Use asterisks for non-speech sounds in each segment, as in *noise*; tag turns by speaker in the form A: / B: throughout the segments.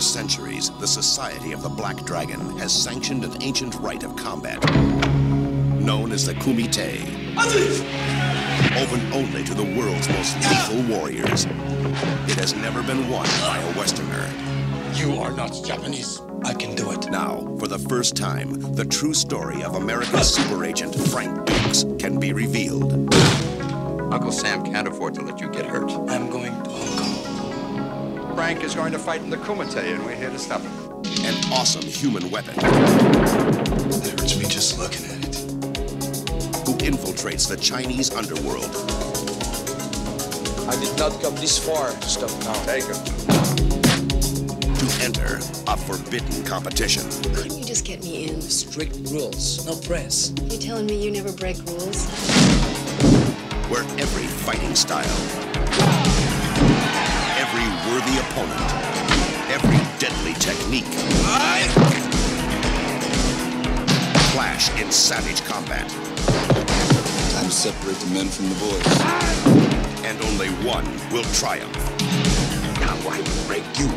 A: centuries, the Society of the Black Dragon has sanctioned an ancient rite of combat known as the Kumite. Open only to the world's most lethal warriors. It has never been won by a Westerner.
B: You are not Japanese. I can do it.
A: Now, for the first time, the true story of American super agent Frank Dukes can be revealed.
C: Uncle Sam can't afford to let you get hurt.
B: I'm going to Hong
C: Frank is going to fight in the Kumite, and we're here to stop him.
A: An awesome human weapon
B: Kong. It hurts me just looking at it.
A: who infiltrates the Chinese underworld
D: I did not come this far to stop now.
C: Take him.
A: to enter a forbidden competition.
E: Couldn't you just get me in?
D: Strict rules, no press.
E: You're telling me you never break rules?
A: where every fighting style, every worthy opponent, every deadly technique clash in savage combat,
F: Time to separate the men from the boys.
A: and only one will triumph. Now I will break you.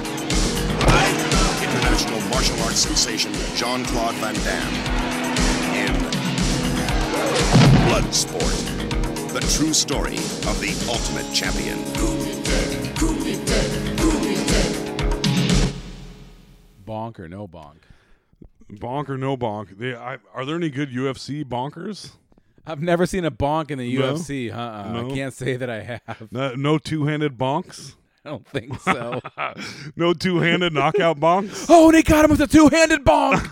A: International martial arts sensation Jean Claude Van Damme in Bloodsport, the true story of the ultimate champion.
G: Bonk or no bonk.
H: Bonk or no bonk? They, I, are there any good UFC bonkers?
G: I've never seen a bonk in the
H: No?
G: UFC. Uh-uh.
H: No?
G: I can't say that I have. *laughs*
H: No, no two-handed bonks.
G: I don't think
H: *laughs*
G: so.
H: No *laughs* two-handed knockout bonks.
G: oh, they got him with a two-handed
H: *laughs*
G: bonk.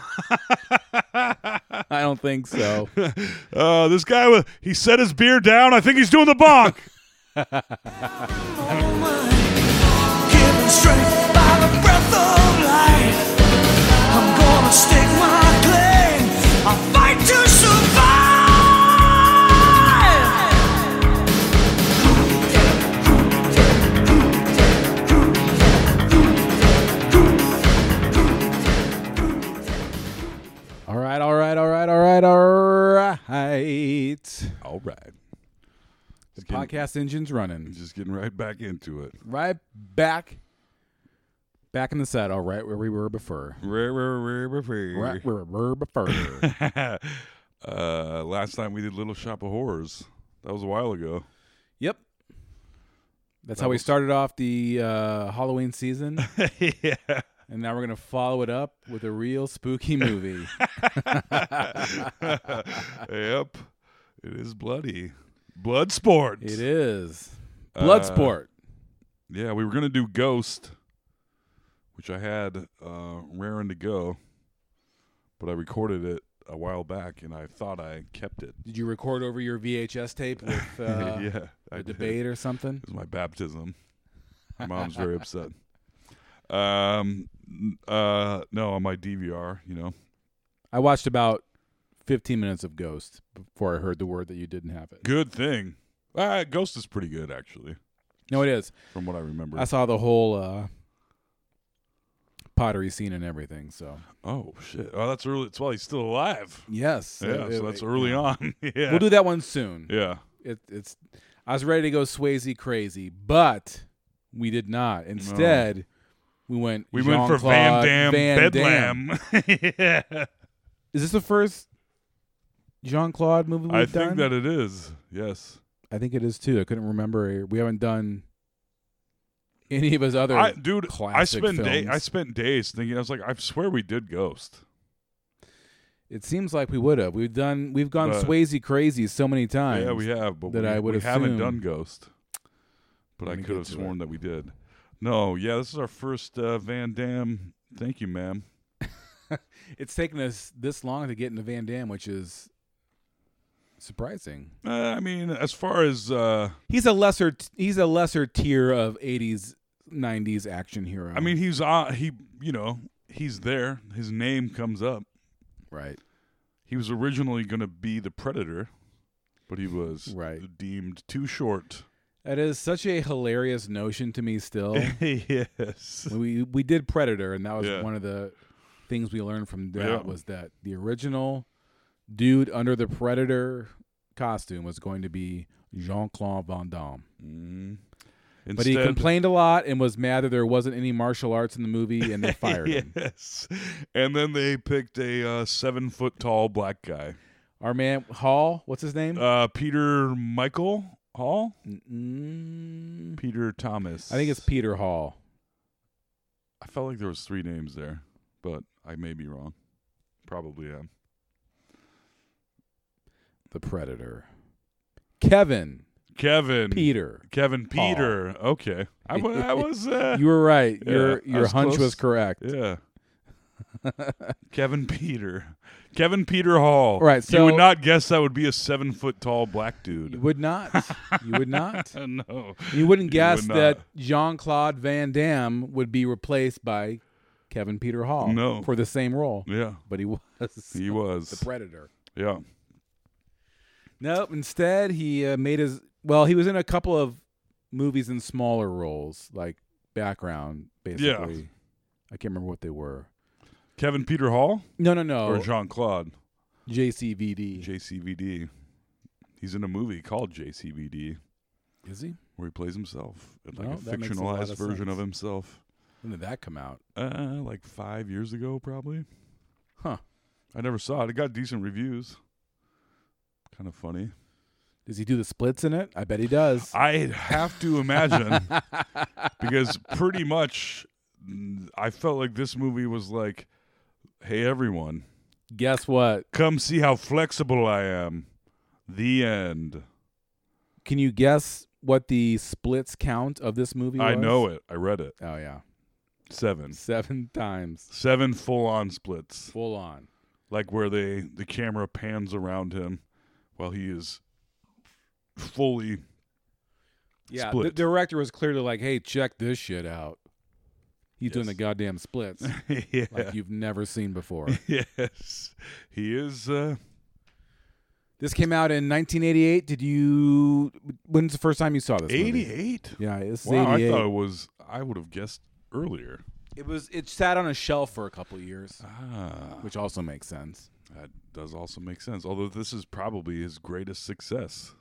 G: I don't think so.
H: Uh, this guy, wa- he set his beer down. I think he's doing the bonk.
I: Given strength by the breath of life. I'm gonna stake my claim. I fight to survive.
G: All right, all right, all right, all right, all right.
H: *laughs* All right.
G: The
H: getting-
G: podcast engine's running.
H: Just getting right back into it.
G: Right back, back in the saddle, right where we were before.
H: Rare, rare, rare, rare, rare.
G: Right where we were
H: *laughs*
G: before.
H: uh, last time we did Little Shop of Horrors. That was a while ago.
G: yep. That's how we started off the uh, Halloween season.
H: *laughs* yeah.
G: And now we're going to follow it up with a real
H: *laughs*
G: spooky movie.
H: Yep. It is bloody. Blood sports.
G: it is
H: Uh,
G: Bloodsport.
H: Yeah, we were gonna do Ghost, which I had uh, raring to go, but I recorded it a while back, and I thought I
G: *laughs*
H: kept it.
G: Did you record over your VHS tape
H: *laughs*
G: with uh,
H: yeah, I
G: the
H: did.
G: debate or something?
H: It was my baptism. My
G: *laughs*
H: mom's very upset. Um, n- uh, no, on my DVR, you know.
G: I watched about 15 minutes of Ghost before I heard the word that you didn't have it.
H: Good thing. Uh, Ghost is pretty good, actually,
G: No, it is.
H: from what I remember.
G: I saw the whole uh, pottery scene and everything. So
H: oh shit! Oh, that's early. It's while he's still alive.
G: yes,
H: Yeah,
G: it-
H: so
G: it-
H: that's early on. *laughs* yeah,
G: We'll do that one soon.
H: Yeah.
G: It, it's. I was ready to go Swayze crazy, but we did not. Instead, we went.
H: We went for Van
G: Jean-Claude
H: Dam
G: Van Damme.
H: Bedlam. yeah.
G: Is this the first Jean Claude movie we've
H: I think
G: done?
H: that it is. Yes.
G: I think it is too. I couldn't remember. We haven't done any of his other
H: I, dude, I
G: classic
H: spent day, I
G: films.
H: spent days thinking. I was like, I swear we did Ghost.
G: It seems like we would have. We've done. We've gone
H: But-
G: Swayze crazy so many times.
H: yeah, we have, but
G: that
H: we,
G: I would
H: we haven't
G: assume-
H: done Ghost. But
G: Let
H: I
G: me
H: could
G: get
H: have
G: to
H: sworn that we did. No, yeah, this is our first uh, Van Dam. Thank you, ma'am.
G: It's taken us this long to get into Van Damme, which is surprising.
H: Uh, I mean, as far as uh,
G: He's a lesser. T- he's a lesser tier of '80s, '90s action hero.
H: I mean, he's uh, he, you know, he's there. His name comes up.
G: right?
H: He was originally going to be the Predator, but he was
G: Right.
H: deemed
G: *laughs*
H: too short.
G: That is such a hilarious notion to me.
H: *laughs*
G: Still,
H: yes.
G: we we did Predator, and that was
H: Yeah.
G: one of the things we learned from that
H: Yeah.
G: was that the original dude under the Predator costume was going to be Jean Claude Van Damme. But he
H: Mm-hmm. Instead-
G: complained a lot and was mad that there wasn't any martial arts in the movie, and
H: *laughs*
G: they fired him.
H: Yes. And then they picked a uh, seven foot tall black guy.
G: Our man Hall, what's his name?
H: Uh, Peter Michael Hall?
G: Mm,
H: Peter Thomas.
G: I think it's Peter Hall.
H: I felt like there was three names there, but I may be wrong. Probably am.
G: the Predator. Kevin,
H: Kevin. *laughs*
G: Peter.
H: Kevin Peter. Okay. I, wa-
G: *laughs*
H: I was. Uh,
G: You were right.
H: Yeah,
G: your
H: I
G: your
H: was
G: hunch
H: close.
G: was correct.
H: Yeah.
G: *laughs*
H: Kevin Peter. Kevin Peter Hall.
G: All right,
H: you
G: so-
H: would not guess that would be a seven foot tall black dude.
G: You
H: *laughs*
G: would not. You would not.
H: no.
G: You wouldn't
H: would
G: guess
H: not.
G: that Jean Claude Van Damme would be replaced by Kevin Peter Hall.
H: No.
G: For the same role.
H: Yeah.
G: But he was
H: He was.
G: the Predator.
H: yeah.
G: Nope. Instead, he uh, made his. Well, he was in a couple of movies in smaller roles, like background, basically. I can't remember what they were.
H: Kevin Peter Hall
G: No, no, no.
H: or Jean Claude?
G: JCVD.
H: JCVD. He's in a movie called JCVD
G: Is he?
H: where he plays himself, It's like
G: Well,
H: a
G: that makes a lot
H: fictionalized
G: of
H: version of
G: sense.
H: himself.
G: When did that come out?
H: Uh, like five years ago, probably.
G: Huh.
H: I never saw it. It got decent reviews. Kind of funny.
G: Does he do the splits in it? I bet he does.
H: I have
G: *laughs*
H: to imagine because pretty much mm, I felt like this movie was like, hey, everyone,
G: Guess what?
H: come see how flexible I am. The end.
G: Can you guess what the splits count of this movie
H: I
G: was?
H: know it. I read it.
G: Oh yeah.
H: Seven.
G: Seven times.
H: Seven full on splits.
G: Full on.
H: Like where they the camera pans around him while he is fully *laughs*
G: Yeah. The
H: Split.
G: director was clearly like, hey, check this shit out. He's doing the goddamn
H: *laughs*
G: splits
H: yeah.
G: like you've never seen before.
H: Yes. He is uh
G: this came out in 1988. Did you? When's the first time you saw this? movie?
H: 88.
G: Yeah, this is
H: Wow, I
G: 88.
H: thought it was I would have guessed earlier.
G: it was. It sat on a shelf for a couple years,
H: Ah.
G: which also makes sense.
H: That does also make sense. Although this is probably his greatest success.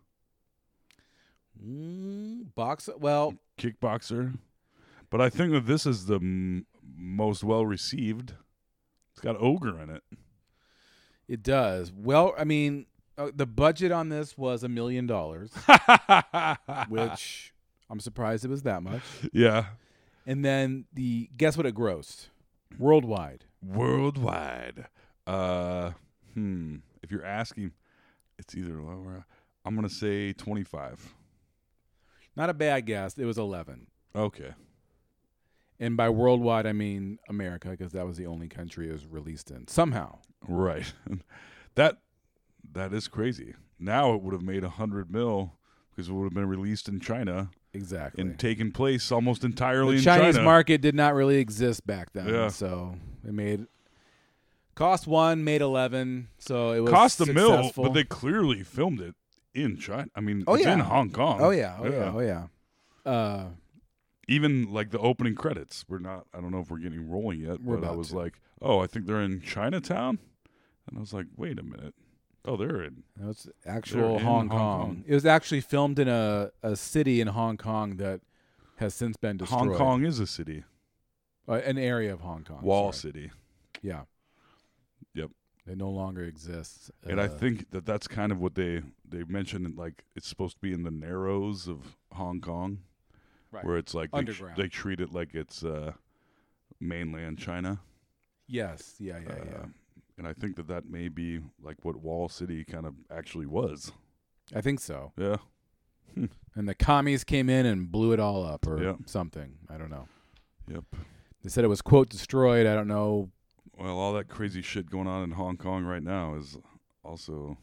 G: Mm, box. Well,
H: Kickboxer. But I think that this is the m- most well received. It's got ogre in it. *laughs*
G: It does. Well, I mean, uh, the budget on this was a million dollars,
H: *laughs*
G: which I'm surprised it was that much.
H: Yeah.
G: And then the guess what it grossed worldwide?
H: worldwide. Uh, hmm. If you're asking, it's either low or I'm gonna say 25.
G: Not a bad guess. It was 11.
H: Okay.
G: And by worldwide, I mean America, because that was the only country it was released in. Somehow,
H: Right. *laughs* that that is crazy. Now it would have made a hundred mil because it would have been released in China
G: exactly.
H: and taken place almost entirely
G: the
H: in
G: Chinese
H: China.
G: market did not really exist back then,
H: Yeah.
G: so it made cost one, made 11. So it was
H: Cost a mil,
G: successful.
H: but they clearly filmed it in China. I mean,
G: Oh,
H: it's
G: yeah.
H: in Hong Kong.
G: Oh yeah, oh yeah, oh yeah. Uh,
H: even like the opening credits we're not i don't know if we're getting rolling yet
G: We're
H: but i
G: about
H: was
G: to.
H: like oh i think they're in chinatown and i was like wait a minute oh they're in
G: No, it's actual
H: in
G: Hong,
H: Hong
G: Kong.
H: Kong.
G: It was actually filmed in a, a city in Hong Kong that has since been destroyed.
H: hong kong is a city
G: Uh, an area of Hong Kong.
H: wall
G: sorry.
H: city
G: Yeah,
H: yep
G: it no longer exists.
H: and i
G: Uh,
H: think that that's kind of what they they mentioned in, like it's supposed to be in the narrows of hong kong
G: Right.
H: where it's like they, tr-
G: Underground.
H: they treat it like it's uh mainland china
G: yes, yeah, yeah, yeah.
H: uh, and i think that that may be like what wall city kind of actually was
G: I think so.
H: yeah
G: And the commies came in and blew it all up, or
H: Yeah.
G: something. I don't know.
H: yep
G: They said it was quote destroyed. I don't know.
H: Well, all that crazy shit going on in Hong Kong right now is also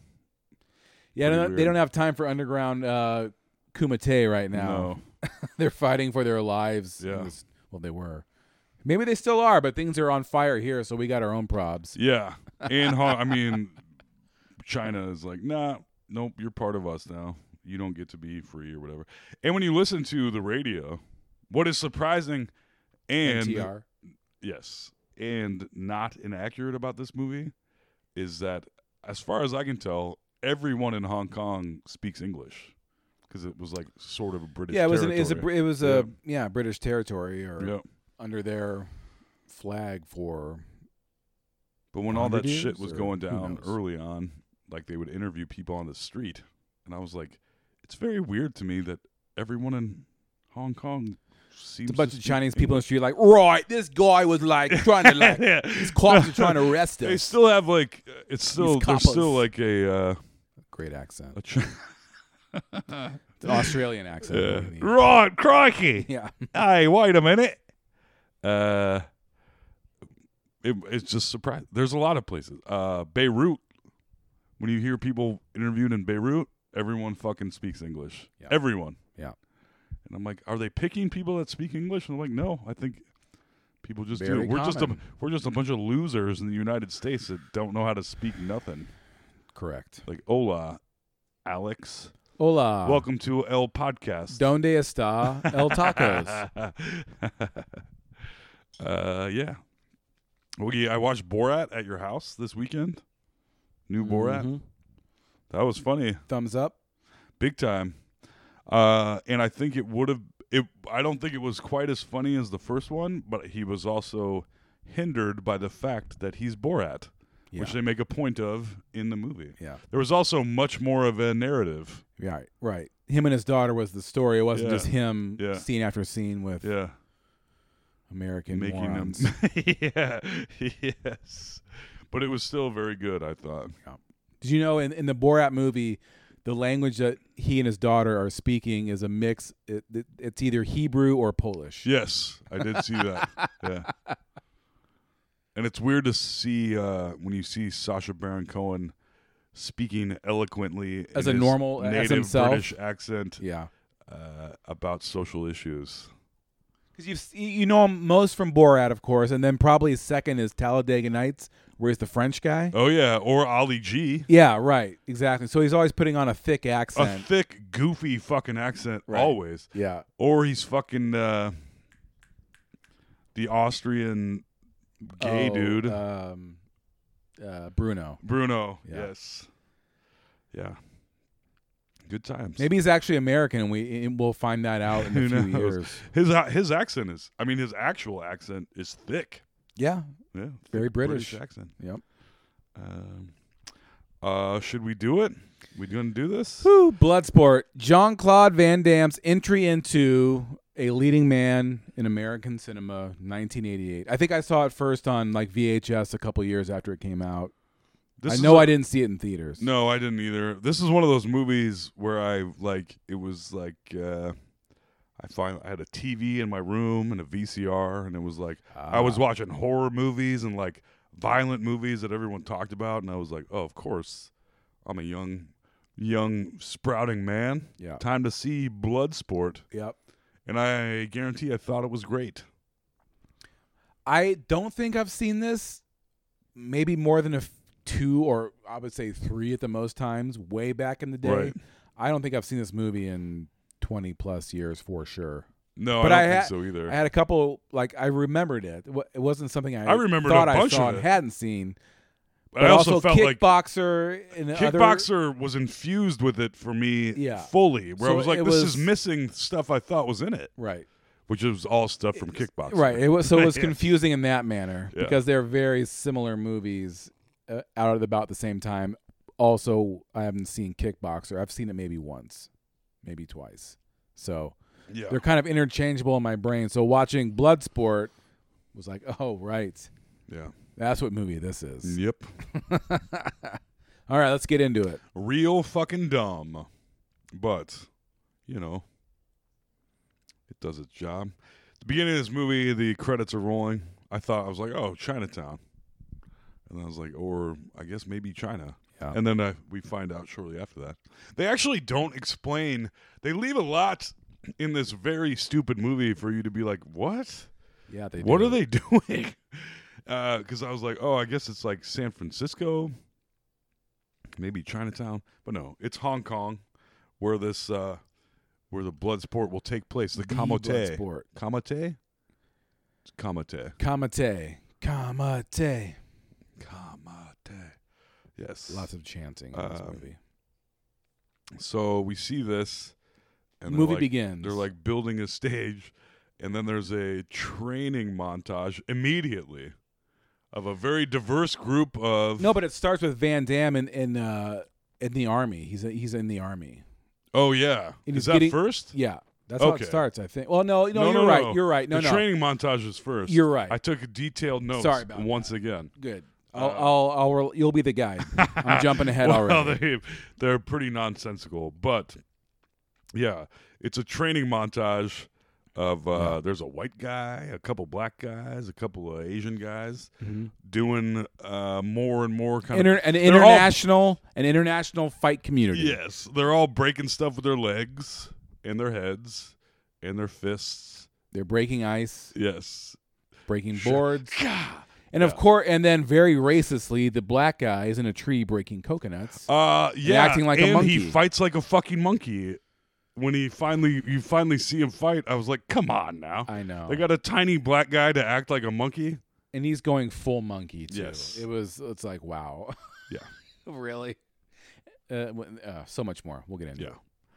G: Yeah, I
H: Pretty
G: don't, they
H: weird.
G: don't have time for underground uh, Kumite right now.
H: no.
G: they're fighting for their lives. in
H: Yeah.
G: this- well, they were. Maybe they still are, but things are on fire here, so we got our own probs.
H: Yeah, and Hong.
G: *laughs*
H: I mean, China is like, nah, nope, you're part of us now. You don't get to be free or whatever. And when you listen to the radio, what is surprising and
G: NTR.
H: yes, and not inaccurate about this movie is that, as far as I can tell, everyone in Hong Kong speaks English. because it was like sort of a British.
G: yeah, it was an, it was a Br-
H: territory.
G: it was a yeah British territory or
H: Yeah.
G: under their flag for
H: But when all that
G: 100
H: shit
G: years,
H: was
G: or
H: going
G: who
H: down
G: knows?
H: early on, like they would interview people on the street, and I was like, it's very weird to me that everyone in Hong Kong seems
G: it's a bunch
H: to
G: of
H: speak
G: Chinese people in the
H: English.
G: street like right this guy was
H: *laughs*
G: like trying to like
H: Yeah.
G: these cops are
H: *laughs*
G: trying to arrest
H: They
G: us.
H: still have like uh, it's still there's still
G: coppers.
H: like a uh,
G: Great accent.
H: a
G: *laughs*
H: Chi-
G: It's an *laughs* Australian accent.
H: uh,
G: really.
H: right crikey.
G: *laughs*
H: *laughs*
G: Yeah.
H: hey, wait a minute. Uh, it, it's just surprise. There's a lot of places. Uh, Beirut. When you hear people interviewed in Beirut, everyone fucking speaks English.
G: Yeah.
H: Everyone.
G: Yeah.
H: And I'm like, are they picking people that speak English? And I'm like, no. I think people just do.
G: Very
H: it. We're just a
G: common.
H: we're just a bunch of losers in the United States that don't know how to speak nothing.
G: Correct.
H: Like, hola, Alex.
G: Hola.
H: Welcome to El Podcast.
G: Donde
H: *laughs*
G: está el tacos?
H: *laughs* uh, yeah. Well, yeah, I watched Borat at your house this weekend. New
G: Mm-hmm.
H: Borat. That was funny,
G: Thumbs up.
H: big time. Uh, and I think it would have. It. I don't think it was quite as funny as the first one, but he was also hindered by the fact that he's Borat, which
G: Yeah.
H: they make a point of in the movie.
G: Yeah.
H: There was also much more of a narrative.
G: Yeah, right, right. Him and his daughter was the story. It wasn't
H: Yeah.
G: just him
H: Yeah.
G: scene after scene with
H: Yeah.
G: American *laughs*
H: making
G: morons.
H: them. *laughs* yeah, yes. But it was still very good, I thought.
G: Did you know in, in the Borat movie, the language that he and his daughter are speaking is a mix. It, it, it's either Hebrew or Polish.
H: Yes, I did see
G: *laughs*
H: that. yeah. And it's weird to see uh, when you see Sasha Baron Cohen speaking eloquently
G: As
H: in
G: a
H: his
G: normal- as
H: native
G: himself.
H: British accent
G: Yeah.
H: uh, about social issues.
G: Because you've s- you know him most from Borat, of course, and then probably his second is Talladega Nights, where he's the French guy.
H: Oh yeah, or Ollie G,
G: Yeah, right, exactly. So he's always putting on a thick
H: a
G: accent.
H: thick, goofy fucking accent
G: Right.
H: always.
G: yeah,
H: or he's fucking uh, the Austrian gay
G: Oh,
H: dude
G: um, uh, Bruno.
H: Bruno.
G: yeah.
H: Yes, yeah, good times.
G: Maybe he's actually American, and we and we'll find that out in a
H: *laughs* Who
G: few
H: knows?
G: years.
H: his his accent is. I mean, his actual accent is thick.
G: Yeah.
H: Yeah, thick
G: Very British.
H: accent.
G: Yep.
H: Um, uh, should we do it? We gonna do this?
G: Whew, Bloodsport. Jean Claude Van Damme's entry into a leading man in American cinema, 1988. I think I saw it first on like VHS a couple years after it came out.
H: This
G: I
H: is
G: know
H: a-
G: I didn't see it in theaters.
H: No, I didn't either. This is one of those movies where I like it was like uh I find I had a TV in my room and a VCR and it was like I was watching horror movies and like violent movies that everyone talked about and I was like, "Oh, of course. I'm a young young sprouting man.
G: Yeah.
H: Time to see Bloodsport."
G: Yep.
H: And I guarantee I thought it was great.
G: I don't think I've seen this maybe more than a f- two or I would say three at the most times way back in the day.
H: Right.
G: I don't think I've seen this movie in 20 plus years for sure.
H: No,
G: But
H: I
G: I
H: don't
G: had-
H: think so either.
G: I had a couple like I remembered it. It wa- It wasn't something I,
H: I remembered a
G: thought
H: bunch
G: I saw
H: of
G: and
H: it.
G: hadn't seen.
H: but I also, felt like
G: kickboxer and other-
H: Kickboxer was infused with it for me
G: Yeah.
H: fully, where I
G: So
H: was like,
G: it
H: this is
G: was-
H: missing stuff I thought was in it,
G: right,
H: which is all stuff from Kickboxer.
G: right. It was so it was
H: *laughs* Yeah.
G: confusing in that manner
H: Yeah.
G: because they're very similar movies uh, out at about the same time. Also, I haven't seen Kickboxer. I've seen it maybe once, maybe twice. So
H: Yeah.
G: they're kind of interchangeable in my brain. So watching Bloodsport was like, oh right,
H: yeah.
G: that's what movie this is.
H: Yep.
G: All right, let's get into it.
H: Real fucking dumb. But, you know, it does its job. At the beginning of this movie, the credits are rolling. I thought, I was like, oh, Chinatown. And I was like, or I guess maybe China.
G: Yeah.
H: And then uh, we find out shortly after that. They actually don't explain, they leave a lot in this very stupid movie for you to be like, what?
G: Yeah, they.
H: What
G: do.
H: are they *laughs* doing? Because I was like, oh, I guess it's like San Francisco, maybe Chinatown, but no, it's Hong Kong, where this uh, where the blood sport will take place. The,
G: The
H: Kamate,
G: Bloodsport.
H: Kamate, It's Kamate,
G: Kamate, Kamate.
H: Kamate. Yes.
G: Lots of chanting in this
H: Um,
G: movie.
H: So we see this. and they're
G: Movie
H: like-
G: begins.
H: They're like building a stage, and then there's a training montage immediately of a very diverse group of.
G: No, but it starts with Van Damme in in, uh, in the army. He's he's in the army.
H: Oh yeah,
G: And
H: is
G: he's
H: that
G: getting-
H: first?
G: Yeah, that's how
H: Okay.
G: it starts. I think. Well, no, no, you're right. You're right. No,
H: the
G: no.
H: training montage is first.
G: You're right.
H: I took detailed notes.
G: Sorry about
H: once again.
G: Good. I'll, I'll, I'll, you'll be the guy.
H: *laughs*
G: I'm jumping ahead
H: Uh, well,
G: already.
H: *laughs* They, they're pretty nonsensical, but yeah, it's a training montage of uh, there's a white guy, a couple black guys, a couple of Asian guys doing uh, more and more
G: Mm-hmm. *laughs*
H: kind
G: Inter-
H: of
G: an
H: they're all-
G: international, an international fight community.
H: yes, they're all breaking stuff with their legs and their heads and their fists.
G: They're breaking ice,
H: Yes,
G: breaking boards, and of course, and then very racistly, the black guy is in a tree breaking coconuts.
H: Uh, yeah,
G: acting like a
H: and He
G: monkey.
H: fights like a fucking monkey. When he finally, you finally see him fight, I was like, "Come on now!"
G: I know.
H: they got a tiny black guy to act like a monkey.
G: and he's going full monkey too.
H: Yes.
G: it was. It's like wow, *laughs*
H: Yeah,
G: really. Uh, w- uh, so much more. We'll get into. it.
H: yeah.
G: *laughs*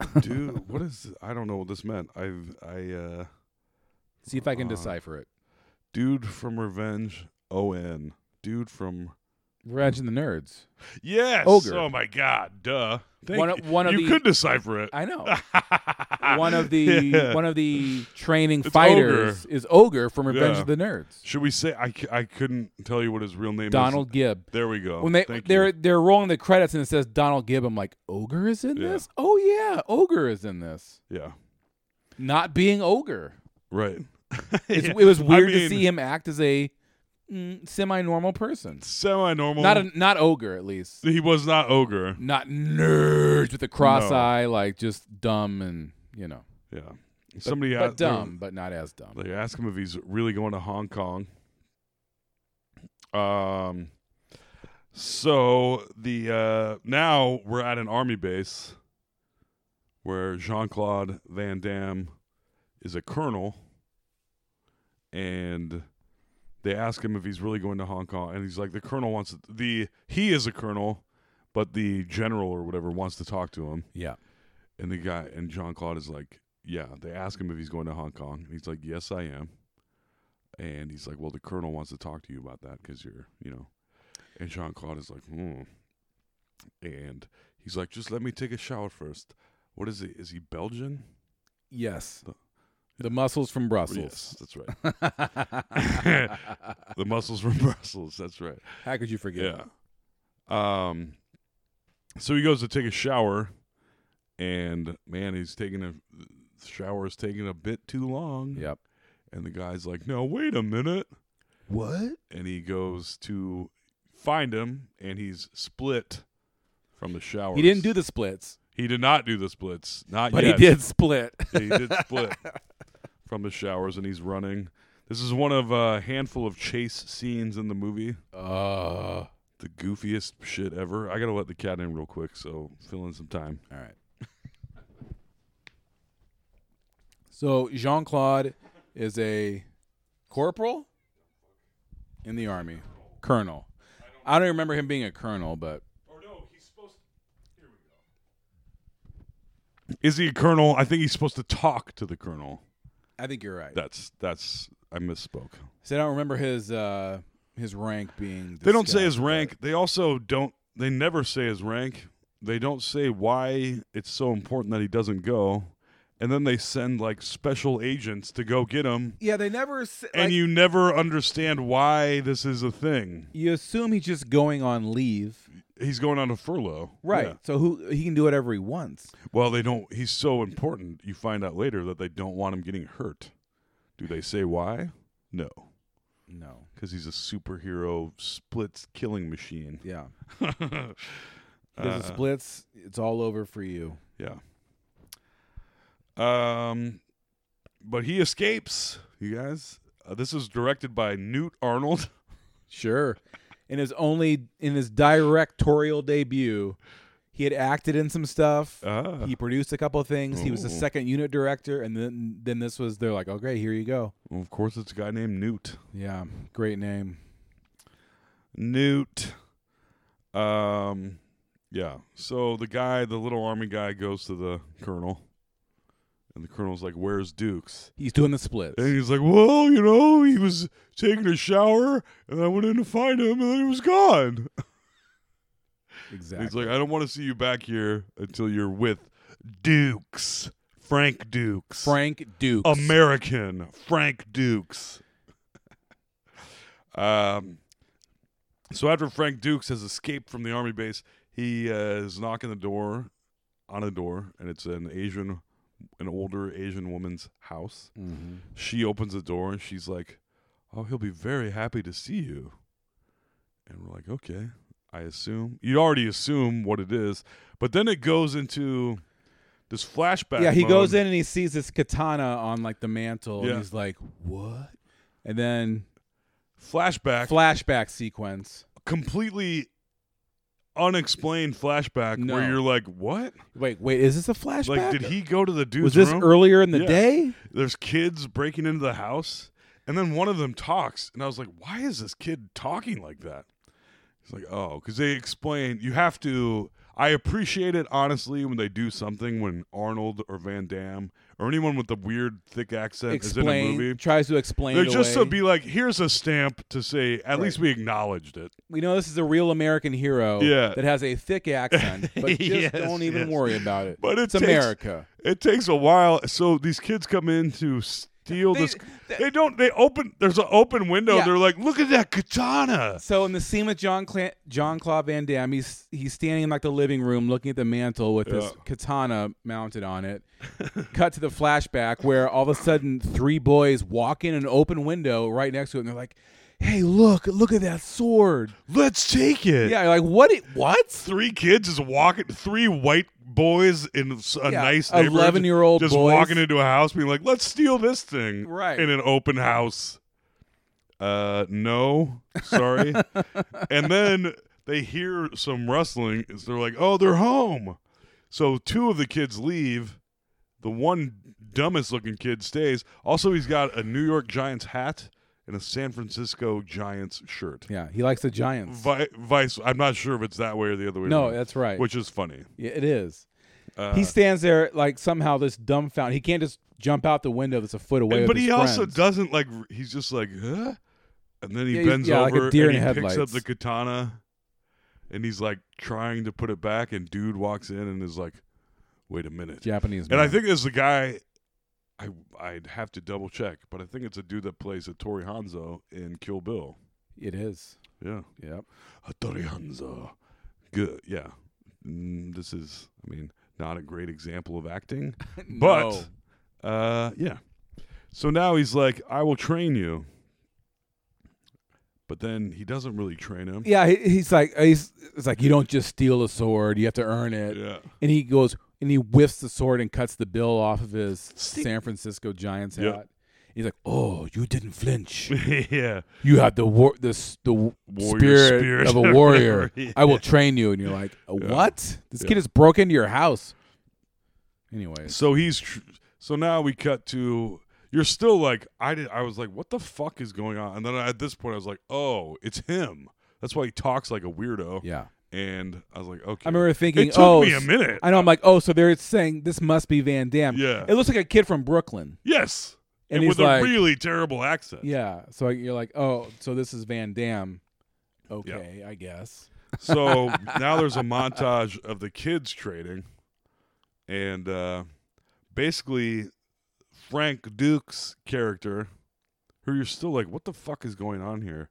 H: Um, dude, what is? I don't know what this meant. I, I, uh,
G: See if I
H: Uh-huh.
G: can decipher it.
H: dude from Revenge, O N, dude from.
G: Revenge and the Nerds.
H: Yes.
G: Ogre.
H: Oh my god. Duh. Thank
G: One of-
H: you.
G: one of
H: you
G: the-
H: could decipher it.
G: I
H: *laughs*
G: know. one of the
H: Yeah.
G: one of the training
H: It's
G: fighters is Ogre from Revenge
H: Yeah.
G: of the Nerds.
H: Should we say I? c- I couldn't tell you what his real name
G: Donald
H: is.
G: Gibb.
H: There we go.
G: When they
H: Thank
G: they're
H: you.
G: they're rolling the credits and it says Donald Gibb, I'm like, Ogre is in
H: Yeah.
G: this? Oh yeah, Ogre is in this.
H: Yeah.
G: Not being Ogre.
H: Right.
G: *laughs* It's,
H: *laughs* Yeah.
G: It was
H: I
G: weird to
H: mean,
G: see him act as a mm, semi-normal person.
H: Semi-normal.
G: Not a, not Ogre at least.
H: he was not ogre.
G: Not nerds with a cross
H: No.
G: eye, like just dumb and you know,
H: Yeah. Somebody
G: but
H: asked,
G: dumb, but not as dumb.
H: They ask him if he's really going to Hong Kong. Um. So the uh, now we're at an army base where Jean Claude Van Damme is a colonel, and they ask him if he's really going to Hong Kong, and he's like, the colonel wants to, the he is a colonel, but the general or whatever wants to talk to him.
G: yeah.
H: And the guy and Jean Claude is like, yeah. They ask him if he's going to Hong Kong, and he's like, yes, I am. And he's like, well, the colonel wants to talk to you about that because you're, you know. And Jean Claude is like, hmm. And he's like, just let me take a shower first. What is he? Is he Belgian?
G: Yes. The muscles from Brussels.
H: Yes, that's right. *laughs* the muscles from Brussels. That's right.
G: How could you forget?
H: Yeah. Um. So he goes to take a shower, and man, he's taking a the shower is taking a bit too long.
G: Yep.
H: And the guy's like, "No, wait a minute."
G: What?
H: And he goes to find him, and he's split from the shower.
G: He didn't do the splits,
H: He did not do the splits. Not
G: but
H: yet.
G: he did split. *laughs*
H: Yeah, he did split from the showers, and he's running. This is one of a handful of chase scenes in the movie.
G: Uh,
H: the goofiest shit ever. I gotta let the cat in real quick, so fill in some time.
G: All right. So Jean Claude is a corporal in the army, colonel. I don't remember him being a colonel, but
H: Is he a colonel? I think he's supposed to talk to the colonel.
G: I think you're right.
H: That's that's I misspoke.
G: So I don't remember his uh, his rank being.
H: They don't say
G: discussed,
H: his rank. They also don't. They never say his rank. They don't say why it's so important that he doesn't go. And then they send like special agents to go get him,
G: but- Yeah, they never. s-
H: and
G: like,
H: you never understand why this is a thing.
G: you assume he's just going on leave,
H: He's going on a furlough,
G: right?
H: Yeah.
G: So who he can do whatever he wants.
H: Well, they don't. He's so important. You find out later that they don't want him getting hurt. Do they say why? No,
G: No.
H: because he's a superhero splits killing machine.
G: *laughs* Yeah. Because it splits, it's all over for you.
H: Yeah. Um, but he escapes. You guys, uh, this is directed by Newt Arnold. *laughs*
G: Sure. In his only in his directorial debut, he had acted in some stuff.
H: Ah.
G: He produced a couple of things. He was the
H: Ooh.
G: second unit director, and then then this was they're like, okay, here you go.
H: Well, of course, it's a guy named Newt.
G: Yeah, great name.
H: Newt. Um, Yeah. So the guy, the little army guy, goes to the colonel, and the colonel's like, "Where's Dukes?"
G: He's doing the splits.
H: And he's like, "Well, you know, he was taking a shower, and I went in to find him, and then he was gone."
G: Exactly.
H: He's like, "I don't want to see you back here until you're with Dukes, Frank Dukes,
G: Frank Dukes.
H: American Frank Dukes." *laughs* um. So after Frank Dukes has escaped from the army base, he uh, is knocking the door, on a door, and it's an Asian, an older Asian woman's house.
G: Mm-hmm.
H: She opens the door and she's like, "Oh, he'll be very happy to see you." And we're like, "Okay." I assume you already assume what it is, but then it goes into this flashback.
G: yeah, he
H: mode.
G: goes in and he sees this katana on like the mantle,
H: Yeah.
G: and he's like, "What?" And then
H: flashback,
G: flashback sequence.
H: completely unexplained flashback
G: No.
H: where you're like, "What?"
G: Wait, wait, is this a flashback?
H: Like, did he go to the dude's
G: Was this
H: room?
G: earlier in the
H: Yeah.
G: day?
H: There's kids breaking into the house, and then one of them talks, and I was like, "Why is this kid talking like that?" He's like, "Oh, because they explain. You have to." I appreciate it honestly when they do something when Arnold or Van Damme or anyone with the weird thick accent is in a
G: Explain.
H: movie.
G: Tries to explain.
H: They're
G: it
H: just to
G: away.
H: be like, here's a stamp to say at least we acknowledged it.
G: we know this is a real American hero
H: *laughs* Yeah.
G: that has a thick accent,
H: *laughs*
G: but just
H: Yes,
G: don't even
H: yes.
G: worry about it.
H: But it
G: it's
H: takes-
G: America.
H: It takes a while. So these kids come in to steal
G: They-
H: this. They don't. They open. There's an open window.
G: Yeah.
H: They're like, look at that katana.
G: So in the scene with John Cla- John Claude Van Damme, he's he's standing in like the living room looking at the mantle with his
H: Yeah.
G: katana mounted on it. *laughs* Cut to the flashback where all of a sudden three boys walk in an open window right next to it, and they're like, "Hey, look! Look at that sword!"
H: Let's take it.
G: Yeah, you're like what? It, what?
H: Three kids is walking. Three white boys in s- a
G: Yeah,
H: nice neighborhood.
G: 11-year-old
H: just
G: boys.
H: walking into a house, being like, let's steal this thing.
G: Right.
H: In an open house. Uh, no, sorry.
G: *laughs*
H: and then they hear some rustling. So they're like, oh, they're home. So two of the kids leave. The one dumbest looking kid stays. Also, he's got a New York Giants hat and a San Francisco Giants shirt.
G: Yeah, he likes the Giants.
H: Vi- Vice, I'm not sure if it's that way or the other way.
G: No,
H: around,
G: that's right.
H: Which is funny.
G: Yeah, it is.
H: Uh,
G: he stands there like somehow this dumbfounded. He can't just jump out the window that's a foot away. with
H: but
G: his
H: he also
G: friends.
H: doesn't like. r- He's just like, huh? And then he
G: Yeah, he's-
H: bends
G: yeah, like a
H: over
G: deer
H: and
G: in
H: he picks up
G: headlights.
H: the katana, and he's like trying to put it back. And dude walks in and is like, "Wait a minute."
G: Japanese.
H: and I
G: man.
H: think it's the guy. I I'd have to double check, but I think it's a dude that plays Tori Hanzo in Kill Bill.
G: it is.
H: Yeah,
G: Yep.
H: Hattori Hanzo. Good. Yeah. Mm, this is, I mean, not a great example
G: *laughs*
H: of acting, but uh, yeah. So now he's like, I will train you. But then he doesn't really train him.
G: Yeah, he, he's like uh, he's it's like you don't just steal a sword, you have to earn it.
H: Yeah.
G: And he goes and he whiffs the sword and cuts the bill off of his
H: See-
G: San Francisco Giants hat.
H: Yeah.
G: He's like, "Oh, you didn't flinch.
H: yeah. *laughs*
G: You had the war, the s- the w-
H: Warrior
G: spirit,
H: spirit
G: of a
H: or
G: warrior.
H: whatever, *laughs* yeah.
G: I will train you." And you're like, "Uh, "What? This kid has broke into your house." Anyways,
H: So he's tr- so now we cut to you're still like I did I was like what the fuck is going on and then at this point I was like oh it's him that's why he talks like a weirdo
G: yeah.
H: and I was like okay
G: I remember thinking,
H: it took
G: "Oh,
H: me a
G: s-
H: minute
G: I know. I'm like, "Oh, so they're saying this must be Van Damme."
H: Yeah.
G: It looks like a kid from Brooklyn.
H: Yes.
G: And
H: And,
G: he's
H: with
G: like-
H: a really terrible accent.
G: Yeah. So you're like, "Oh, so this is Van Damme." Okay, I guess. *laughs*
H: So now there's a montage of the kids trading. And uh, basically, Frank Duke's character, who you're still like, what the fuck is going on here,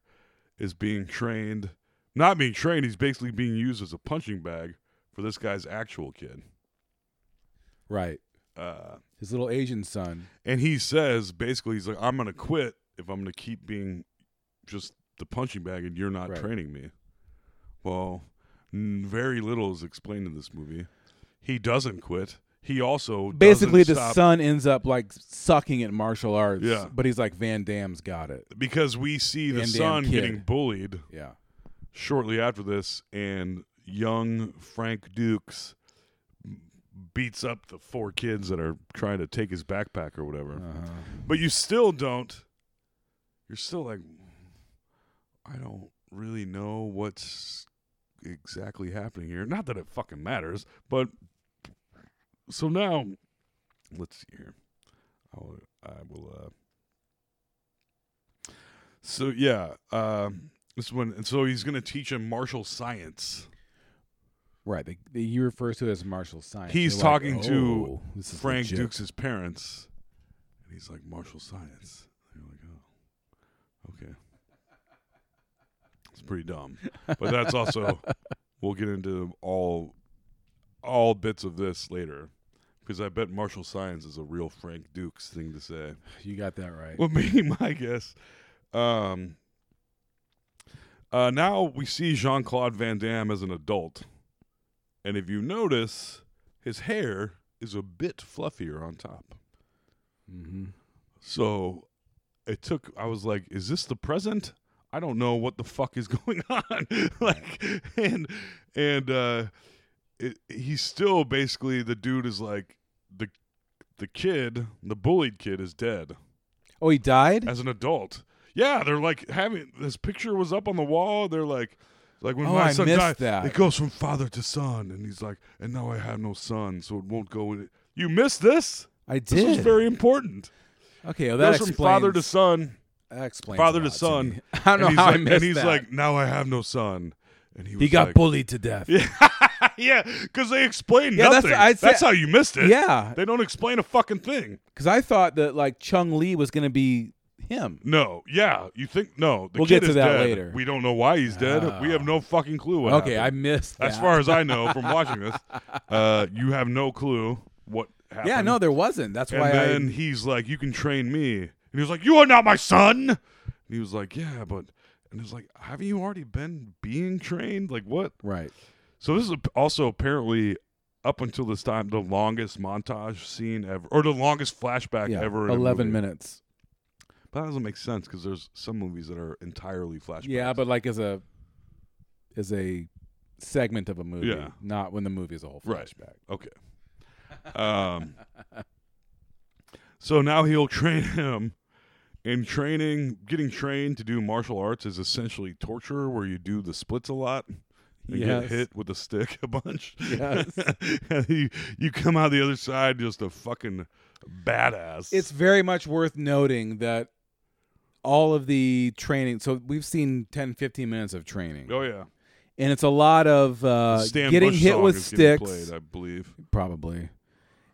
H: is being trained. Not being trained, he's basically being used as a punching bag for this guy's actual kid.
G: Right.
H: Uh,
G: His little Asian son.
H: and he says, basically, he's like, I'm going to quit if I'm going to keep being just the punching bag and you're not
G: Right.
H: training me. Well, n- very little is explained in this movie. He doesn't quit. He also doesn't
G: Basically, the
H: stop
G: son ends up like sucking at martial arts.
H: Yeah.
G: But he's like, Van Damme's got it.
H: because we see the
G: Van Damme
H: son
G: kid.
H: getting bullied
G: Yeah.
H: shortly after this, and young Frank Dukes beats up the four kids that are trying to take his backpack or whatever.
G: Uh-huh. Um,
H: But you still don't. You're still like, I don't really know what's exactly happening here? Not that it fucking matters, but so now, let's see here. I'll, I will. Uh, so yeah, um, this one. And so he's gonna teach him martial science.
G: Right. They, they, he refers to it as martial science.
H: He's
G: You're like,
H: talking to
G: "Oh, this is
H: Frank
G: legit."
H: Dukes' parents, and he's like, "Martial science." They're like, "Oh, okay." It's pretty dumb, but that's also we'll get into all all bits of this later because I bet martial science is a real Frank Dukes thing to say
G: You got that
H: *laughs*
G: right.
H: would be my guess. Um, uh, now we see Jean Claude Van Damme as an adult, and if you notice, his hair is a bit fluffier on top. Mm-hmm. So it took. I was like, "Is this the present?" I don't know what the fuck is *laughs* going on. like, and and uh, it, he's still basically the dude is like the the kid, the bullied kid is dead
G: oh, he died.
H: as an adult. Yeah, they're like having this picture was up on the wall. They're like, like when
G: Oh,
H: my
G: I
H: son
G: missed
H: died,
G: that.
H: it goes from father to son, and he's like, and now I have no son, so it won't go in. It. You missed this.
G: I
H: This was
G: did.
H: very important.
G: okay, well,
H: It
G: that
H: goes from father to
G: explains-
H: son,
G: that explains
H: father
G: a
H: to
G: lot
H: son.
G: me. *laughs* I don't know how
H: and he's like,
G: I missed
H: And he's
G: that.
H: like, now I have no son, and he was
G: he got
H: like,
G: bullied to death.
H: *laughs* yeah, because they explain
G: Yeah, that's
H: nothing.
G: what I said.
H: that's how you missed it.
G: Yeah.
H: they don't explain a fucking thing.
G: Because I thought that like Chung Lee was gonna be him.
H: No, yeah, you think no? The
G: We'll
H: kid
G: get to
H: is
G: that
H: dead.
G: later. Oh.
H: We don't know why he's dead. we have no fucking clue. What
G: Okay, I
H: happened.
G: missed.
H: as
G: that.
H: far as I know
G: *laughs*
H: from watching this, uh, you have no clue what happened.
G: yeah, no, there wasn't. That's
H: And
G: why
H: then
G: I.
H: he's like, "You can train me," and he was like, "You are not my son." And he was like, "Yeah, but," and it's like, "Have you already been being trained? Like what?"
G: Right.
H: So this is ap- also apparently up until this time the longest montage scene ever, or the longest flashback
G: Yeah.
H: ever. In a
G: Eleven
H: movie.
G: minutes.
H: But that doesn't make sense because there's some movies that are entirely flashbacks.
G: Yeah, but like as a as a segment of a movie,
H: Yeah.
G: not when the movie is a whole
H: Right.
G: flashback.
H: okay. Um, so now he'll train him. In training, getting trained to do martial arts is essentially torture, where you do the splits a lot and
G: Yes.
H: get hit with a stick a bunch.
G: Yes.
H: *laughs* and you, you come out the other side just a fucking badass.
G: It's very much worth noting that all of the training. So we've seen 10, 15 minutes of training,
H: oh yeah,
G: and it's a lot of uh,
H: Stan
G: getting
H: Bush
G: hit
H: song
G: with
H: is getting
G: sticks,
H: played, I believe.
G: probably.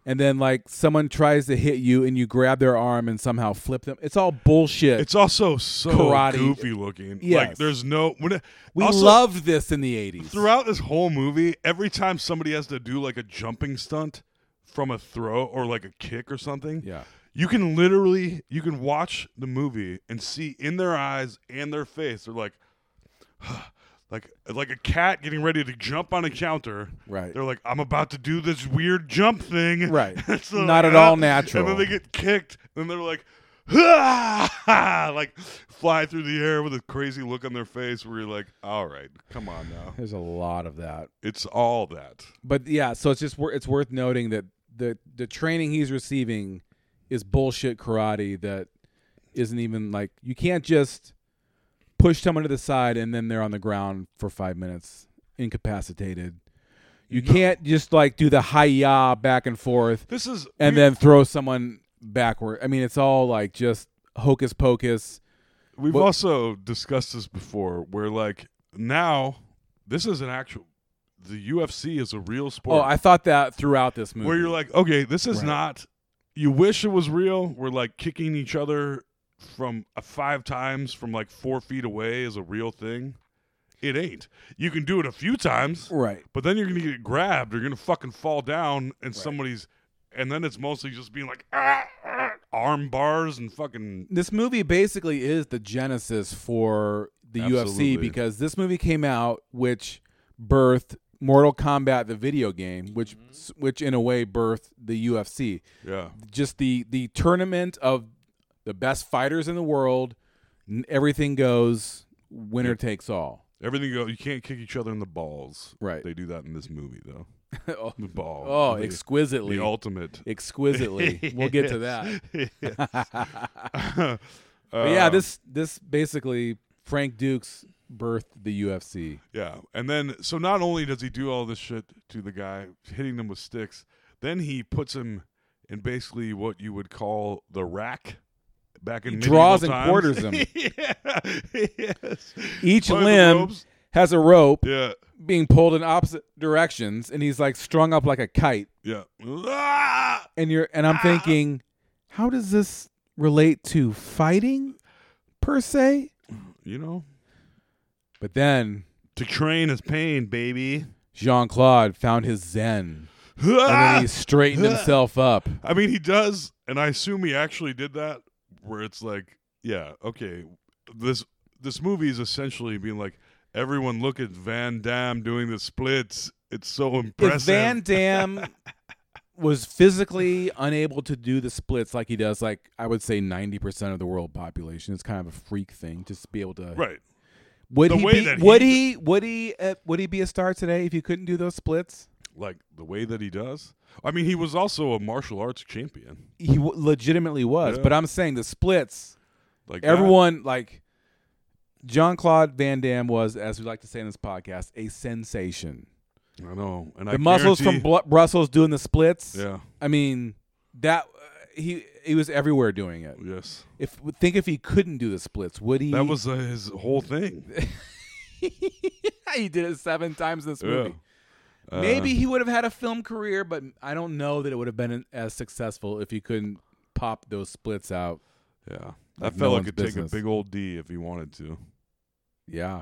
G: And then like someone tries to hit you, and you grab their arm and somehow flip them. It's all bullshit.
H: It's also so
G: Karate.
H: goofy looking. Like
G: Yes.
H: there's no. When it,
G: we
H: also,
G: loved this in the eighties.
H: throughout this whole movie, every time somebody has to do like a jumping stunt from a throw or like a kick or something,
G: Yeah.
H: you can literally you can watch the movie and see in their eyes and their face they're like *sighs* like like a cat getting ready to jump on a counter.
G: Right.
H: They're like, I'm about to do this weird jump thing. *laughs*
G: Right.
H: It's
G: Not at all
H: "Ah,"
G: natural.
H: *laughs* And then they get kicked, and they're like, *laughs* "Ah!" like fly through the air with a crazy look on their face, where you're like, all right, come on now,
G: There's a lot of that.
H: it's all that.
G: but yeah, so it's just wor- it's worth noting that the the training he's receiving is bullshit karate that isn't even like you can't just push someone to the side and then they're on the ground for five minutes incapacitated. You can't just like do the hi ya back and forth
H: This is
G: and
H: we-
G: then throw someone backward. I mean, it's all like just hocus pocus.
H: We've
G: Well-
H: also discussed this before, where like now this is an actual. The UFC is a real sport.
G: Oh, I thought that throughout this movie.
H: where you're like, okay, this is
G: Right.
H: not. You wish it was real. We're like kicking each other from uh, five times from like four feet away is a real thing. It ain't. You can do it a few times,
G: right.
H: but then you're gonna get grabbed. You're gonna fucking fall down, and somebody's, and then it's mostly just being like ah, ah, arm bars and fucking
G: this movie basically is the genesis for the
H: Absolutely.
G: UFC because this movie came out, which birthed Mortal Kombat, the video game, which which in a way birthed the UFC.
H: yeah.
G: Just the the tournament of the best fighters in the world. n- Everything goes. Winner takes all.
H: Everything go. You can't kick each other in the balls.
G: Right.
H: They do that in this movie though.
G: *laughs* oh,
H: The ball.
G: oh,
H: the,
G: exquisitely,
H: the ultimate.
G: exquisitely. we'll get to that. *laughs* Um, But yeah, this this basically Frank Dukes birthed the UFC.
H: Yeah. And then, so not only does he do all this shit to the guy, hitting them with sticks, then he puts him in basically what you would call the rack. Back in
G: He
H: medieval
G: draws and
H: times.
G: quarters
H: *laughs*
G: him.
H: yeah. Yes.
G: Each
H: One of the
G: limb
H: ropes.
G: has a rope
H: Yeah.
G: being pulled in opposite directions, and he's like strung up like a kite.
H: Yeah. Ah!
G: And you're and I'm thinking, how does this relate to fighting per se?
H: You know,
G: But then
H: to train is pain, baby.
G: Jean Claude found his zen, and
H: Ah!
G: then he straightened himself up.
H: *laughs* I mean, he does, and I assume he actually did that. Where it's like, yeah, okay, this this movie is essentially being like, everyone look at Van Damme doing the splits. It's so
G: If
H: impressive.
G: Van Dam
H: *laughs*
G: was physically unable to do the splits like he does, like I would say ninety percent of the world population, it's kind of a freak thing just to be able to.
H: right?
G: Would
H: The
G: he
H: way
G: be?
H: that he
G: would
H: d-
G: he? Would he? Uh, would he be a star today if he couldn't do those splits?
H: Like the way that he does. I mean, he was also a martial arts champion.
G: He w- legitimately was,
H: Yeah.
G: but I'm saying the splits.
H: Like that-
G: Everyone like John Claude Van Damme was, as we like to say in this podcast, a sensation.
H: I know, and I
G: the muscles from
H: guarantee-
G: Bl- Brussels doing the splits.
H: Yeah.
G: I mean that uh, he he was everywhere doing it.
H: Yes,
G: If think if he couldn't do the splits, would he?
H: that was uh, his whole thing.
G: *laughs* he did it seven times in this
H: Yeah.
G: movie.
H: Uh,
G: Maybe he would have had a film career, but I don't know that it would have been as successful if he couldn't pop those splits out.
H: Yeah,
G: Like
H: that
G: no
H: fella
G: one's
H: could
G: business.
H: take a big old D if he wanted to. *laughs*
G: Yeah,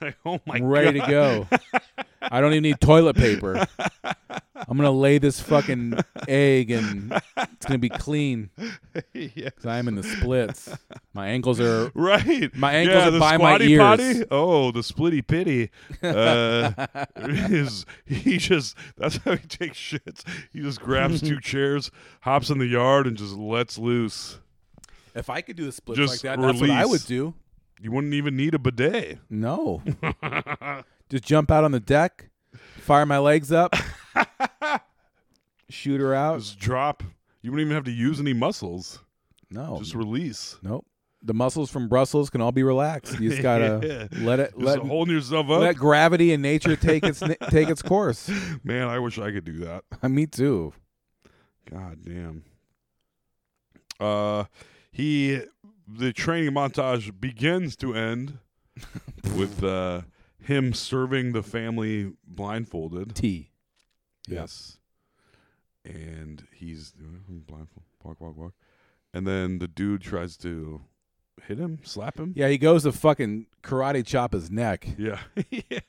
H: like, oh my
G: I'm ready
H: God.
G: to go. I don't even need toilet
H: *laughs*
G: paper. I'm gonna lay this fucking egg, and it's gonna be
H: *laughs*
G: clean
H: yeah.
G: because I'm in the splits. My ankles are
H: *laughs* Right.
G: My ankles
H: yeah,
G: are
H: the
G: by my
H: squatty
G: ears.
H: Potty? Oh, the splitty pitty.
G: *laughs*
H: Uh, is he just that's how he takes shits. He just
G: *laughs*
H: grabs two chairs, hops in the yard and just lets loose.
G: If I could do the splits
H: Just
G: like that, that's what I
H: release.
G: would do.
H: You wouldn't even need a bidet. *laughs*
G: No. Just jump out on the deck, fire my legs
H: *laughs*
G: up, shoot her out.
H: Just drop. You wouldn't even have to use any muscles.
G: No.
H: Just release.
G: nope. The muscles from Brussels can all be relaxed. You
H: *laughs*
G: just gotta let it
H: Just
G: let,
H: holding yourself up.
G: let gravity and nature take its na- take its course.
H: *laughs*
G: Uh,
H: Man, I wish I could do that.
G: Me too.
H: God damn. Uh, he the training montage begins to *laughs* end with uh him serving the family blindfolded.
G: T.
H: Yes. And he's blindfold, walk, walk, walk, and then the dude tries to hit him, slap him.
G: Yeah, he goes to fucking karate chop his neck.
H: Yeah. *laughs* yeah.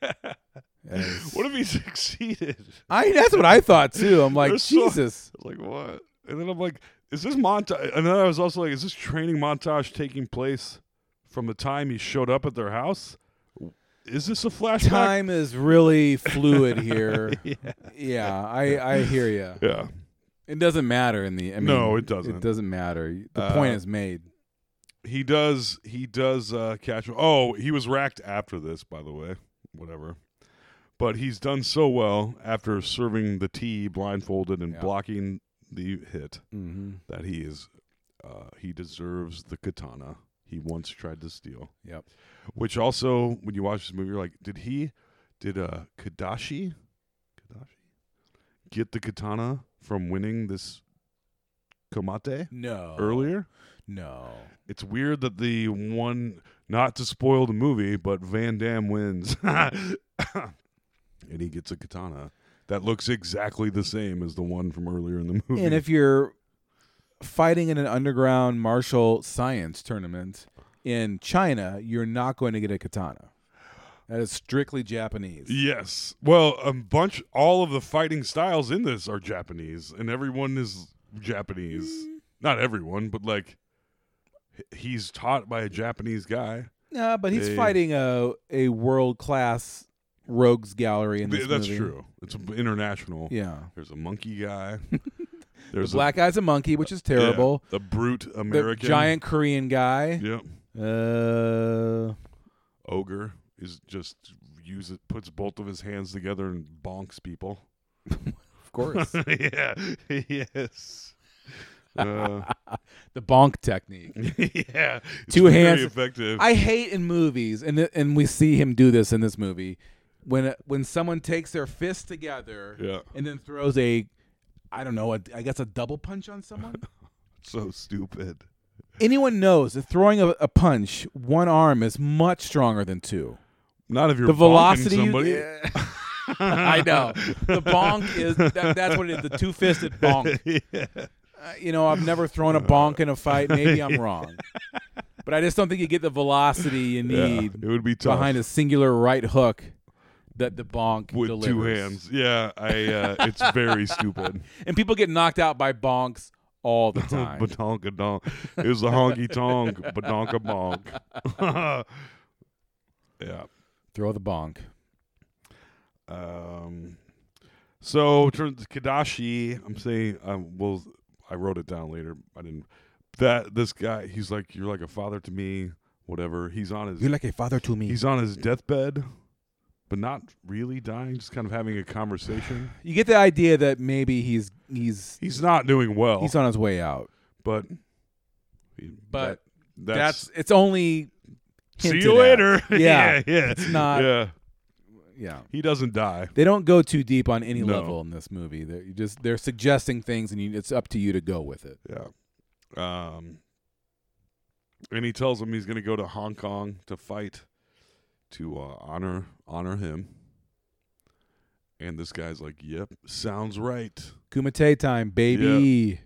G: As-
H: What if he *laughs* succeeded?
G: I that's what I thought too. I'm like,
H: There's so- *laughs*
G: Jesus.
H: I was like, what? And then I'm like, is this montage? And then I was also like, is this training montage taking place from the time he showed up at their house? Is this a flashback?
G: Time is really fluid
H: *laughs*
G: here. yeah. I I hear you.
H: Yeah.
G: It doesn't matter in the. I mean,
H: No, it doesn't.
G: It doesn't matter. The
H: Uh,
G: point is made.
H: He does. He does uh, catch. Oh, he was racked after this, by the way. Whatever. But he's done so well after serving the tea blindfolded and
G: Yeah.
H: blocking the hit
G: Mm-hmm.
H: that he is. Uh, he deserves the katana he once tried to steal.
G: Yep.
H: Which also, when you watch this movie, you're like, did he, did uh, Kadashi, Kadashi, get the katana from winning this Komate
G: No.
H: earlier?
G: No.
H: It's weird that the one, not to spoil the movie, but Van Damme wins. *laughs* and he gets a katana that looks exactly the same as the one from earlier in the movie.
G: And if you're fighting in an underground martial science tournament in China, you're not going to get a katana. That is strictly Japanese.
H: Yes. Well, a bunch, all of the fighting styles in this are Japanese, and everyone is Japanese.
G: Mm.
H: Not everyone, but like h- he's taught by a Japanese guy.
G: No, but he's
H: Yeah.
G: fighting a a world class rogues gallery in
H: Th-
G: this
H: That's
G: movie.
H: true. It's international.
G: Yeah.
H: There's a monkey guy.
G: *laughs* The
H: There's
G: black guy's a monkey, which is
H: a, yeah,
G: terrible.
H: the brute
G: The
H: American
G: giant Korean guy.
H: Yep.
G: Uh,
H: Ogre is just uses puts both of his hands together and bonks people.
G: *laughs*
H: *laughs*
G: of course.
H: yeah. yes. Uh,
G: the bonk technique.
H: *laughs* yeah, it's
G: two
H: very
G: hands.
H: effective.
G: I hate in movies, and th- and we see him do this in this movie when uh, when someone takes their fists together
H: Yeah.
G: and then throws a, I don't know, a, I guess a double punch on someone. *laughs*
H: so stupid.
G: Anyone knows that throwing a, a punch, one arm is much stronger than two.
H: Not if you're
G: The
H: bonking
G: velocity you-
H: *laughs* Somebody.
G: Yeah. *laughs* I know the bonk is that, that's what it is. The two fisted
H: *laughs*
G: bonk. Uh, you know, I've never thrown a bonk in a fight. Maybe I'm
H: *laughs*
G: wrong, but I just don't think you get the velocity you
H: Yeah,
G: need.
H: it would be tough
G: behind a singular right hook that the bonk
H: with
G: delivers.
H: two hands. Yeah, I. Uh,
G: *laughs*
H: it's very stupid.
G: And people get knocked out by bonks
H: *laughs*
G: all the time.
H: Badonka donk. It was a
G: *laughs*
H: honky tonk. Badonka bonk. *laughs* yeah.
G: Throw the bonk.
H: Um, so turns Kadashi. I'm saying I will. I wrote it down later. I didn't. That this guy. He's like you're like a father to me. Whatever. He's on his.
G: like a father to me.
H: He's on his deathbed, but not really dying. Just kind of having a conversation.
G: you get the idea that maybe he's he's
H: He's not doing well.
G: he's on his way out.
H: but.
G: But
H: that-
G: That's, it's only
H: see
G: hinted
H: you
G: at.
H: later. *laughs*
G: Yeah.
H: yeah, yeah.
G: It's not-
H: Yeah,
G: Yeah.
H: he doesn't die.
G: They don't go too deep on any
H: No.
G: level in this movie. They're you just they're suggesting things, and you, it's up to you to go with it.
H: Yeah. Um, and he tells him he's going to go to Hong Kong to fight to uh, honor honor him. And this guy's like, "Yep, sounds right."
G: Kumite time, baby.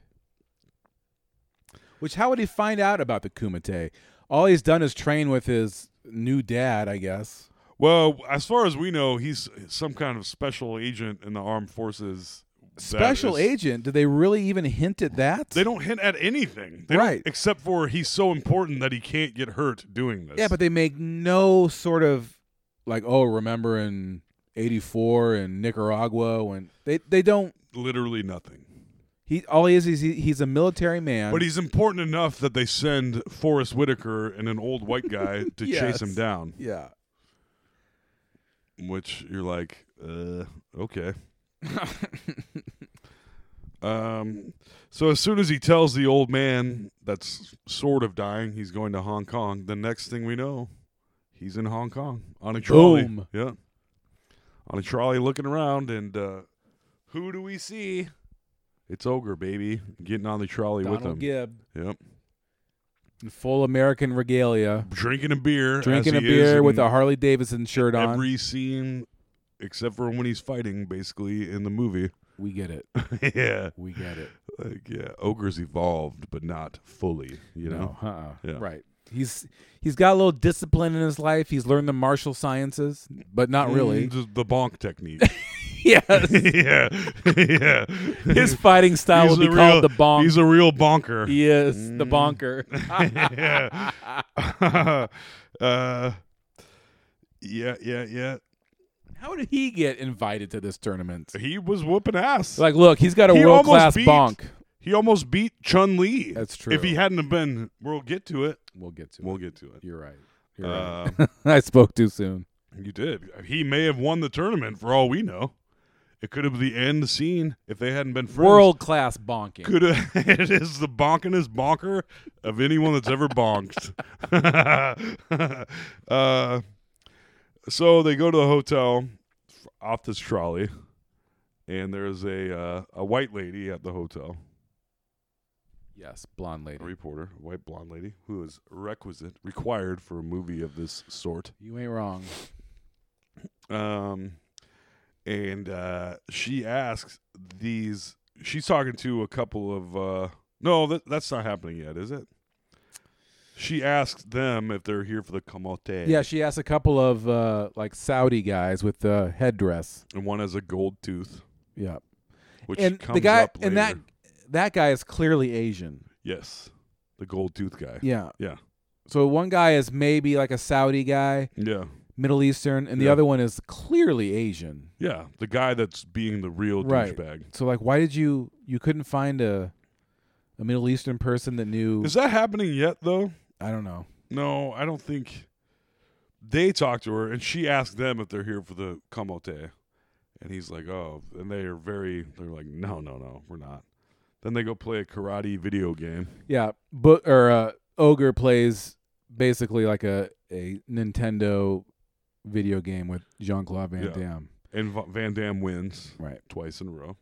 G: Which how would he find out about the Kumite? All he's done is train with his new dad, I guess.
H: Well, as far as we know, he's some kind of special agent in the armed forces. that
G: Special
H: is-
G: agent? Did they really even hint at that?
H: They don't hint at anything, They don't-
G: Right.
H: Except for he's so important that he can't get hurt doing this.
G: Yeah, but they make no sort of like, oh, remember in '84 in Nicaragua when they they don't.
H: literally nothing.
G: He all he is is he, he's a military man.
H: But he's important enough that they send Forrest Whitaker and an old white guy
G: *laughs*
H: to chase him
G: Yes.
H: down,
G: yeah.
H: which you're like, uh,
G: *laughs*
H: okay. um, so as soon as he tells the old man that's sort of dying, he's going to Hong Kong. The next thing we know, he's in Hong Kong on a trolley.
G: Boom.
H: Yeah, on a trolley, looking around, and uh, who do we see? It's Ogre, baby, getting on the trolley with
G: Donald
H: him.
G: Gibb
H: Yep.
G: in full American regalia,
H: drinking a beer, as
G: drinking a
H: he is
G: beer with
H: in
G: a Harley Davidson shirt on.
H: every scene except for when he's fighting, basically in the movie.
G: we get it.
H: *laughs* yeah,
G: We get it.
H: like yeah, ogres evolved, but not fully. You know,
G: No, uh-uh.
H: Yeah.
G: right. He's he's got a little discipline in his life. He's learned the martial sciences, but not really.
H: Mm, just the bonk technique.
G: *laughs* yes,
H: yeah, yeah.
G: *laughs* his fighting style
H: He's
G: would be
H: a
G: called the
H: real-
G: bonk. *laughs*
H: He's Mm. a real bonker.
G: he is the bonker.
H: *laughs* yeah. *laughs* uh, yeah, yeah, yeah.
G: How did he get invited to this tournament?
H: He was whooping ass.
G: Like, look, he's got a
H: He
G: world class
H: almost beat-
G: bonk.
H: he almost beat Chun Li.
G: That's
H: If he
G: true.
H: hadn't have been, we'll get to it.
G: We'll get to
H: We'll
G: it.
H: get to it.
G: You're right. You're
H: Uh,
G: right. *laughs* I spoke too soon.
H: you did. He may have won the tournament for all we know. It could have been the end scene if they hadn't been friends.
G: World class bonking.
H: could have. *laughs* It is the bonkingest bonker of anyone that's ever bonked. *laughs* uh, so they go to the hotel f- off this trolley, and there's a uh, a white lady at the hotel,
G: Yes, blonde
H: a
G: lady.
H: reporter, a white blonde lady, who is requisite, required for a movie of this sort.
G: You ain't wrong.
H: um, and uh, she asks these. She's talking to a couple of. Uh, no, that, that's not happening yet, is it? She asks them if they're here for the kamote.
G: Yeah, she asked a couple of uh, like Saudi guys with the headdress.
H: and one has a gold tooth,
G: Yeah,
H: which
G: and
H: comes
G: the guy
H: up
G: and that
H: later.
G: that guy is clearly Asian.
H: Yes, the gold tooth guy.
G: Yeah.
H: Yeah.
G: So one guy is maybe like a Saudi guy,
H: Yeah,
G: Middle Eastern, and the
H: Yeah.
G: other one is clearly Asian.
H: yeah. The guy that's being the real
G: Right.
H: douchebag.
G: So like, why did you you couldn't find a a Middle Eastern person that knew?
H: Is that happening yet, though?
G: I don't know.
H: No, I don't think they talked to her, and she asked them if they're here for the kamote, and he's like, "Oh," and they are very, they're like, "No, no, no, we're not." Then they go play a karate video game.
G: Yeah, but or uh, ogre plays basically like a a Nintendo video game with Jean Claude Van
H: Yeah.
G: Damme.
H: And Va- Van Damme wins
G: Right.
H: twice in a row.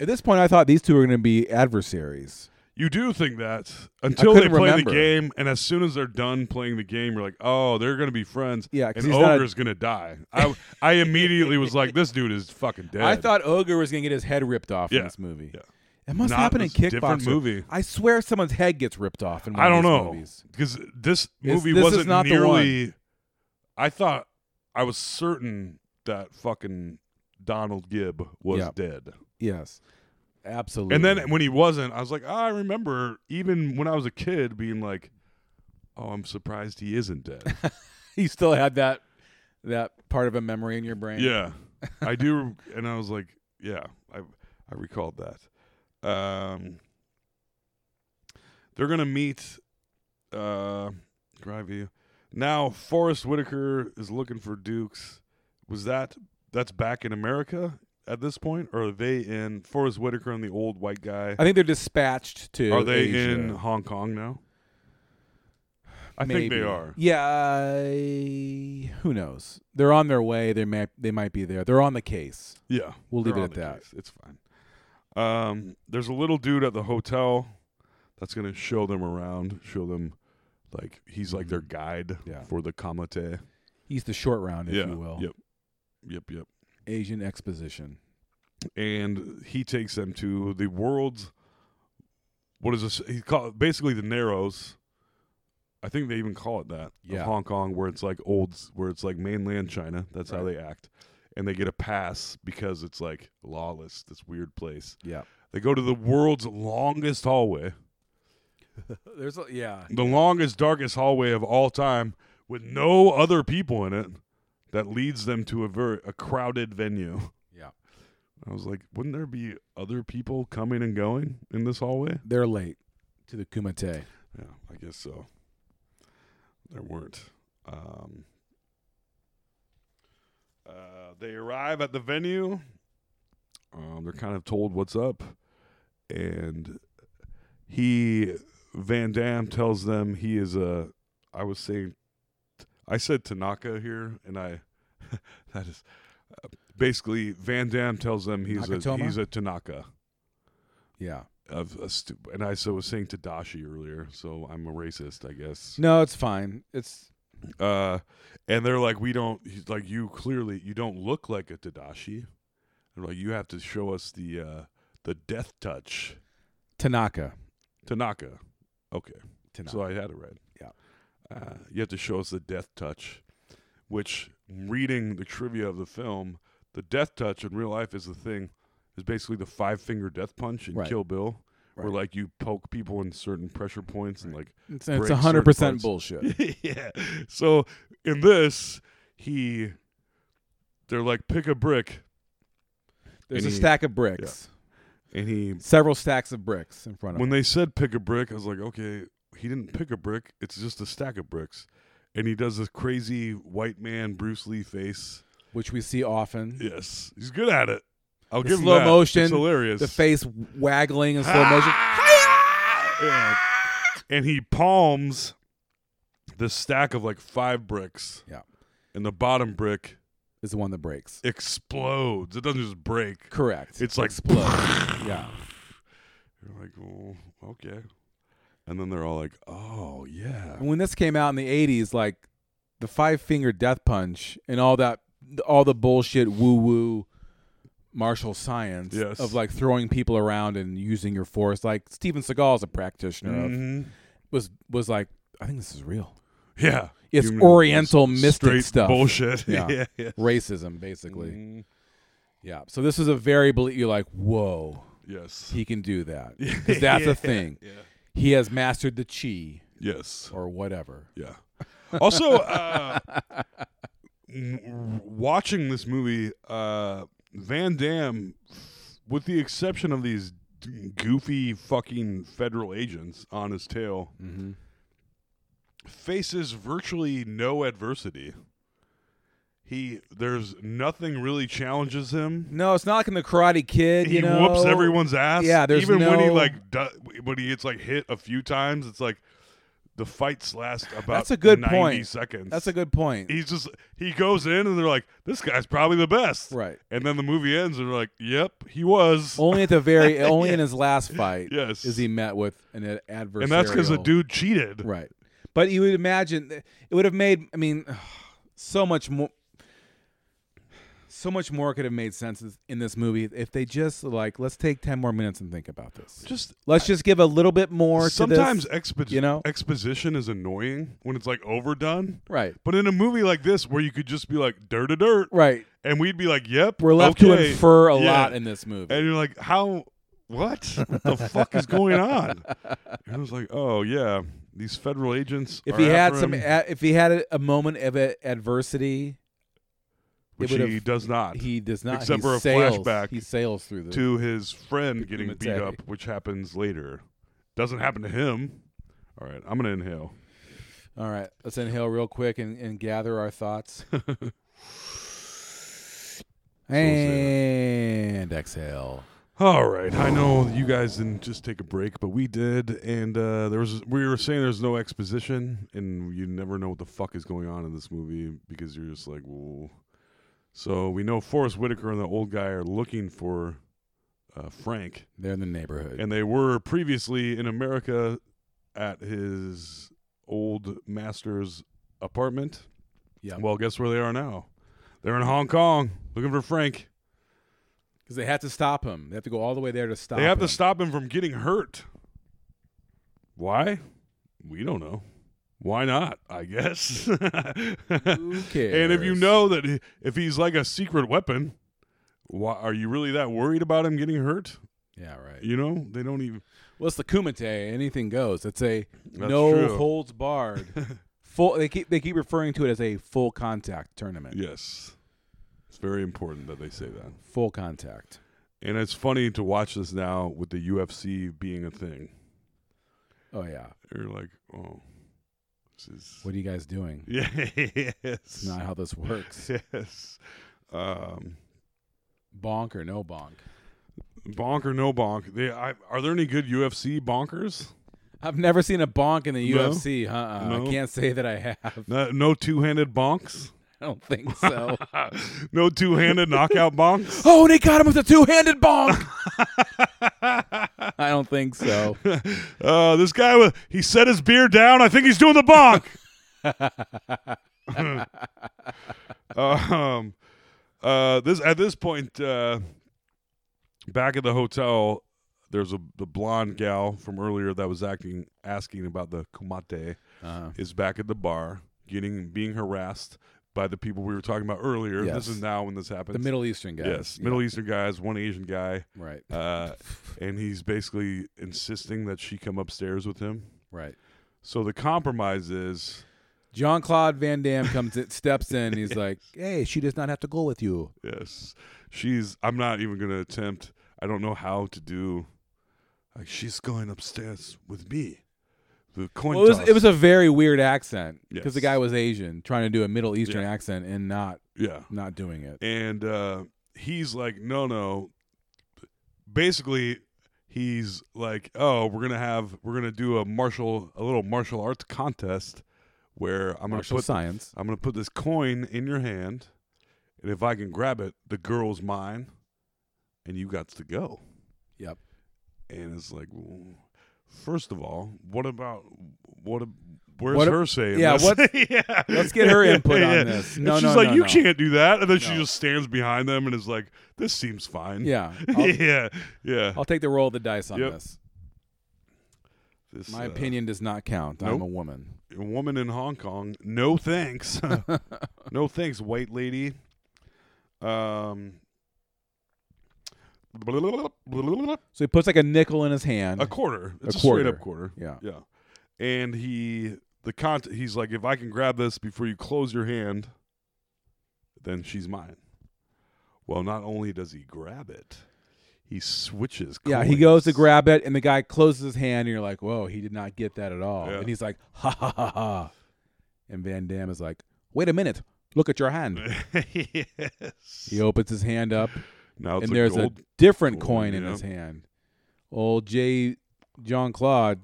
G: At this point, I thought these two were going to be adversaries.
H: You do think that until they
G: couldn't
H: play
G: remember.
H: the game, and as soon as they're done playing the game, you're like, oh, they're gonna be friends.
G: Yeah, 'cause
H: and
G: he's not a-
H: ogre's gonna die. I I immediately was like, this dude is fucking
G: *laughs*
H: dead.
G: I thought ogre was going to get his head ripped off
H: Yeah,
G: in this movie.
H: yeah.
G: It must
H: Not
G: happen in
H: this different
G: Kickboxer.
H: movie.
G: I swear, someone's head gets ripped off in one
H: I don't
G: of these
H: know
G: movies.
H: because this movie
G: this is
H: wasn't
G: not the
H: nearly. I thought I was certain that fucking Donald Gibb was
G: Yeah.
H: dead,
G: Yes, absolutely. *laughs*
H: and then when he wasn't, I was like, "Ah, I remember even when I was a kid being like, oh, I'm surprised he isn't dead.
G: he still had that that part of a memory in your brain.
H: yeah,
G: *laughs*
H: I do, and I was like, yeah, I I recalled that. Um, they're gonna meet. Uh, Grivey. Now Forrest Whitaker is looking for Dukes. Was that that's back in America at this point, or are they in Forrest Whitaker and the old white guy?
G: I think they're dispatched to.
H: Are they
G: Asia.
H: in Hong Kong now? I think they
G: Maybe.
H: are.
G: Yeah, I- who knows? They're on their way. They may they might be there. They're on the case.
H: Yeah,
G: We'll
H: they're
G: leave it
H: on
G: at
H: the
G: that.
H: case. It's fine. Um, there's a little dude at the hotel that's gonna show them around, show them like he's like their guide
G: Mm-hmm. Yeah.
H: for the Kamate,
G: He's the short round, if
H: yeah,
G: you will.
H: yep, yep, yep.
G: Asian exposition.
H: And he takes them to the world's what is this? He call basically the Narrows. I think they even call it that of
G: Yeah.
H: Hong Kong, where it's like old, where it's like mainland China. That's how they act, and they get a pass because it's like lawless, this weird place.
G: Yeah.
H: They go to the world's longest hallway,
G: There's a, yeah.
H: the longest, darkest hallway of all time, with no other people in it. That leads them to a very a crowded venue.
G: Yeah.
H: I was like, wouldn't there be other people coming and going in this hallway?
G: They're late to the Kumite.
H: Yeah, I guess so. There weren't. Um, uh, they arrive at the venue. Um, they're kind of told what's up, and he Van Dam tells them he is a. I was saying, I said Tanaka here, and I *laughs* that is uh, basically Van Dam tells them he's
G: Nakatoma?
H: a he's a Tanaka
G: Yeah.
H: of a stu- and I so was saying Tadashi earlier, so I'm a racist, I guess.
G: No, it's fine. It's
H: Uh, and they're like, we don't. He's like, you clearly you don't look like a Tadashi. They're like, you have to show us the uh, the death touch,
G: Tanaka.
H: Tanaka. Okay,
G: Tanaka.
H: so I had it right.
G: Yeah.
H: uh, you have to show us the death touch, which reading the trivia of the film, the death touch in real life is the thing, is basically the five finger death punch in
G: Right.
H: Kill Bill. Where
G: Right.
H: like you poke people in certain pressure points and like *laughs*
G: it's
H: break
G: it's
H: certain
G: 100%
H: parts.
G: bullshit.
H: yeah. So in this, he, they're like pick a brick,
G: There's a
H: Any-
G: stack of bricks.
H: and he.
G: Several stacks of bricks in front of
H: When
G: him.
H: they said pick a brick, I was like, okay, he didn't pick a brick. It's just a stack of bricks, and he does this crazy white man Bruce Lee face.
G: which we see often.
H: Yes, he's good at it. I'll
G: The
H: give
G: slow
H: him that.
G: motion,
H: It's hilarious. Ah!
G: The face waggling in slow motion.
H: Yeah. And he palms this stack of like five bricks,
G: Yeah.
H: and the bottom brick
G: Is the one that breaks.
H: explodes. It doesn't just break.
G: Correct.
H: It's like
G: yeah.
H: You're like, oh, okay. And then they're all like, oh, yeah.
G: when this came out in the 80s like the five finger death punch and all that all the bullshit woo woo martial science
H: Yes.
G: of like throwing people around and using your force like Steven Seagal's a practitioner of was was like I think this is real
H: Yeah.
G: It's
H: Human-
G: oriental
H: s-
G: mystic
H: straight
G: stuff.
H: Bullshit.
G: *laughs* Yeah. Mm-hmm.
H: Yeah. yeah, *laughs* yeah.
G: racism basically yeah so this is a variable you're like whoa
H: Yes.
G: he can do *laughs* that 'Cause that's
H: *laughs*
G: a thing he has mastered the chi
H: yes.
G: or whatever
H: Yeah. Also, uh, w- watching this movie, uh, Van Damme, with the exception of these d- goofy fucking federal agents on his tail,
G: Mm-hmm.
H: faces virtually no adversity. He there's nothing really challenges him.
G: No, it's not like in the Karate Kid.
H: He
G: you know?
H: whoops everyone's ass.
G: Yeah, there's
H: even when he
G: no-
H: like do, when he gets like hit a few times, it's like the fight's last about
G: That's a good
H: 90
G: point.
H: seconds.
G: That's a good point.
H: He's just he goes in and they're like, this guy's probably the best,
G: Right.
H: And then the movie ends and they're like, yep, he was.
G: only at the
H: *laughs*
G: very, only in his last fight,
H: Yes.
G: is he met with an ad- adversarial.
H: and that's because the dude cheated.
G: right? But you would imagine th- it would have made. I mean, so much more. So much more could have made sense is- in this movie if they just like let's take ten more minutes and think about this.
H: Just
G: let's just give a little bit more.
H: sometimes
G: to this,
H: expo-
G: you know,
H: exposition is annoying when it's like overdone.
G: Right.
H: But in a movie like this where you could just be like dirt to dirt.
G: right?
H: And we'd be like, yep.
G: We're left to
H: okay,
G: infer a
H: yeah.
G: lot in this movie.
H: And you're like, how? What? What the fuck is
G: *laughs*
H: going on? And I was like, oh yeah, these federal agents.
G: if
H: are
G: he had
H: after
G: some,
H: him,
G: a, if he had a, a moment of a- adversity,
H: which
G: would
H: he
G: have-
H: does not.
G: he does not.
H: Except
G: he
H: for a
G: sails,
H: flashback
G: he sails through the.
H: to his friend getting beat
G: Matei.
H: up, which happens later. Doesn't happen to him. All right, I'm gonna inhale.
G: All right, let's inhale real quick and, and gather our
H: *laughs*
G: thoughts. and exhale.
H: All right, I know you guys didn't just take a break, but we did, and uh, there was we were saying there's no exposition, and you never know what the fuck is going on in this movie because you're just like, well. So we know Forrest Whitaker and the old guy are looking for uh, Frank,
G: They're in the neighborhood.
H: and they were previously in America at his old master's apartment.
G: yeah,
H: Well, guess where they are now? They're in Hong Kong looking for Frank.
G: because they have to stop him. They have to go all the way there to stop.
H: They have
G: him.
H: to stop him from getting hurt. Why? We don't know. Why not? I guess. *laughs* And if you
G: cares?
H: know that he- if he's like a secret weapon, why are you really that worried about him getting hurt?
G: Yeah, right.
H: You know, they don't even.
G: Well, it's the Kumite. Anything goes. It's a
H: That's
G: no
H: true.
G: holds
H: *laughs*
G: barred. full. They keep they keep referring to it as a full contact tournament.
H: Yes, it's very important that they say that.
G: Full contact.
H: And it's funny to watch this now with the UFC being a thing.
G: Oh yeah.
H: You're like, oh, this
G: *laughs*
H: is
G: What are you guys doing?
H: yes,
G: It's not how this
H: *laughs*
G: works.
H: yes. Um,
G: Bonk or no bonk.
H: Bonk or no bonk? They I, are there any good UFC bonkers?
G: I've never seen a bonk in the
H: No?
G: UFC. Uh-uh.
H: No?
G: I can't say that I have. *laughs*
H: No, no two-handed bonks.
G: I don't think
H: *laughs*
G: so.
H: No two-handed knockout bonks.
G: oh, they got him with a two-handed
H: *laughs*
G: bonk. I don't think so.
H: Uh, this guy wa- he set his beer down. I think he's doing the
G: *laughs*
H: bonk. *laughs* um, uh, this at this point, uh, back at the hotel, there's a the blonde gal from earlier that was acting asking about the kumate.
G: Uh,
H: is back at the bar getting being harassed by the people we were talking about earlier. This
G: Yes.
H: is now when this happens.
G: the Middle Eastern guys.
H: yes,
G: Yeah,
H: Middle Eastern guys, one Asian guy,
G: Right.
H: uh, and he's basically insisting that she come upstairs with him.
G: Right.
H: So the compromise is
G: Jean Claude Van Damme comes, in, steps in.
H: *laughs*
G: He's like, "Hey, she does not have to go with you."
H: yes, she's. I'm not even gonna attempt. I don't know how to do. Like she's going upstairs with me. The coin
G: Well, it was
H: toss.
G: it was a very weird accent because the
H: Yes.
G: guy was Asian, trying to do a Middle Eastern
H: Yeah.
G: accent and not
H: yeah.
G: not doing it.
H: and uh, he's like, no, no. Basically, he's like, oh, we're gonna have, we're gonna do a martial, a little martial arts contest where I'm gonna
G: Martial
H: put, *laughs*
G: science.
H: I'm gonna put this coin in your hand, and if I can grab it, the girl's mine, and you got to go.
G: Yep.
H: And it's like, well, first of all, what about what? ab- Where's
G: What ab-
H: her saying?
G: yeah,
H: this?
G: what-
H: *laughs* yeah.
G: let's get her input on this.
H: And
G: No,
H: she's
G: no,
H: like,
G: no,
H: you
G: no.
H: can't do that, and then she
G: No.
H: just stands behind them and is like, this seems fine. *laughs*
G: Yeah. I'll,
H: yeah, yeah.
G: I'll take the roll of the dice on
H: Yep.
G: this.
H: This,
G: My
H: uh,
G: opinion does not count.
H: nope.
G: I'm a woman.
H: a woman in Hong Kong.
G: *laughs*
H: No thanks. no thanks, white lady. Um.
G: So he puts like a nickel in his hand.
H: A quarter. It's a,
G: quarter.
H: straight up quarter.
G: Yeah.
H: Yeah. And he the con he's like, if I can grab this before you close your hand, then she's mine. Well, not only does he grab it, he switches
G: yeah, he
H: coins.
G: goes to grab it, and the guy closes his hand, and you're like, "Whoa, he did not get that at all."
H: Yeah.
G: And he's like, "Ha ha ha ha," and Van Damme is like, "Wait a minute, Look at your hand.
H: *laughs* yes.
G: He opens his hand up,
H: Now it's
G: and
H: a
G: there's
H: gold.
G: a different
H: gold,
G: coin in
H: yeah.
G: his hand. Old J. John Claude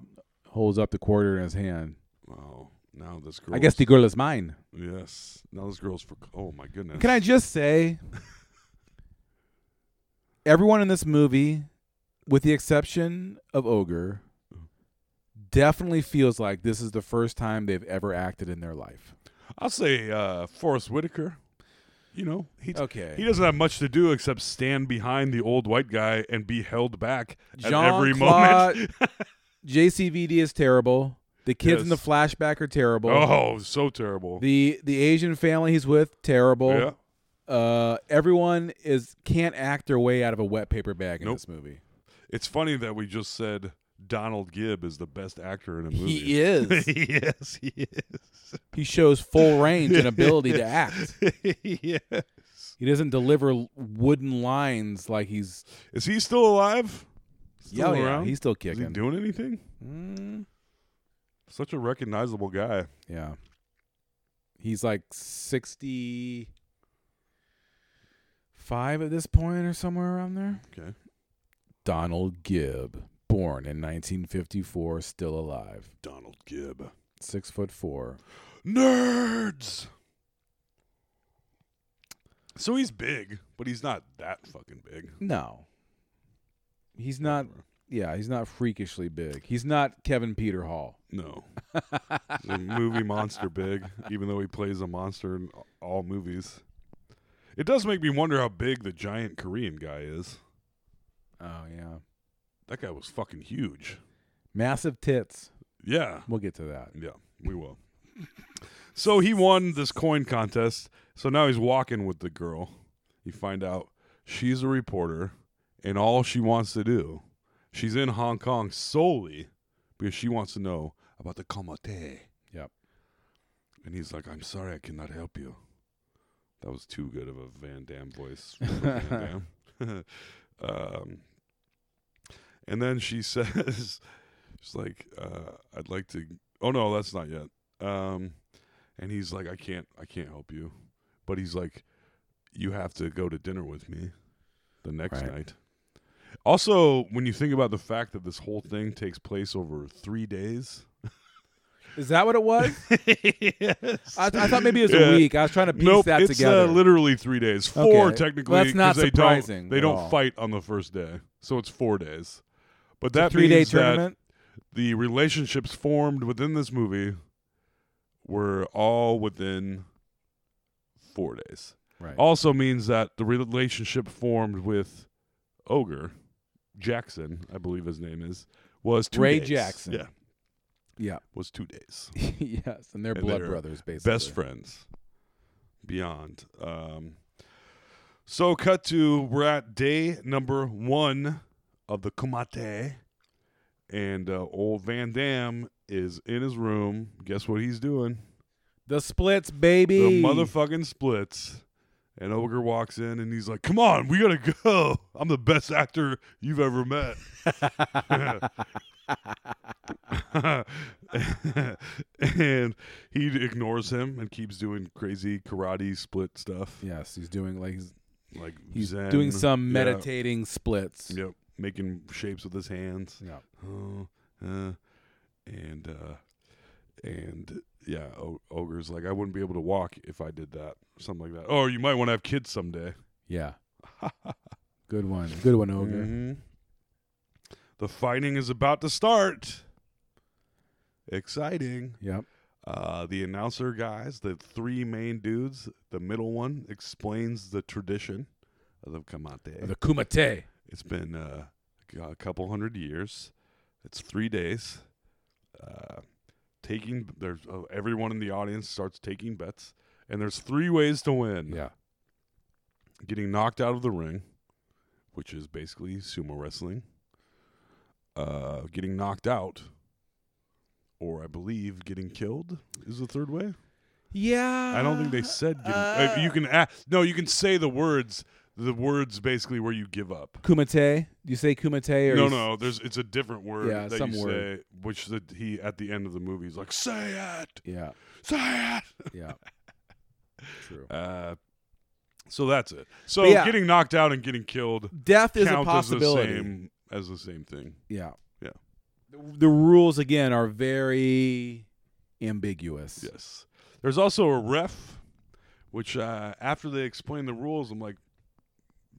G: holds up the quarter in his hand.
H: wow. oh, Now this girl.
G: I guess the girl is mine.
H: Yes. Now this girl's for. Oh my goodness.
G: Can I just say, everyone in this movie, with the exception of Ogre, definitely feels like this is the first time they've ever acted in their life.
H: I'll say uh, Forrest Whitaker. You know, he
G: Okay.
H: He doesn't have much to do except stand behind the old white guy and be held back at every
G: Jean-Claude
H: *laughs*
G: *laughs* Oh.
H: moment.
G: JCVD is terrible. The kids in the
H: Yes.
G: flashback are terrible.
H: oh, so terrible.
G: The the Asian family he's with
H: yeah.
G: terrible. Uh, everyone is can't act their way out of a wet paper bag in
H: Nope.
G: this movie.
H: It's funny that we just said Donald Gibb is the best actor in a movie.
G: He is.
H: *laughs* yes, he is.
G: *laughs* he shows full range
H: *laughs*
G: and ability to act.
H: yeah.
G: He doesn't deliver l- wooden lines like he's
H: Is he still alive?
G: yeah,
H: Still
G: yeah,
H: around?
G: he's still
H: Is he
G: kicking. Mm.
H: doing anything? Such a recognizable guy.
G: yeah, he's like sixty five at this point or somewhere around there.
H: Okay.
G: Donald Gibb, born in 1954, still alive,
H: Donald Gibb.
G: six foot four.
H: Nerds. So he's big, but he's not that fucking big.
G: No, he's not. Yeah, he's not freakishly big. He's not Kevin Peter Hall.
H: No. the movie monster big, even though he plays a monster in all movies. It does make me wonder how big the giant Korean guy is.
G: Oh yeah,
H: That guy was fucking huge.
G: massive tits.
H: Yeah.
G: We'll get to that.
H: Yeah, we will. so he won this coin contest. So now he's walking with the girl. You find out she's a reporter, and all she wants to do, she's in Hong Kong solely because she wants to know about the Comité.
G: Yep.
H: And he's like, I'm sorry, I cannot help you. That was too good of a Van Damme voice. for Van Damme. *laughs* um, and then she *laughs* says, she's like, uh, I'd like to. Oh, no, that's not yet. Um, and he's like, I can't, I can't help you. But he's like, you have to go to dinner with me the next
G: Right.
H: night. Also, when you think about the fact that this whole thing takes place over three days,
G: Is that what it was?
H: *laughs* yes.
G: I, I thought maybe it was
H: Yeah.
G: a week. I was trying to piece
H: nope,
G: that
H: it's
G: together.
H: Uh, literally three days. Four
G: Okay.
H: technically.
G: Well, that's not
H: 'cause they
G: surprising
H: Don't, they
G: at
H: don't
G: all.
H: fight on the first day, so it's four days. But that
G: three day
H: means that
G: tournament.
H: the relationships formed within this movie were all within four days.
G: Right.
H: Also means that the relationship formed with Ogre Jackson, I believe his name is, was two
G: Ray
H: days.
G: Jackson.
H: Yeah,
G: yeah. *laughs*
H: was two days.
G: yes, and they're
H: And
G: blood
H: they're
G: brothers, basically.
H: Best friends. Beyond. Um, so cut to we're at day number one of the Kumate. And uh, old Van Dam is in his room. Guess what he's doing?
G: The splits, baby.
H: The motherfucking splits. And Ogre walks in and he's like, Come on, we gotta go. *laughs* I'm the best actor you've ever met. *laughs* and he ignores him and keeps doing crazy karate split stuff.
G: Yes, he's doing like he's,
H: Like
G: he's
H: Zen.
G: doing some
H: Yeah.
G: meditating splits.
H: Yep. Making shapes with his hands.
G: Yeah.
H: "Huh, huh," and uh, and yeah, o- ogre's like, I wouldn't be able to walk if I did that, something like that. Oh, you might want to have kids someday. *laughs*
G: Yeah. Good one. Good one, Ogre.
H: Mhm. The fighting is about to start. Exciting.
G: Yep.
H: Uh, the announcer guys, the three main dudes, the middle one explains the tradition of the kamate.
G: The kumite.
H: It's been uh, g- a couple hundred years. It's three days. Uh, taking there's uh, everyone in the audience starts taking bets, and there's three ways to win.
G: Yeah.
H: getting knocked out of the ring, which is basically sumo wrestling. Uh, getting knocked out, or I believe getting killed is the third way.
G: Yeah.
H: I don't think they said getting, uh, you can. a no, you can say the words. The words basically where you give up.
G: kumite. Do you say kumite or
H: No,
G: you s-
H: no. There's it's a different word
G: Yeah,
H: that
G: some
H: you
G: word.
H: say, which that he at the end of the movie is like, "Say it, *laughs*
G: Yeah.
H: say it."
G: Yeah. True.
H: Uh, so that's it. So
G: But yeah.
H: getting knocked out and getting killed
G: Death is a
H: count as the
G: possibility.
H: same as the same thing.
G: Yeah.
H: Yeah.
G: The, the rules again are very ambiguous.
H: Yes. There's also a ref, which uh, after they explain the rules, I'm like,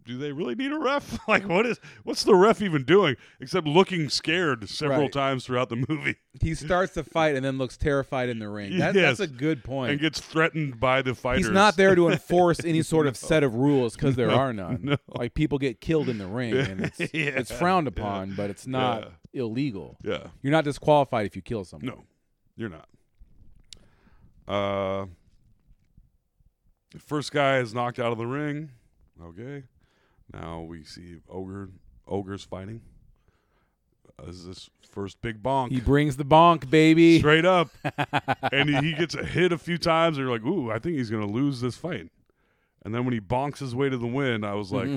H: do they really need a ref? *laughs* like, what is what's the ref even doing except looking scared several
G: Right.
H: times throughout the movie *laughs*
G: He starts the fight and then looks terrified in the ring. That,
H: Yes.
G: That's a good point.
H: and gets threatened by the fighters?
G: He's not there
H: *laughs*
G: to enforce any sort of set of rules because there
H: No,
G: are none.
H: no.
G: Like people get killed in the ring, and it's,
H: *laughs* Yeah,
G: it's frowned
H: yeah,
G: upon, but it's not illegal.
H: Yeah.
G: You're not disqualified if you kill someone.
H: No, you're not. Uh, the first guy is knocked out of the ring. Okay, now we see ogre ogres fighting. Uh, this is his first big bonk. *laughs*
G: He brings the bonk, baby.
H: straight up, and he, he gets a hit a few times. And you're like, "Ooh, I think he's gonna lose this fight." And then when he bonks his way to the win, I was like,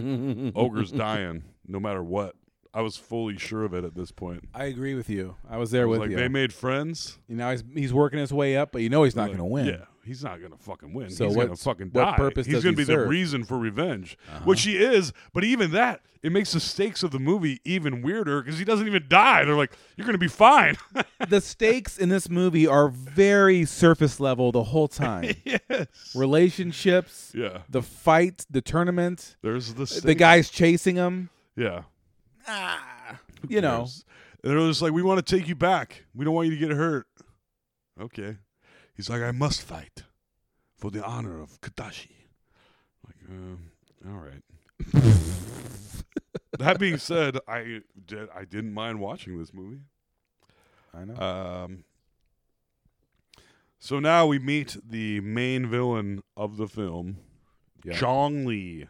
H: "Ogre's dying, no matter what." I was fully sure of it at this point.
G: I agree with you. I was there
H: I was
G: with
H: like
G: you.
H: they made friends.
G: You know, he's he's working his way up, but you know he's not
H: Like,
G: going to win.
H: Yeah, he's not gonna fucking win.
G: So
H: he's
G: what-
H: gonna fucking die.
G: what purpose
H: he's
G: does
H: gonna
G: he
H: be the
G: serve? Uh-huh.
H: reason for revenge, which he is. But even that, it makes the stakes of the movie even weirder because he doesn't even die. They're like, you're gonna be fine. *laughs*
G: The stakes in this movie are very surface level the whole time.
H: *laughs* yes.
G: Relationships,
H: Yeah.
G: the fight, the tournament,
H: There's the
G: the
H: stake.
G: guys chasing him.
H: Yeah.
G: You know,
H: There's- They're just like, we want to take you back. We don't want you to get hurt. Okay. He's like, I must fight for the honor of Kadashi. Like, um, all right. that being said, I did, I didn't mind watching this movie.
G: I know.
H: Um, so now we meet the main villain of the film,
G: Yeah.
H: Chong Li.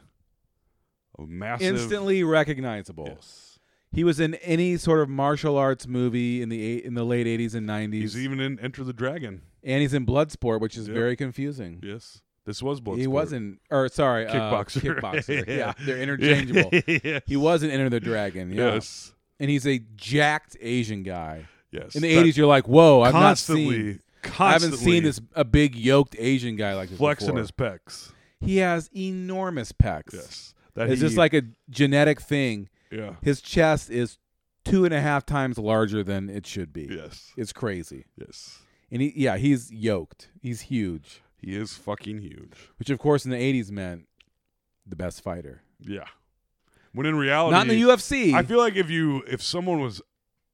H: A massive.
G: instantly recognizable.
H: Yes.
G: He was in any sort of martial arts movie in the eight, in the late '80s and '90s,
H: He's even in Enter the Dragon.
G: and he's in Bloodsport, which is
H: Yep.
G: very confusing.
H: Yes. This was Bloodsport.
G: he wasn't, or sorry, uh,
H: Kickboxer. *laughs*
G: kickboxer. yeah.
H: Yeah.
G: they're interchangeable.
H: *laughs* yes.
G: He was in Enter the Dragon. Yeah.
H: Yes.
G: and he's a jacked Asian guy.
H: Yes.
G: In the
H: That-
G: '80s, you're like, whoa, I've not
H: constantly,
G: seen. I haven't
H: constantly
G: seen this a big yoked Asian guy like this
H: flexing
G: before.
H: his pecs.
G: He has enormous pecs.
H: Yes. That
G: it's
H: he-
G: just like a genetic thing.
H: yeah.
G: His chest is two and a half times larger than it should be.
H: Yes.
G: It's crazy.
H: Yes.
G: And he, yeah, he's yoked. He's huge,
H: He is fucking huge.
G: which of course in the 80s meant the best fighter.
H: Yeah. When in reality,
G: Not in the UFC.
H: Oh, I feel like if you if someone was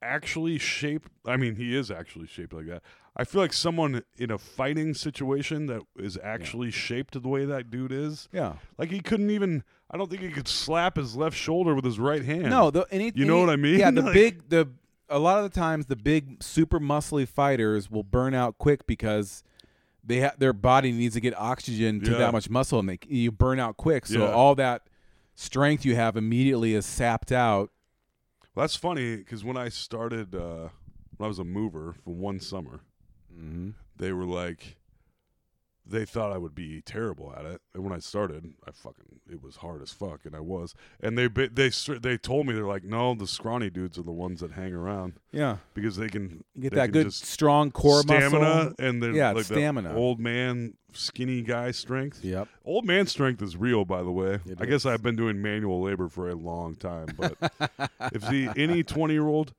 H: actually shaped, I mean, he is actually shaped like that. I feel like someone in a fighting situation that is actually shaped the way that dude is.
G: Yeah.
H: Like he couldn't even. I don't think he could slap his left shoulder with his right hand.
G: No, the any,
H: You know
G: any-
H: what I mean?
G: Yeah, the
H: *laughs* Like-
G: big the a lot of the times the big super muscly fighters will burn out quick because they ha- their body needs to get oxygen to
H: Yeah.
G: that much muscle and they you burn out quick. So
H: Yeah.
G: all that strength you have immediately is sapped out.
H: Well, that's funny because when I started, uh, when I was a mover for one summer,
G: Mm-hmm.
H: they were like, they thought I would be terrible at it. And when I started, I fucking it was hard as fuck, and I was. And they ba- they str- they told me they're like, no, the scrawny dudes are the ones that hang around
G: Yeah.
H: because they can
G: You get
H: they
G: that
H: can
G: good
H: just
G: strong core
H: stamina
G: muscle.
H: and they're
G: Yeah, it's
H: like that
G: stamina.
H: old man skinny guy strength.
G: Yep.
H: Old man strength is real, by the way.
G: It
H: I guess I've been doing manual labor for a long time,
G: *laughs*
H: but if the any twenty year old,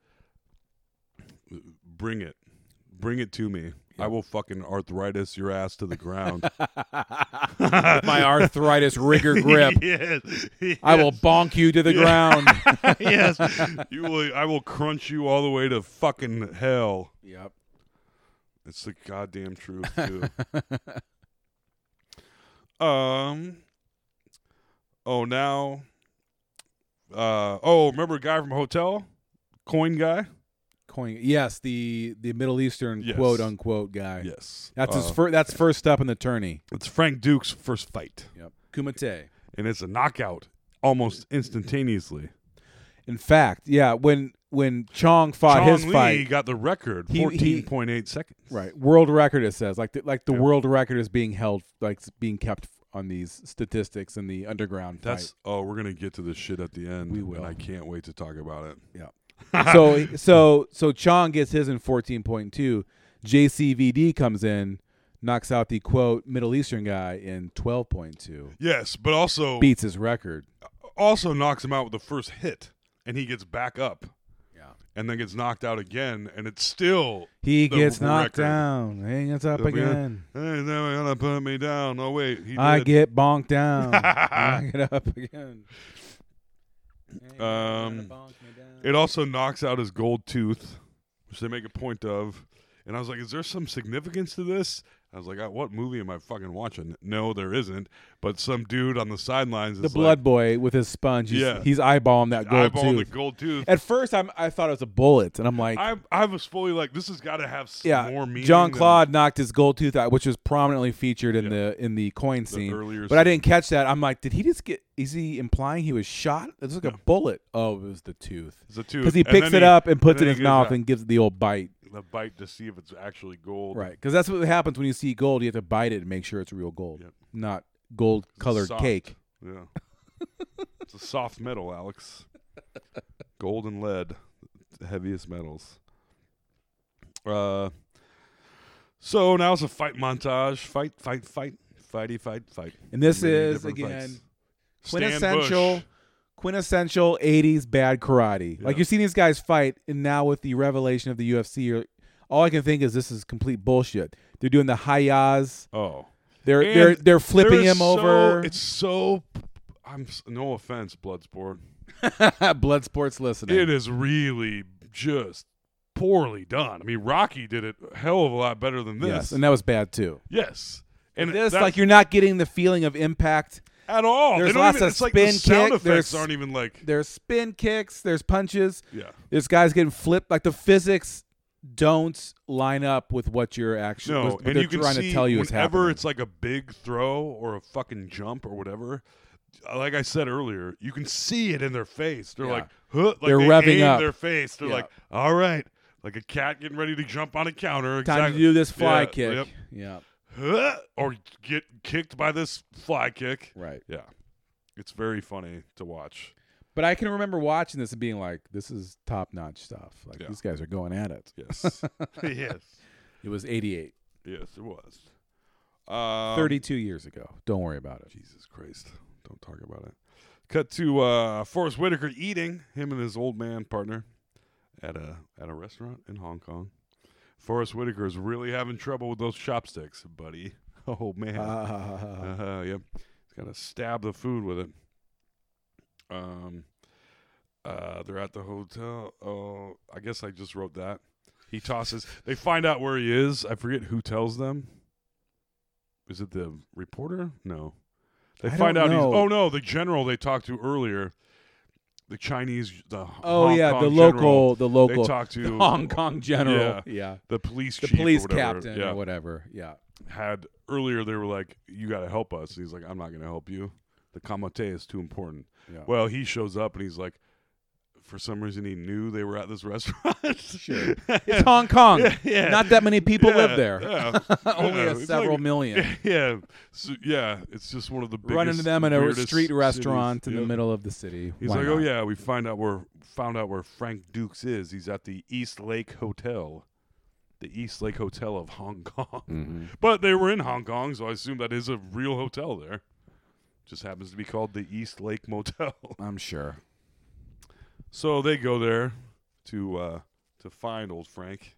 H: bring it, bring it to me. I will fucking arthritis your ass to
G: *laughs*
H: the ground. *laughs*
G: My arthritis rigor grip.
H: yes,
G: I will bonk you to the
H: *laughs*
G: ground.
H: yes. You will. I will crunch you all the way to fucking hell.
G: yep.
H: It's the goddamn truth too. um. Oh, now. Uh. Oh, remember a guy from Hotel, coin guy.
G: Coin. Yes, the the Middle Eastern
H: Yes.
G: quote unquote guy.
H: Yes,
G: That's his
H: Uh,
G: first. That's first step in the tourney.
H: It's Frank Duke's first fight,
G: Yep. Kumite.
H: and it's a knockout almost instantaneously.
G: In fact, yeah, when when Chong fought
H: Chong
G: Uh, his
H: Lee
G: fight,
H: got the record,
G: He- he-
H: fourteen point eight seconds.
G: right, world record it says like the, like the world record is being held like it's being kept on these statistics in the underground
H: That's oh, we're gonna get to this shit at the end.
G: We
H: and
G: will.
H: I can't wait to talk about it.
G: fight. Yeah.
H: *laughs*
G: so so so Chong gets his in 14.2. JCVD comes in, knocks out the quote Middle Eastern guy in 12.2,
H: Yes, but also
G: beats his record.
H: also knocks him out with the first hit, and he gets back up. And then gets knocked out again, and it's still
G: He
H: the
G: gets knocked
H: record.
G: down, he gets up
H: Hey,
G: again.
H: they're gonna put me down. Oh wait, he
G: I
H: did.
G: get bonked
H: *laughs*
G: down. I get up again.
H: Um, It also knocks out his gold tooth, which they make a point of. And I was like, is there some significance to this? I was like, "Uh, what movie am I fucking watching? No, there isn't. But some dude on the sidelines is
G: The
H: like,
G: blood boy with his sponge, he's,
H: Yeah.
G: he's eyeballing that gold
H: eyeballing
G: tooth.
H: the gold tooth.
G: At first, I'm, I thought it was a bullet, and I'm like,
H: I, I was fully like, this has got to have s- more
G: yeah,
H: meaning.
G: John
H: than-
G: Claude knocked his gold tooth out, which was prominently featured in
H: Yeah.
G: the in the coin scene.
H: earlier
G: but I
H: scene.
G: didn't catch that. I'm like, did he just get? Is he implying he was shot? It's like a bullet. Oh, it was the tooth.
H: It's a tooth.
G: Because he
H: And
G: picks
H: then
G: it
H: he-
G: up and puts
H: then
G: it in
H: he
G: his
H: gives
G: mouth
H: that-
G: and gives it the old bite.
H: the bite to see if it's actually gold.
G: Right, because that's what happens when you see gold. You have to bite it and make sure it's real gold, not gold colored
H: Soft.
G: cake.
H: Yeah. it's a soft metal, Alex. Gold and lead, the heaviest metals. Uh, so now it's a fight montage. Fight, fight, fight, fighty, fight, fight.
G: And this
H: Many
G: is,
H: different
G: again,
H: Stan Bush.
G: quintessential, quintessential '80s bad karate. Like
H: Yeah.
G: you see these guys fight, and now with the revelation of the UFC, you're, all I can think is this is complete bullshit. They're doing the hayas.
H: Oh,
G: They're
H: And
G: they're they're flipping
H: there is
G: him
H: so-
G: over.
H: It's so. I'm s- no offense, Bloodsport.
G: *laughs* blood sports listening.
H: It is really just poorly done. I mean, Rocky did it a hell of a lot better than this.
G: Yes, and that was bad too.
H: Yes. And
G: This
H: that-
G: like you're not getting the feeling of impact.
H: at all. They
G: there's
H: don't
G: lots
H: even-
G: of
H: it's like
G: spin
H: the sound
G: kick,
H: effects
G: there's-
H: aren't even like
G: There's spin kicks. There's punches.
H: yeah.
G: There's guys getting flipped. Like the physics don't line up with what you're actually
H: No,
G: what
H: and
G: they're
H: you can
G: trying
H: see
G: to tell you is
H: whenever
G: happening.
H: it's like a big throw or a fucking jump or whatever. uh, Like I said earlier, you can see it in their face. They're
G: Yeah.
H: like, huh, like
G: They're
H: they
G: revving
H: aim
G: up.
H: Their face. They're
G: Yeah.
H: like, all right, like a cat getting ready to jump on a counter.
G: time
H: exactly.
G: to do this fly
H: Yeah,
G: kick.
H: yep.
G: Yeah,
H: Huh, or get kicked by this fly kick.
G: right.
H: Yeah, it's very funny to watch.
G: But I can remember watching this and being like, "This is top notch stuff. Like
H: Yeah.
G: these guys are going at it." *laughs*
H: Yes, *laughs* yes,
G: It was '88,
H: yes. It was. Um,
G: 32 years ago. Don't worry about
H: *laughs*
G: it.
H: Jesus Christ. Don't talk about it. Cut to uh, Forrest Whitaker eating, him and his old man partner at a at a restaurant in Hong Kong. Forrest Whitaker is really having trouble with those chopsticks, buddy. *laughs* Oh man.
G: Uh-huh,
H: Uh, yep. He's gotta stab the food with it. Um uh, they're at the hotel. Oh, I guess I just wrote that.
G: *laughs*
H: He tosses. They find out where he is. I forget who tells them. Is it the reporter? No. They
G: I
H: find
G: don't
H: out he's.
G: know.
H: Oh no, the general they talked to earlier. The Chinese. The
G: oh
H: Hong
G: yeah,
H: Kong
G: the
H: general,
G: local, the local, *laughs*
H: They talked to
G: the Hong Kong general.
H: Yeah.
G: Yeah,
H: The police.
G: the
H: chief or
G: police
H: whatever.
G: captain
H: Yeah
G: or whatever. Yeah,
H: had earlier they were like you got to help us he's like i'm not going to help you the kamate is too important
G: Yeah.
H: well he shows up and he's like for some reason he knew they were at this *laughs* restaurant sure *laughs*
G: it's Hong Kong.
H: *laughs* Yeah, yeah.
G: Not that many people live there. *laughs* Only
H: only
G: a several million.
H: *laughs* yeah so, yeah it's just one of the biggest
G: Run into them in a
H: weirdest
G: street
H: cities.
G: restaurant in the
H: Yep.
G: middle of the city.
H: He's
G: Why
H: like, oh
G: not?"
H: yeah, we find out where found out where Frank Dukes is. He's at the East Lake Hotel, the East Lake Hotel of Hong Kong.
G: Mm-hmm.
H: *laughs* But they were in Hong Kong, so I assume that is a real hotel there. Just happens to be called the East Lake Motel. *laughs*
G: I'm sure.
H: so they go there to uh, to find old Frank,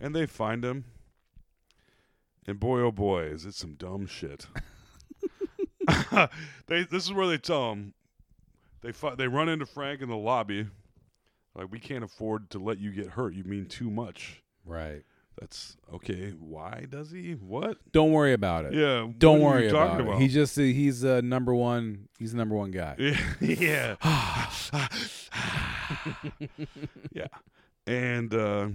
H: and they find him. And boy, oh boy, is it some dumb shit. *laughs* they this is where they tell him they fi- they run into Frank in the lobby. Like we can't afford to let you get hurt. You mean too much.
G: Right.
H: That's okay. Why does he? What?
G: Don't worry about it.
H: Yeah.
G: Uh, Don't
H: what are
G: worry
H: you
G: about,
H: talking
G: it. He just he's uh, number one. He's the number one guy.
H: yeah. *laughs* yeah. And uh,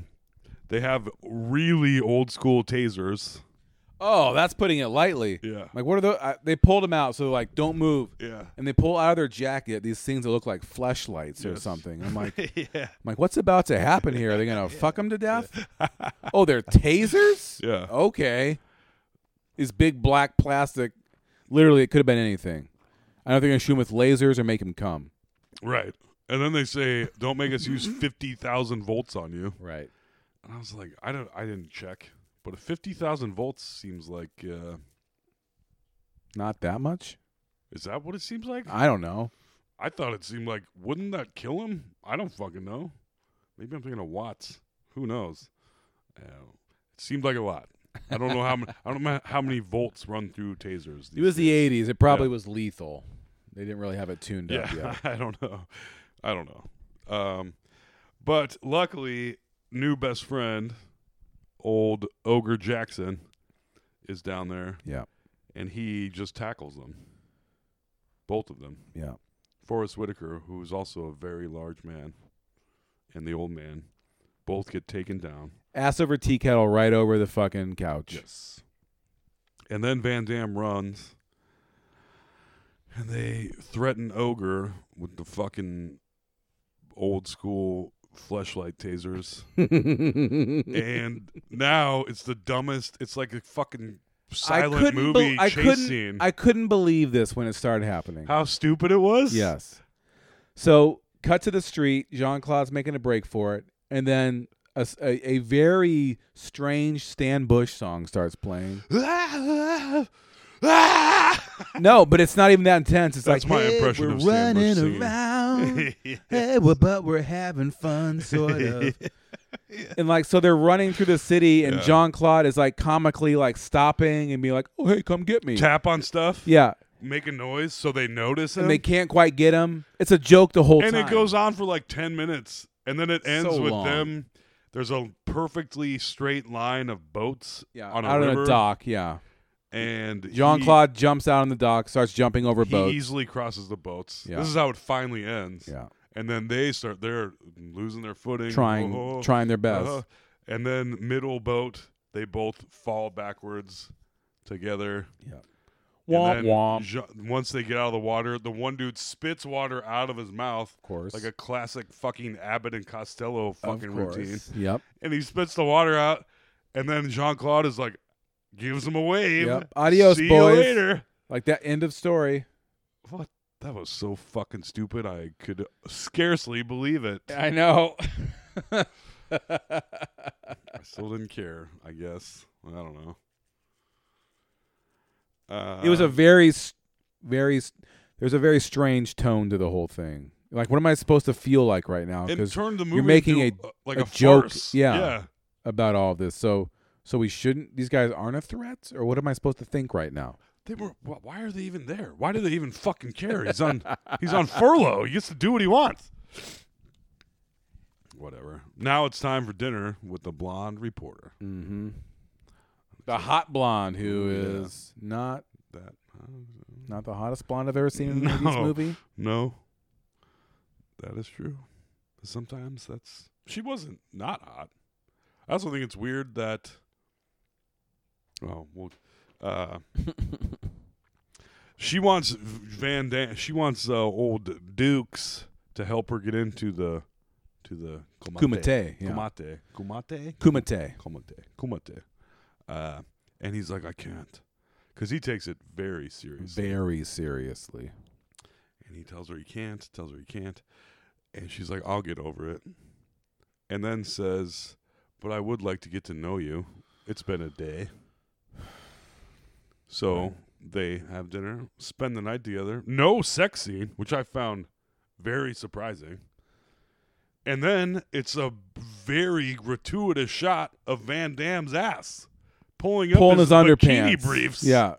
H: they have really old school tasers.
G: Oh, that's putting it lightly.
H: Yeah.
G: Like what are the? I, they pulled him out, so like don't move.
H: Yeah.
G: And they pull out of their jacket these things that look like fleshlights or something. I'm like, I'm
H: *laughs* yeah.
G: like, what's about to happen here? Are they
H: *laughs*
G: gonna fuck him to death? *laughs* oh, they're tasers.
H: Yeah.
G: Okay. These big black plastic. Literally, it could have been anything. I know they're gonna shoot him with lasers or make him come.
H: Right. And then they say, "Don't make us use fifty thousand volts on you."
G: Right.
H: And I was like, "I don't. I didn't check. But a 50,000 volts seems like. Uh,
G: Not that much.
H: is that what it seems like?
G: I don't know.
H: I thought it seemed like. Wouldn't that kill him? I don't fucking know. Maybe I'm thinking of watts. Who knows? Uh, it seemed like a lot. I don't know how many. I don't know how many volts run through tasers.
G: It was the '80s. It probably was lethal. They didn't really have it tuned
H: Yeah, *laughs*
G: up yet.
H: I don't know. I don't know. Um, but luckily, new best friend, old Ogre Jackson, is down there,
G: Yeah,
H: and he just tackles them, both of them.
G: yeah.
H: Forrest Whitaker, who is also a very large man, and the old man, both get taken down.
G: Ass over tea kettle, right over the fucking couch.
H: Yes. And then Van Dam runs, and they threaten Ogre with the fucking old school fleshlight
G: *laughs*
H: tasers. and now it's the dumbest. It's like a fucking
G: I
H: silent
G: couldn't bel-
H: movie
G: I
H: chase
G: couldn't,
H: scene.
G: I couldn't believe this when it started happening.
H: How stupid it was. *laughs*
G: Yes. So cut to the street. Jean Claude's making a break for it, and then a, s- a- a very strange Stan Bush song starts
H: *laughs*
G: playing.
H: Ah!
G: *laughs* no, but it's not even that intense. It's
H: That's
G: like
H: my
G: "Hey,
H: impression
G: we're
H: of Stan Bush
G: running
H: singing." *laughs*
G: around, hey, well, but we're having fun, sort
H: *laughs*
G: of. And like so, they're running through the city, and Jean Claude is like comically like stopping and being like, "Oh, hey, come get me!"
H: Tap on stuff.
G: Yeah,
H: Make a noise so they notice him.
G: and they can't quite get him. It's a joke the whole
H: and
G: time.
H: it goes on for like 10 minutes and then it ends
G: So
H: with
G: long.
H: them there's a perfectly straight line of boats
G: yeah,
H: on a
G: out
H: river
G: on a dock. Yeah,
H: and
G: Jean
H: he-
G: Claude jumps out on the dock, starts jumping over
H: he,
G: boats.
H: easily crosses the boats
G: Yeah.
H: this is how it finally ends
G: Yeah.
H: and then they start they're losing their footing
G: Trying-
H: Oh,
G: trying their best.
H: uh-huh. and then middle boat they both fall backwards together And
G: Womp
H: then
G: womp.
H: ju- once they get out of the water, the one dude spits water out of his mouth. Of
G: course.
H: Like a classic fucking Abbott and Costello
G: Of
H: fucking
G: course.
H: routine.
G: Yep.
H: *laughs* And he spits the water out, and then Jean Claude is like, gives him a wave.
G: Yep. Adios,
H: See
G: boys."
H: You later.
G: Like that end of story.
H: What? That was so fucking stupid. I could scarcely believe it.
G: I
H: *laughs*
G: know.
H: I still didn't care, I guess. I don't know. Uh,
G: it was a very, s- very. s- There's a very strange tone to the whole thing. Like, what am I supposed to feel like right now?
H: It
G: 'Cause
H: turned the movie
G: you're making
H: into,
G: a,
H: uh, like
G: a,
H: a,
G: joke.
H: farce.
G: Yeah,
H: Yeah.
G: About all this, so so we shouldn't. These guys aren't a threat, or what am I supposed to think right now?
H: They were. wh- Why are they even there? Why do they even fucking care? He's on. *laughs* he's on furlough. He gets to do what he wants. Whatever. Now it's time for dinner with the blonde reporter. Mm-hmm.
G: The hot blonde who is not
H: That uh,
G: not the hottest blonde I've ever seen in an 80s
H: *laughs* No.
G: movie.
H: no, that is true. Sometimes that's she wasn't not hot. I also think it's weird that. Oh well, *laughs* uh, she wants Van Dam. She wants uh, old Dukes to help her get into the to the
G: Kumite, yeah.
H: Kumate, Kumate,
G: Kumite.
H: Kumate, Kumate. Uh, and he's like, I can't, because he takes it very seriously.
G: Very seriously.
H: And he tells her he can't, tells her he can't. And she's like, I'll get over it. And then says, But I would like to get to know you. It's been a day. So they have dinner, spend the night together. No sex scene, which I found very surprising. And then it's a very gratuitous shot of Van Damme's ass pulling up
G: Pulling his,
H: his,
G: underpants.
H: bikini briefs.
G: Yeah.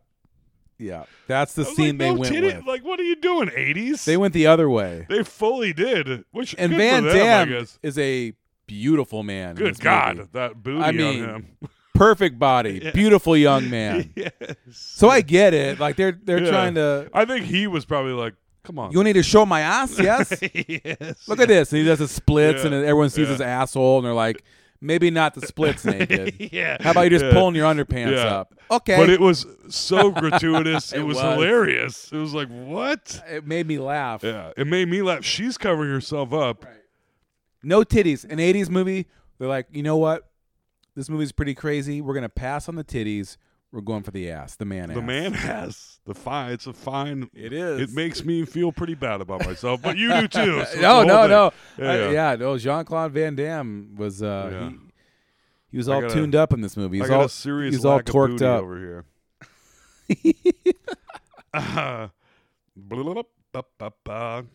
G: Yeah. That's the
H: I was
G: scene
H: like,
G: they
H: no
G: went
H: titty-
G: with.
H: Like, what are you doing, 80s?
G: they went the other way.
H: They fully did. Which
G: And
H: good
G: Van
H: for them, I
G: Damme
H: guess.
G: is a beautiful man. in this
H: Good God,
G: movie.
H: that booty
G: I mean, *laughs*
H: on him. *laughs*
G: Perfect body. Beautiful young man. So I get it. Like they're they're
H: Yeah.
G: trying to
H: I think he was probably like, "Come on,
G: you need to show my ass, yes?
H: yes,
G: Look at this. And he does the splits and
H: Yeah.
G: everyone sees
H: Yeah.
G: his asshole and they're like, maybe not the splits naked.
H: *laughs* *laughs* yeah."
G: How about you just
H: Yeah.
G: pulling your underpants
H: Yeah.
G: up? Okay.
H: But it was
G: *laughs*
H: so gratuitous. it,
G: It
H: was,
G: was.
H: hilarious. It was like, "What?"
G: it made me laugh.
H: Yeah, it made me laugh. She's covering herself up.
G: No titties. An 80s movie, they're like, you know what? This movie's pretty crazy. We're going to pass on the titties. We're going for the ass, the man ass.
H: The man has the fine. It's a fine.
G: It is.
H: It makes me feel pretty bad about myself, but you do
G: *laughs*
H: too. so it's the
G: No,
H: whole
G: no,
H: thing.
G: no. I-
H: Yeah,
G: Yeah, no. Jean Claude Van Damme was, uh,
H: Yeah.
G: he, He was
H: I
G: all
H: got a-
G: tuned up in this movie. He's
H: I got
G: all
H: a serious
G: he's all
H: lack of
G: torqued
H: booty
G: up.
H: over here. uh, blah, blah, blah, blah. *laughs*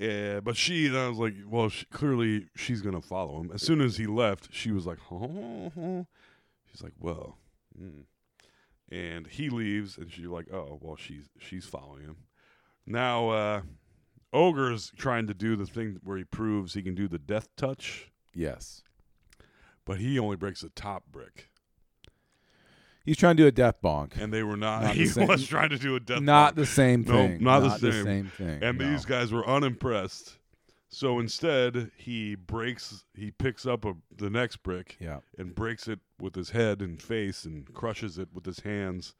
H: Yeah, but she, and I was like, well, she, clearly she's going to follow him. As soon as he left, she was like, oh. she's like, well. mm. And he leaves, and she's like, oh, well, she's she's following him. Now, uh, Ogre's trying to do the thing where he proves he can do the death touch,
G: Yes,
H: but he only breaks the top brick.
G: he's trying to do a death bonk.
H: and they were not.
G: Not the
H: *laughs* he
G: same-
H: was trying to do a death.
G: Not
H: blow.
G: the same
H: No,
G: thing.
H: not,
G: Not
H: the,
G: the
H: same.
G: same thing,
H: And
G: no.
H: these guys were unimpressed. So instead, he breaks. He picks up a, the next brick
G: Yeah.
H: and breaks it with his head and face and crushes it with his hands.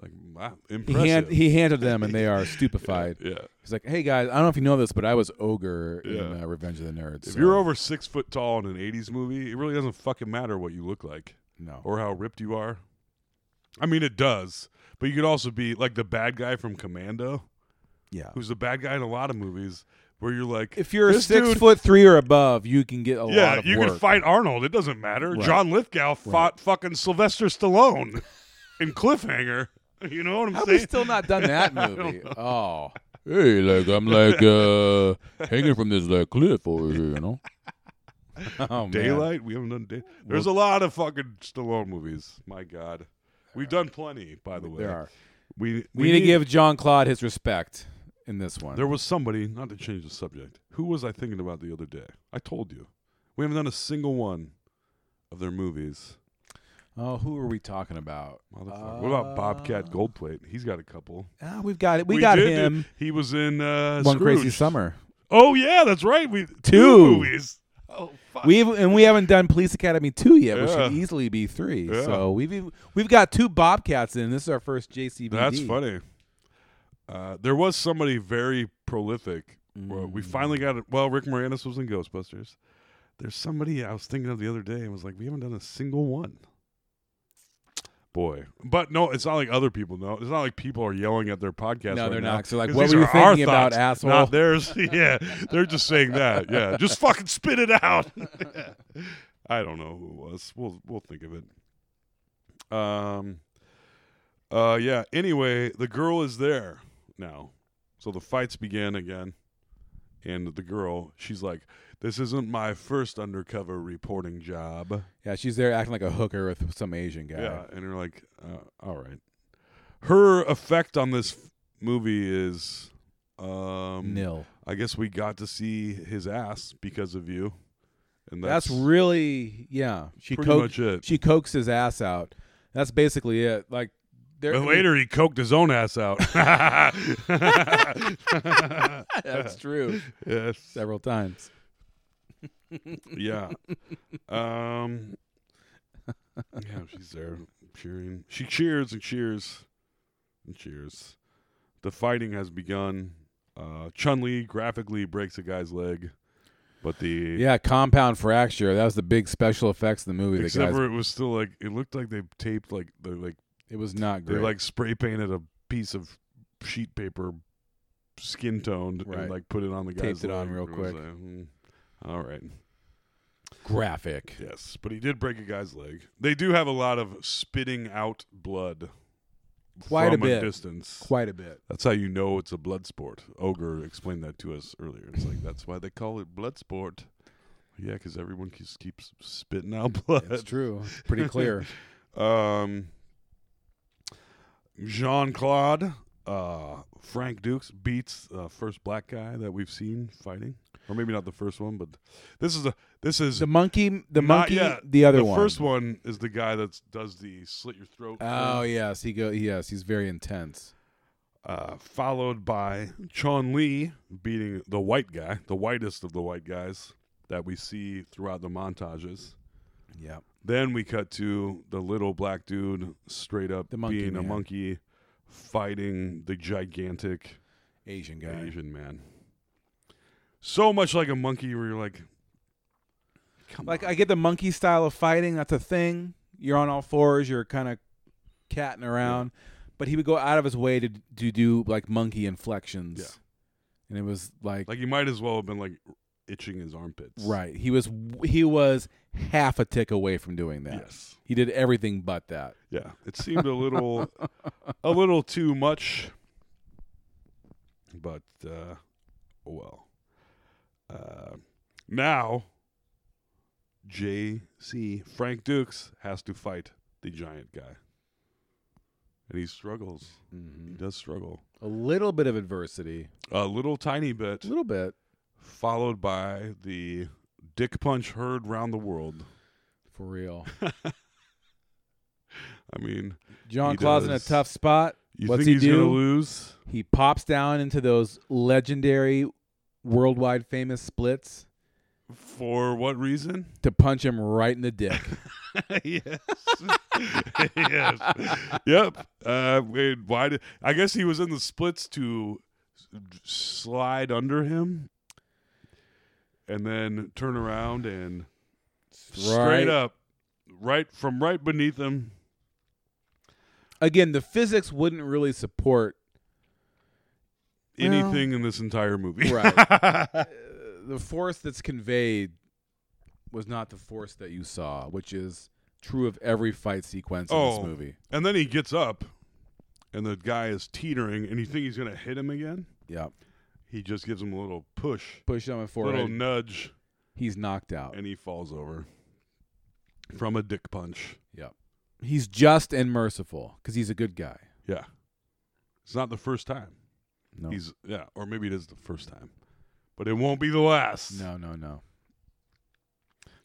H: Like wow,
G: He,
H: impressive.
G: hand, he handed them, and they
H: *laughs*
G: are stupefied.
H: yeah.
G: He's like, "Hey guys, I don't know if you know this, but I was ogre in
H: Yeah.
G: uh, Revenge of the Nerds."
H: If
G: so-
H: you're over six foot tall in an '80s movie, it really doesn't fucking matter what you look like.
G: no,
H: or how ripped you are. I mean, it does, but you could also be like the bad guy from Commando.
G: Yeah.
H: who's the bad guy in a lot of movies where you're like,
G: if you're
H: "This
G: six
H: dude-
G: foot three or above, you can get a lot
H: yeah,
G: of
H: you
G: work.
H: can fight Arnold. It doesn't matter. John Lithgow fought fucking Sylvester Stallone *laughs* in Cliffhanger. *laughs* You know what I'm
G: How have we
H: saying?
G: still not done that movie? oh. Hey, like I'm like uh hanging from this like cliff over here, you know. *laughs* Oh, man.
H: *laughs* Daylight. We haven't done day. There's a lot of fucking Stallone movies. My God, we've done plenty. By the way,
G: There are.
H: We
G: We, need, to give John Claude his respect in this one.
H: There was somebody, not to change the subject, who was I thinking about the other day? I told you. We haven't done a single one of their movies.
G: oh, who are we talking about? Uh,
H: Motherfucker. what about Bobcat Goldthwait? He's got a couple.
G: Ah, we've got it. Ah. We, got
H: did do-
G: him.
H: He was in uh,
G: One crazy
H: Scrooge.
G: summer.
H: Oh, yeah, that's right. We Two, movies. Oh, fuck.
G: We've and we haven't done Police Academy two yet, which should
H: Yeah.
G: easily be three.
H: Yeah.
G: So we've even- we've got two Bobcats in. This is our first JCVD.
H: That's funny. Uh, there was somebody very prolific. Well, We finally
G: Mm.
H: got it. Well, Rick Moranis was in Ghostbusters. There's somebody I was thinking of the other day and was like, we haven't done a single one. Boy, but no, it's not like other people know. It's not like people are yelling at their podcast.
G: No,
H: right
G: they're
H: now,
G: not. So, like,
H: 'cause
G: what
H: these
G: were you
H: are our
G: thinking about,
H: thoughts,
G: asshole?
H: Not theirs. *laughs* yeah, they're just saying that. Yeah, just fucking spit it out. *laughs* I don't know who it was. We'll we'll think of it. Um. Uh. Yeah. Anyway, the girl is there now, so the fights begin again, and the girl, she's like, "This isn't my first undercover reporting job."
G: Yeah, she's there acting like a hooker with some Asian guy.
H: Yeah, and you're like, uh, all right. Her effect on this f- movie is um,
G: Nil.
H: I guess we got to see his ass because of you, and that's,
G: That's, really yeah. She
H: pretty
G: coaxed,
H: much it.
G: She coaxed his ass out. That's basically it. Like there
H: But later, he coked his own ass
G: *laughs*
H: out. *laughs*
G: That's true.
H: *laughs* yes.
G: Several times.
H: Yeah. Um. Yeah, she's there cheering. She cheers and cheers and cheers. The fighting has begun. Uh, Chun Li graphically breaks a guy's leg, but the
G: Yeah, compound fracture. That was the big special effects of the movie. The
H: except
G: guys,
H: for it was still like it looked like they taped like they like
G: it was not
H: they
G: great.
H: like spray painted a piece of sheet paper, skin toned,
G: Right.
H: and like put it on the guy's
G: Taped it on
H: leg.
G: real
H: was
G: quick.
H: like, "Hmm, all right. *laughs*
G: graphic.
H: Yes, but he did break a guy's leg. They do have a lot of spitting out blood
G: Quite a
H: from
G: bit.
H: distance.
G: Quite a bit.
H: that's how you know it's a blood sport. Ogre explained that to us earlier. It's like that's why they call it blood sport. Yeah, because everyone keeps, keeps spitting out *laughs* blood.
G: That's true. Pretty
H: *laughs*
G: clear.
H: Um, Jean Claude uh, Frank Dukes beats the first black guy that we've seen fighting, or maybe not the first one, but this is a this is
G: the monkey. The
H: not
G: monkey.
H: yet.
G: The other
H: the
G: one.
H: first one is the guy that does the slit your throat.
G: Oh
H: thing,
G: yes, he go. Yes, he's very intense.
H: uh, followed by Chun Li beating the white guy, the whitest of the white guys that we see throughout the montages.
G: Yeah.
H: Then we cut to the little black dude straight up
G: The monkey
H: being a
G: man.
H: monkey fighting the gigantic
G: Asian guy.
H: Asian man. So much like a monkey where you're like, come
G: Like
H: on.
G: I get the monkey style of fighting. That's a thing. You're on all fours. You're kind of catting around, but he would go out of his way to to do like monkey inflections.
H: Yeah.
G: And it was like,
H: like you might as well have been like itching his armpits.
G: Right. He was he was half a tick away from doing that.
H: Yes.
G: He did everything but that.
H: Yeah. It seemed a little, a little too much. But uh, oh well. Uh, now, J.C. Frank Dukes has to fight the giant guy, and he struggles.
G: Mm-hmm.
H: He does struggle
G: A little bit of adversity.
H: a little tiny bit,
G: A little bit
H: followed by the dick punch heard round the world.
G: for
H: *laughs*
G: real.
H: I mean,
G: John
H: He
G: Claw's in a
H: does.
G: tough spot.
H: you
G: What's
H: think
G: he
H: he's
G: do?
H: gonna lose?
G: He pops down into those legendary worldwide famous splits
H: For what reason?
G: to punch him right in the dick.
H: yes. yes. Yep. Uh, wait, why did? I guess he was in the splits to s- slide under him, and then turn around and
G: Right.
H: straight up, right from right beneath him.
G: Again, the physics wouldn't really support
H: Anything in this entire movie? *laughs*
G: right. *laughs* Uh, the force that's conveyed was not the force that you saw, which is true of every fight sequence in this movie.
H: Oh. And then he gets up, and the guy is teetering, and you think he's gonna hit him again.
G: Yeah.
H: He just gives him a little push,
G: Push on the
H: little
G: forehead.
H: nudge,
G: he's knocked out.
H: and he falls over from a dick punch.
G: Yeah. He's just and merciful because he's a good guy.
H: Yeah, it's not the first time.
G: No.
H: He's yeah, or maybe it is the first time, but it won't be the last.
G: no, no, no.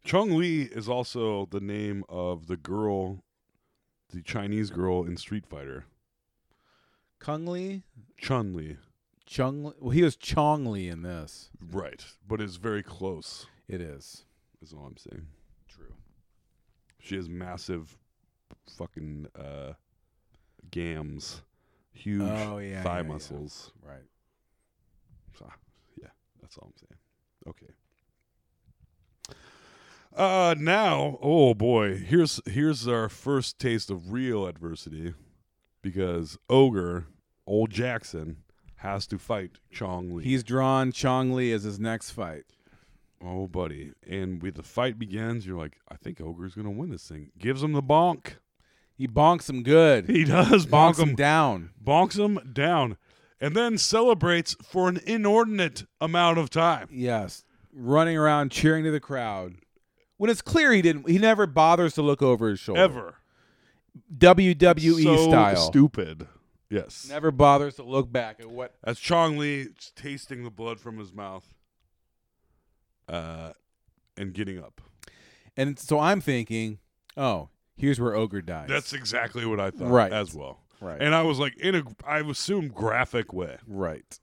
H: Chung Li is also the name of the girl, the Chinese girl in Street Fighter.
G: Kung Lee?
H: Chun Li,
G: Chung Li? Well, he was Chong Li in this.
H: right? But it's very close.
G: It is.
H: Is all I'm saying.
G: True.
H: She has massive fucking uh gams, huge
G: Oh, yeah, yeah,
H: thigh
G: yeah.
H: muscles.
G: Right.
H: So, yeah, that's all I'm saying. Okay. Uh now, oh boy, here's here's our first taste of real adversity because Ogre, old Jackson, has to fight Chong Li.
G: He's drawn Chong Li as his next fight.
H: oh buddy, and with the fight begins, you're like, I think Ogre's going to win this thing. Gives him the bonk.
G: He bonks him good.
H: He does bonk,
G: bonks him down.
H: bonks him down, and then celebrates for an inordinate amount of time.
G: Yes, running around cheering to the crowd. When it's clear he didn't, he never bothers to look over his shoulder.
H: Ever.
G: WWE
H: so
G: style.
H: stupid. Yes.
G: Never bothers to look back at what.
H: As Chong Li is tasting the blood from his mouth uh, and getting up.
G: And so I'm thinking, oh, here's where Ogre dies.
H: That's exactly what I thought
G: Right.
H: as well.
G: Right.
H: And I was like, in a, I assume, graphic way.
G: right.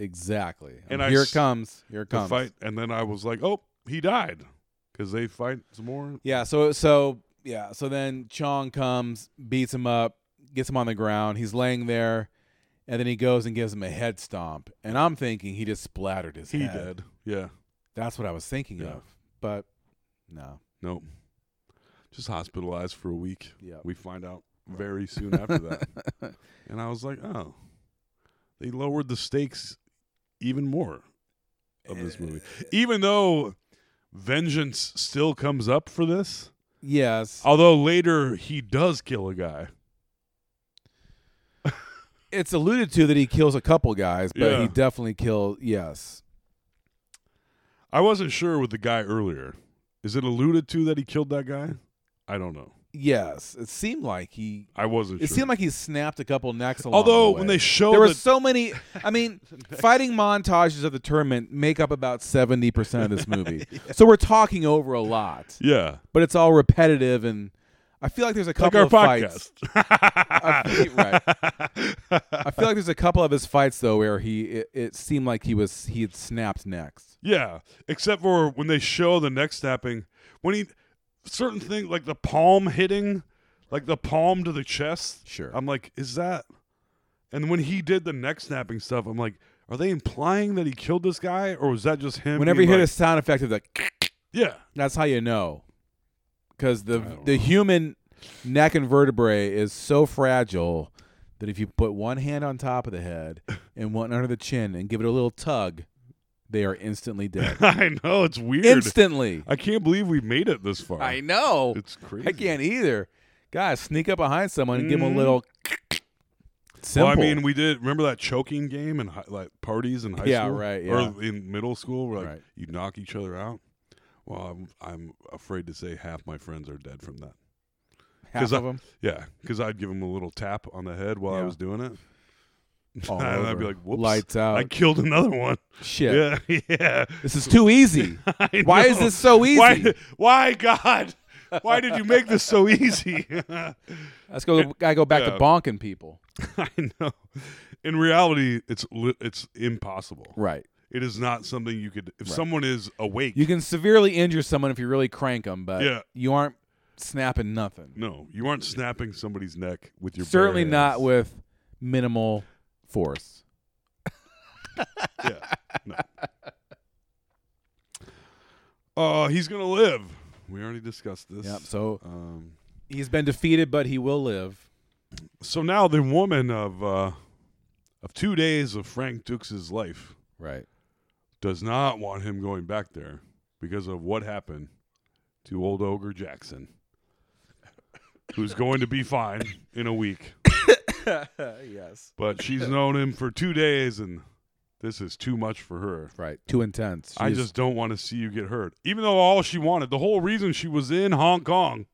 G: Exactly.
H: And
G: Um,
H: I
G: here
H: s-
G: it comes. Here it
H: The
G: comes.
H: fight. And then I was like, oh, he died. Because they fight some more.
G: Yeah. So so yeah. So then Chong comes, beats him up, gets him on the ground. He's laying there, and then he goes and gives him a head stomp. And I'm thinking he just splattered his
H: He
G: head.
H: dead. Yeah.
G: That's what I was thinking
H: Yeah.
G: of. But no.
H: Nope. Just hospitalized for a week.
G: Yep.
H: We find out very soon after that.
G: *laughs*
H: And I was like, oh, they lowered the stakes even more of
G: Eh.
H: this movie. Even though vengeance still comes up for this,
G: yes.
H: although later he does kill a guy.
G: It's alluded to that he kills a couple guys, but
H: Yeah.
G: he definitely killed yes.
H: I wasn't sure with the guy earlier. Is it alluded to that he killed that guy? I don't know.
G: Yes. It seemed like he
H: I wasn't
G: it
H: sure.
G: seemed like he snapped a couple necks along
H: although
G: the
H: when
G: way.
H: they show
G: there were
H: the-
G: so many. I
H: *laughs*
G: mean, fighting montages of the tournament make up about seventy percent of
H: *laughs*
G: this movie, so we're talking over a lot.
H: yeah,
G: But it's all repetitive, and I feel like there's a
H: like
G: couple
H: our
G: of fights.
H: podcast. *laughs*
G: I feel, right. I feel like there's a couple of his fights though where he it, it seemed like he was he had snapped next.
H: Yeah, except for when they show the neck snapping, when he certain thing like the palm hitting, like the palm to the chest.
G: Sure.
H: I'm like, is that? And when he did the neck snapping stuff, I'm like, are they implying that he killed this guy, or was that just him?
G: Whenever you
H: being
G: hear a
H: like,
G: sound effect of the,
H: yeah,
G: *clears throat* that's how you know, because the the human neck and vertebrae is so fragile.
H: *laughs*
G: That if you put one hand on top of the head and one under the chin and give it a little tug, they are
H: *laughs*
G: instantly dead.
H: I know it's weird.
G: instantly.
H: I can't believe we made it this far.
G: I know.
H: It's
G: I
H: crazy.
G: can't either. Guys, sneak up behind someone and give them a little. *clears throat* Simple.
H: Mm. Well, I mean, we did. Remember that choking game and like parties in high
G: Yeah,
H: school,
G: right,
H: Or in middle school, where like
G: Right.
H: you knock each other out. Well, I'm I'm afraid to say half my friends are dead from that.
G: half
H: 'Cause
G: of
H: I-
G: them.
H: Yeah, because I'd give them a little tap on the head while I
G: Yeah.
H: was doing it. *laughs*
G: All
H: and I'd
G: over.
H: be like, "Whoops,
G: Lights out.
H: I killed another one."
G: Shit.
H: *laughs* Yeah, yeah.
G: This is too easy.
H: I
G: Why is
H: know.
G: this so easy?
H: Why, *laughs* why, God? Why did you make this so easy? *laughs* I
G: Let's
H: *laughs*
G: go. I go back
H: Yeah.
G: to bonking people.
H: know. In reality, it's li- it's impossible.
G: Right.
H: It is not something you could. If someone is awake,
G: You can severely injure someone if you really crank them, but
H: Yeah.
G: you aren't snapping nothing.
H: no, you aren't snapping somebody's neck with your. bare
G: Certainly
H: hands.
G: not with minimal force.
H: Yeah. No. *laughs* Oh, he's gonna live. We already discussed this.
G: Yep. So
H: Um,
G: he's been defeated, but he will live.
H: so now the woman of uh, of two days of Frank Dukes' life
G: Right.
H: does not want him going back there because of what happened to old ogre Jackson, who's going to be fine in a week.
G: *coughs* Yes. *laughs*
H: But she's known him for two days, and this is too much for her.
G: Right. Too intense.
H: I
G: She's-
H: just don't want to see you get hurt. Even though all she wanted, the whole reason she was in Hong Kong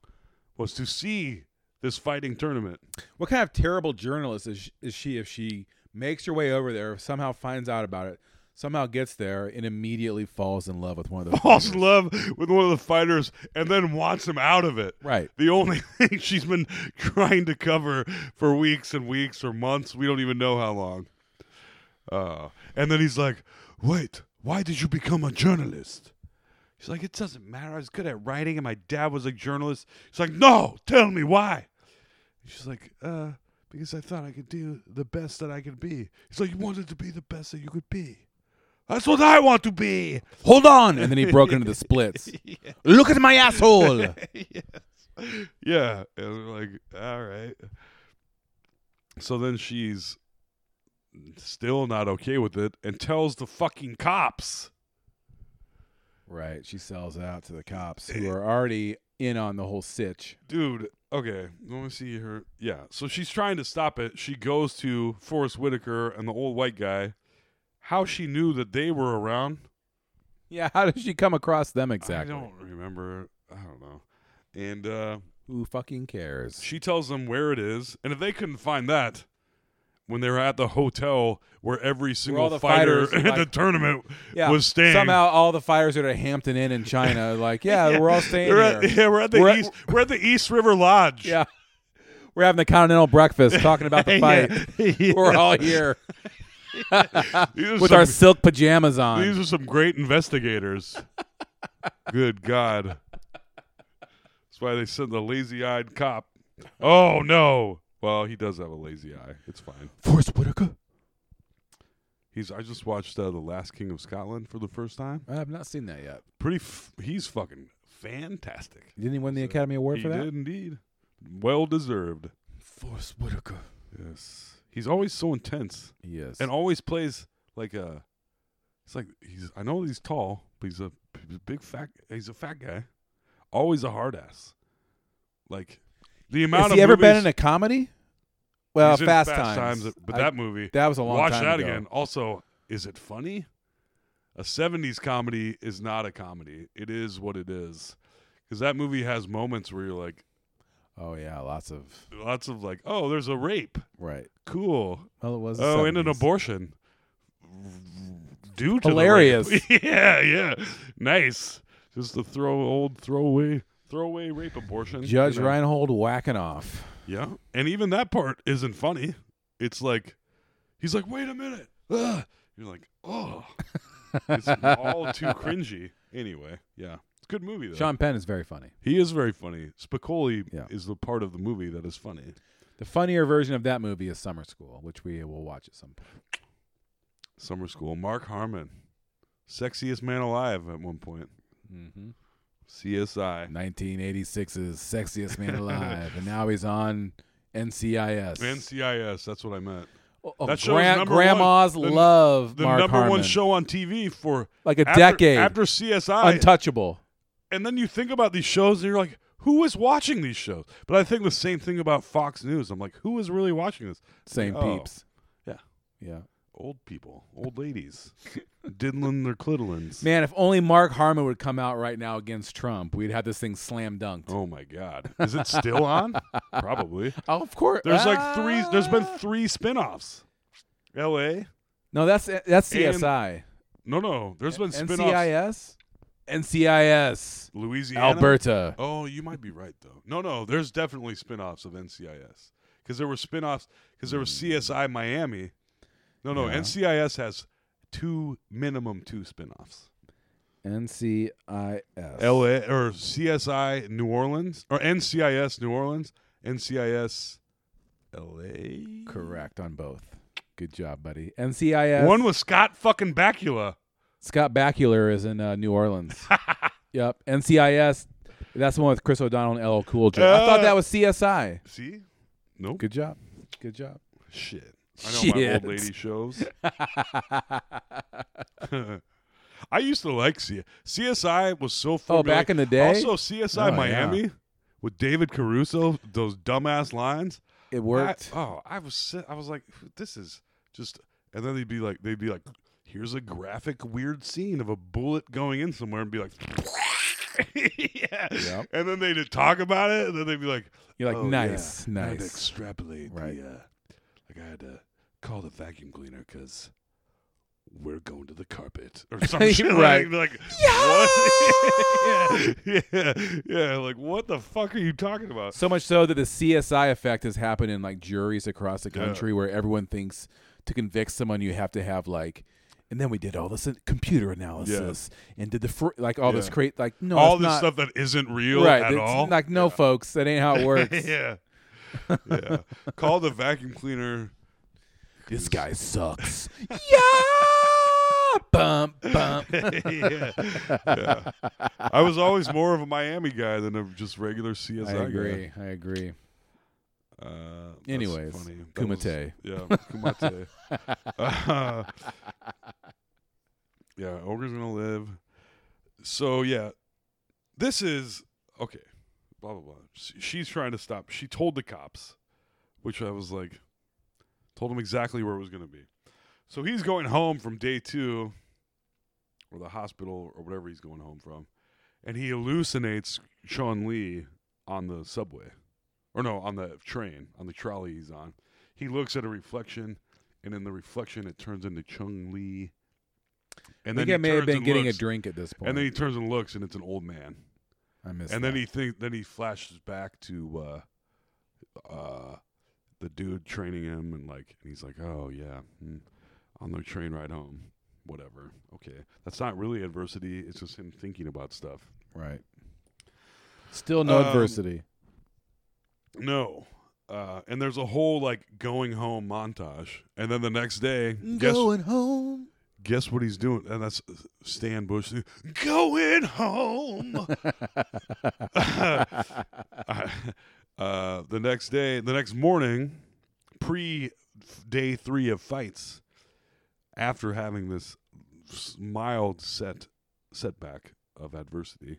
H: was to see this fighting tournament.
G: What kind of terrible journalist is she, is she if she makes her way over there, somehow finds out about it, somehow gets there, and immediately falls in love with one of the
H: Falls in love with one of the fighters and then wants him out of it.
G: Right.
H: The only *laughs* thing she's been trying to cover for weeks and weeks or months. We don't even know how long. Uh, and then he's like, Wait, why did you become a journalist? She's like, It doesn't matter. I was good at writing, and my dad was a journalist. She's like, No, tell me why. She's like, uh, because I thought I could do the best that I could be. He's like, you wanted to be the best that you could be. That's what I want to be.
G: Hold on, and then he broke into the
H: *laughs*
G: splits. Look at my asshole.
H: Yeah. And we're like, all right. So then she's still not okay with it and tells the fucking cops.
G: right, she sells out to the cops who are already in on the whole sitch.
H: Dude, okay, let me see her. Yeah. So she's trying to stop it. She goes to Forrest Whitaker and the old white guy. How she knew that they were around,
G: Yeah, how did she come across them exactly?
H: I don't remember. I don't know. And uh,
G: Who fucking cares?
H: she tells them where it is, and if they couldn't find that, when they were at the hotel where every single
G: all the
H: fighter
G: fighters,
H: in the
G: like-
H: tournament was staying.
G: Somehow all the fires are at Hampton Inn in China.
H: *laughs*
G: Like, yeah, we're all staying
H: They're at,
G: here.
H: *laughs* yeah, we're at the
G: We're at-
H: East. we're at the East River Lodge. *laughs*
G: Yeah. We're having the continental breakfast, talking about the fight.
H: *laughs*
G: We're all here
H: These are
G: with
H: some-
G: our silk pajamas on.
H: These are some great investigators. Good God. That's why they sent the lazy eyed cop. Oh, no. Well, he does have a lazy eye. It's fine.
G: Forrest Whitaker.
H: He's. I just watched uh, The Last King of Scotland for the first time.
G: I've not seen that yet.
H: Pretty. F- he's fucking fantastic.
G: Didn't he win the Academy Award
H: he
G: for that?
H: did indeed. Well deserved.
G: Forrest Whitaker.
H: Yes. He's always so intense
G: Yes.
H: and always plays like a. It's like he's. I know he's tall, but he's a, he's a big fat. He's a fat guy. Always a hard ass. Like the amount
G: Has
H: of
G: he ever been
H: movies-
G: in a comedy? Well,
H: he's in
G: Fast,
H: Times,
G: Times.
H: but
G: I-
H: that movie
G: that was a long
H: watch
G: time
H: that
G: ago.
H: again. Also, is it funny? A '70s comedy is not a comedy. It is what it is, because that movie has moments where you're like,
G: Oh yeah, lots of
H: lots of like, oh, there's a rape,
G: right.
H: cool.
G: Well, it was. the
H: Oh, and an
G: 70s.
H: abortion. Due to the rape. *laughs*
G: Hilarious.
H: yeah, yeah. Nice. Just the throw old throwaway throwaway rape abortion. you
G: Judge
H: know.
G: Reinhold whacking off.
H: Yeah. And even that part isn't funny. It's like he's like, wait a minute. Ugh. You're like,
G: *laughs*
H: oh. it's all too cringy. Anyway, yeah. It's a good movie though.
G: Sean Penn is very funny.
H: He is very funny. Spicoli
G: Yeah.
H: is the part of the movie that is funny.
G: The funnier version of that movie is Summer School, which we will watch at some point.
H: Summer school. Mark Harmon. Sexiest man alive at one point.
G: Mm-hmm. *laughs*
H: CSI.
G: 1986's
H: *laughs*
G: Sexiest Man Alive, and now he's on NCIS.
H: NCIS, that's what I meant.
G: of
H: That show's
G: gran-
H: number
G: Oh, grandma's
H: one, the-
G: love
H: the
G: Mark
H: number one
G: Harmon.
H: show on TV for
G: Like a
H: after-
G: decade.
H: after CSI.
G: untouchable.
H: and then you think about these shows and you're like, who is watching these shows? But I think the same thing about Fox News. I'm like, who is really watching this?
G: Same
H: Oh,
G: peeps.
H: Yeah.
G: Yeah.
H: Old people, old ladies, *laughs* diddling their clitolins.
G: Man, if only Mark Harmon would come out right now against Trump, we'd have this thing slam dunked.
H: Oh my God. Is it
G: *laughs*
H: still on? Probably.
G: Oh, of course.
H: There's like three, there's been
G: Ah.
H: three spinoffs. LA?
G: No, that's that's CSI.
H: No, no. There's been spinoffs.
G: NCIS. NCIS.
H: Louisiana.
G: Alberta.
H: Oh, you might be right though. No, no, there's definitely spin-offs of NCIS because there were spin-offs because there was
G: Mm.
H: CSI Miami. No, no, NCIS has two minimum two spin-offs.
G: NCIS.
H: LA or CSI New Orleans or NCIS New Orleans, NCIS LA.
G: Correct on both. Good job, buddy. NCIS.
H: One was Scott fucking Bakula.
G: Scott Bakula is in uh, New Orleans.
H: *laughs*
G: yep. NCIS. That's the one with Chris O'Donnell and LL Cool J. I thought
H: Uh.
G: that was CSI.
H: See? Nope.
G: Good job. Good job. *laughs*
H: Shit. I know my
G: Shit.
H: old lady shows. *laughs* I used to like C- CSI was so
G: Oh,
H: familiar.
G: back in the day?
H: Also CSI
G: Oh, yeah.
H: Miami with David Caruso, those dumbass lines.
G: It worked.
H: I, oh, I was si- I was like this is just and then they'd be like they'd be like here's a graphic weird scene of a bullet going in somewhere and be like *laughs* yeah.
G: Yep.
H: And then they'd talk about it and then they'd be like
G: You're like,
H: "Oh, yeah,
G: nice,
H: I had to
G: nice.
H: extrapolate
G: Right.
H: the uh, like I had to call the vacuum cleaner because we're going to the carpet
G: *laughs*
H: or something.
G: Right.
H: Like, like what? *laughs* yeah, yeah, yeah. Like what the fuck are you talking about?
G: So much so that the CSI effect has happened in like juries across the country where everyone thinks to convict someone you have to have like and then we did all this uh, computer analysis and did the fr- like all this
H: Yeah.
G: crate like no
H: all
G: it's
H: this
G: not-
H: stuff that isn't real
G: right
H: at
G: it's
H: all.
G: like no folks that ain't
H: *laughs*
G: how it works
H: yeah. yeah. Call the vacuum cleaner. *laughs*
G: this guy sucks yeah bump bump
H: yeah. yeah. I was always more of a Miami guy than a just regular CSI
G: I agree I agree
H: guy. Uh, that's
G: Anyways,
H: funny. That
G: Kumite.
H: was- yeah, Kumite.
G: *laughs*
H: Uh, *laughs* yeah, Ogre's gonna live. So yeah, this is okay. Blah blah blah. She- She's trying to stop. She told the cops, which I was like, told him exactly where it was gonna be. So he's going home from day two, or the hospital, or whatever he's going home from, and he hallucinates Sean Lee on the subway, or no, on the train, on the trolley he's on. He looks at a reflection, and in the reflection, it turns into Chung Lee.
G: I
H: And
G: think
H: he
G: I may have
H: turns
G: been
H: and
G: getting
H: looks,
G: a drink at this point
H: And then he turns and looks, and it's an old man.
G: I missed
H: And then
G: that.
H: he think then he flashes back to uh, uh, the dude training him, and like and he's like, oh yeah, mm, on the train ride home, whatever. Okay, that's not really adversity. It's just him thinking about stuff.
G: right still no
H: Um,
G: adversity
H: No. Uh, and there's a whole like going home montage, and then the next day, guess
G: home
H: guess what he's doing? And that's Stan Bush
G: *laughs*
H: going home. *laughs* uh, the next day, the next morning, pre day three of fights, after having this mild set setback of adversity,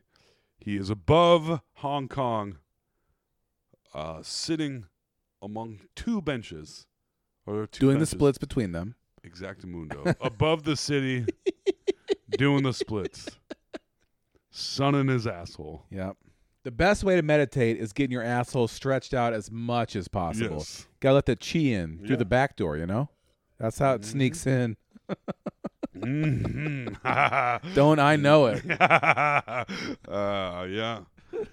H: he is above Hong Kong, uh, sitting among two benches, or two
G: doing the
H: benches.
G: splits between them
H: Exactamundo. Above the city, doing the splits. Sun in his asshole.
G: Yep. The best way to meditate is getting your asshole stretched out as much as possible.
H: Yes.
G: Gotta let the chi in
H: Yeah. Mm-hmm.
G: through the back door, you know? That's how it sneaks in.
H: *laughs* Mhm. uh,
G: Don't I know
H: *laughs*
G: it?
H: yeah,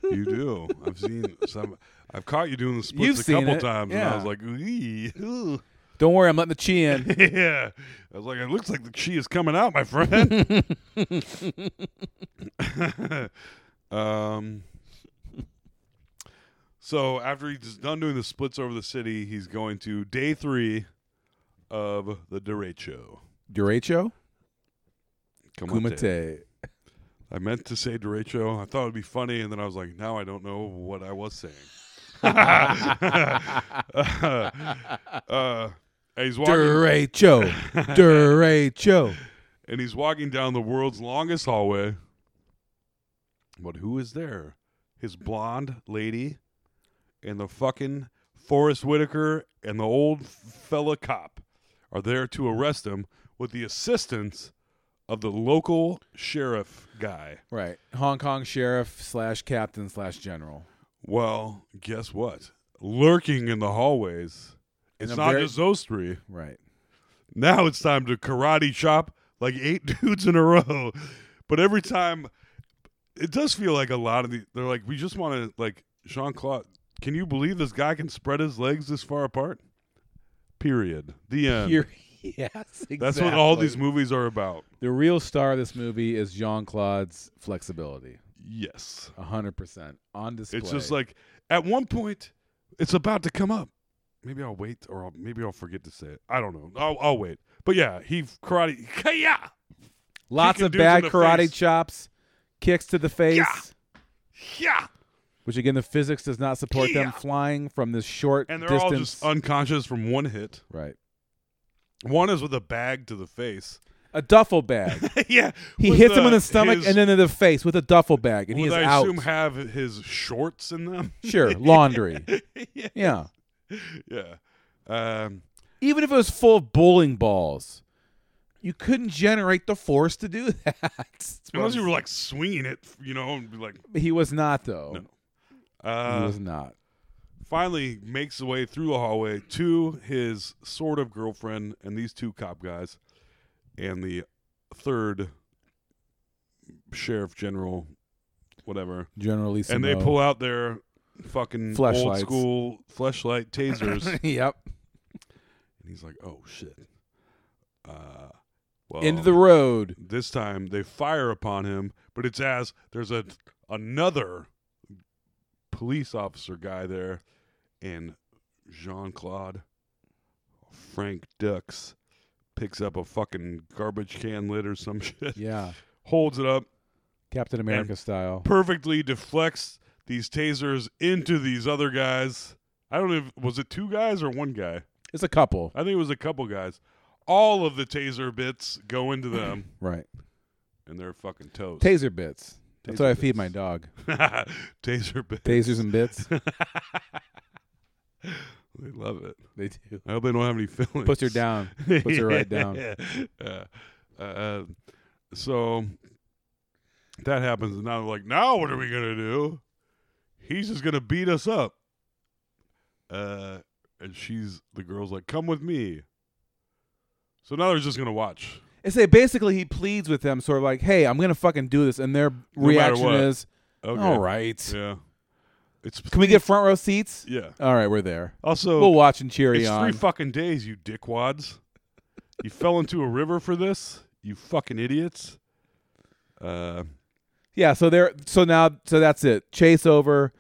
H: you do. I've seen some. I've caught you doing the splits
G: You've
H: a
G: seen
H: couple
G: it,
H: times, and I
G: yeah.
H: was like, "Ee, ooh."
G: Don't worry, I'm letting the chi in.
H: *laughs* yeah. I was like, it looks like the chi is coming out, my friend. *laughs* um, so after he's done doing the splits over the city, he's going to day three of the derecho.
G: Derecho?
H: Kumite.
G: Kumite.
H: I meant to say derecho. I thought it would be funny, and then I was like, now I don't know *laughs* what I was saying. uh, And he's walking *laughs*
G: Derecho. Derecho.
H: and he's walking down the world's longest hallway. But who is there? His blonde lady and the fucking Forrest Whitaker and the old fella cop are there to arrest him with the assistance of the local sheriff guy.
G: Right. Hong Kong sheriff slash captain slash general.
H: Well, guess what? Lurking in the hallways, it's
G: a
H: not
G: very-
H: just those three. *laughs*
G: Right.
H: Now it's time to karate chop like eight *laughs* dudes in a row. But every time, it does feel like a lot of the. They're like, we just want to like Jean Claude. Can you believe this guy can spread his legs this far apart? Period.
G: *laughs*
H: The end.
G: Here, yes. Exactly.
H: That's what all these movies are about.
G: The real star of this movie is Jean Claude's flexibility.
H: Yes.
G: hundred percent on display.
H: It's just like at one point, it's about to come up. Maybe I'll wait, or I'll, maybe I'll forget to say it. I don't know. I'll, I'll wait. But yeah, he karate. *laughs* Yeah.
G: lots
H: kicking
G: of
H: dudes in
G: bad
H: the
G: karate
H: face.
G: chops, kicks to the face,
H: Yeah.
G: which again the physics does not support
H: Yeah.
G: them flying from this short
H: And they're
G: distance.
H: all just unconscious from one hit.
G: right,
H: One is with a bag to the face.
G: a duffel bag.
H: *laughs* yeah.
G: He
H: with,
G: hits him
H: uh,
G: in the stomach
H: his-
G: and then in the face with a duffel bag, and he
H: would
G: is
H: I
G: out.
H: assume have his shorts in them.
G: *laughs*
H: *laughs*
G: sure, laundry.
H: yeah.
G: yeah,
H: Yeah. Um,
G: even if it was full of bowling balls, you couldn't generate the force to do *laughs* that. That's what
H: unless
G: I'm
H: you were like swinging it, you know, and be like,
G: saying. he was not though. he
H: uh,
G: was not.
H: finally makes the way through the hallway to his sort of girlfriend and these two cop guys and the third sheriff general, whatever.
G: Generally,
H: and they
G: *laughs*
H: pull out their fucking old
G: Fleshlights.
H: school fleshlight tasers. *laughs* and
G: yep
H: he's like, "Oh shit!" Uh, well,
G: into the road.
H: this time they fire upon him, but it's as there's a another police officer guy there, and Jean Claude Frank Dux picks up a fucking garbage can lid or some *laughs* shit,
G: Yeah,
H: holds it up,
G: Captain America style.
H: perfectly deflects these tasers into these other guys. I don't know if was it two guys or one guy?
G: It's a couple,
H: I think it was a couple guys. All of the taser bits go
G: *clears throat*
H: into them
G: right?
H: and they're fucking toast.
G: Taser bits. That's
H: Taser
G: what I feed
H: bits.
G: my
H: *laughs*
G: dog.
H: taser bits.
G: Tasers and bits.
H: They love it.
G: *laughs* they do.
H: I hope they don't have any feelings.
G: Puts her
H: *laughs*
G: down. Puts her right down.
H: Yeah. Uh, uh, so that happens, and now they're like, now what are we gonna do? He's just gonna beat us up. Uh, and she's the girl's like, come with me. So now they're just gonna watch.
G: And say basically he pleads with them, sort of like, "Hey, I'm gonna fucking do this," and their
H: matter
G: reaction
H: what.
G: is,
H: Okay.
G: "All right,
H: Yeah. It's
G: can we get front row seats?"
H: yeah.
G: All right, we're there.
H: Also,
G: we'll watch and cheer
H: it's
G: you
H: three
G: on.
H: fucking days, you dickwads. you fell into a river for this, you fucking idiots. Uh,
G: yeah. So they're so now so that's it. Chase over.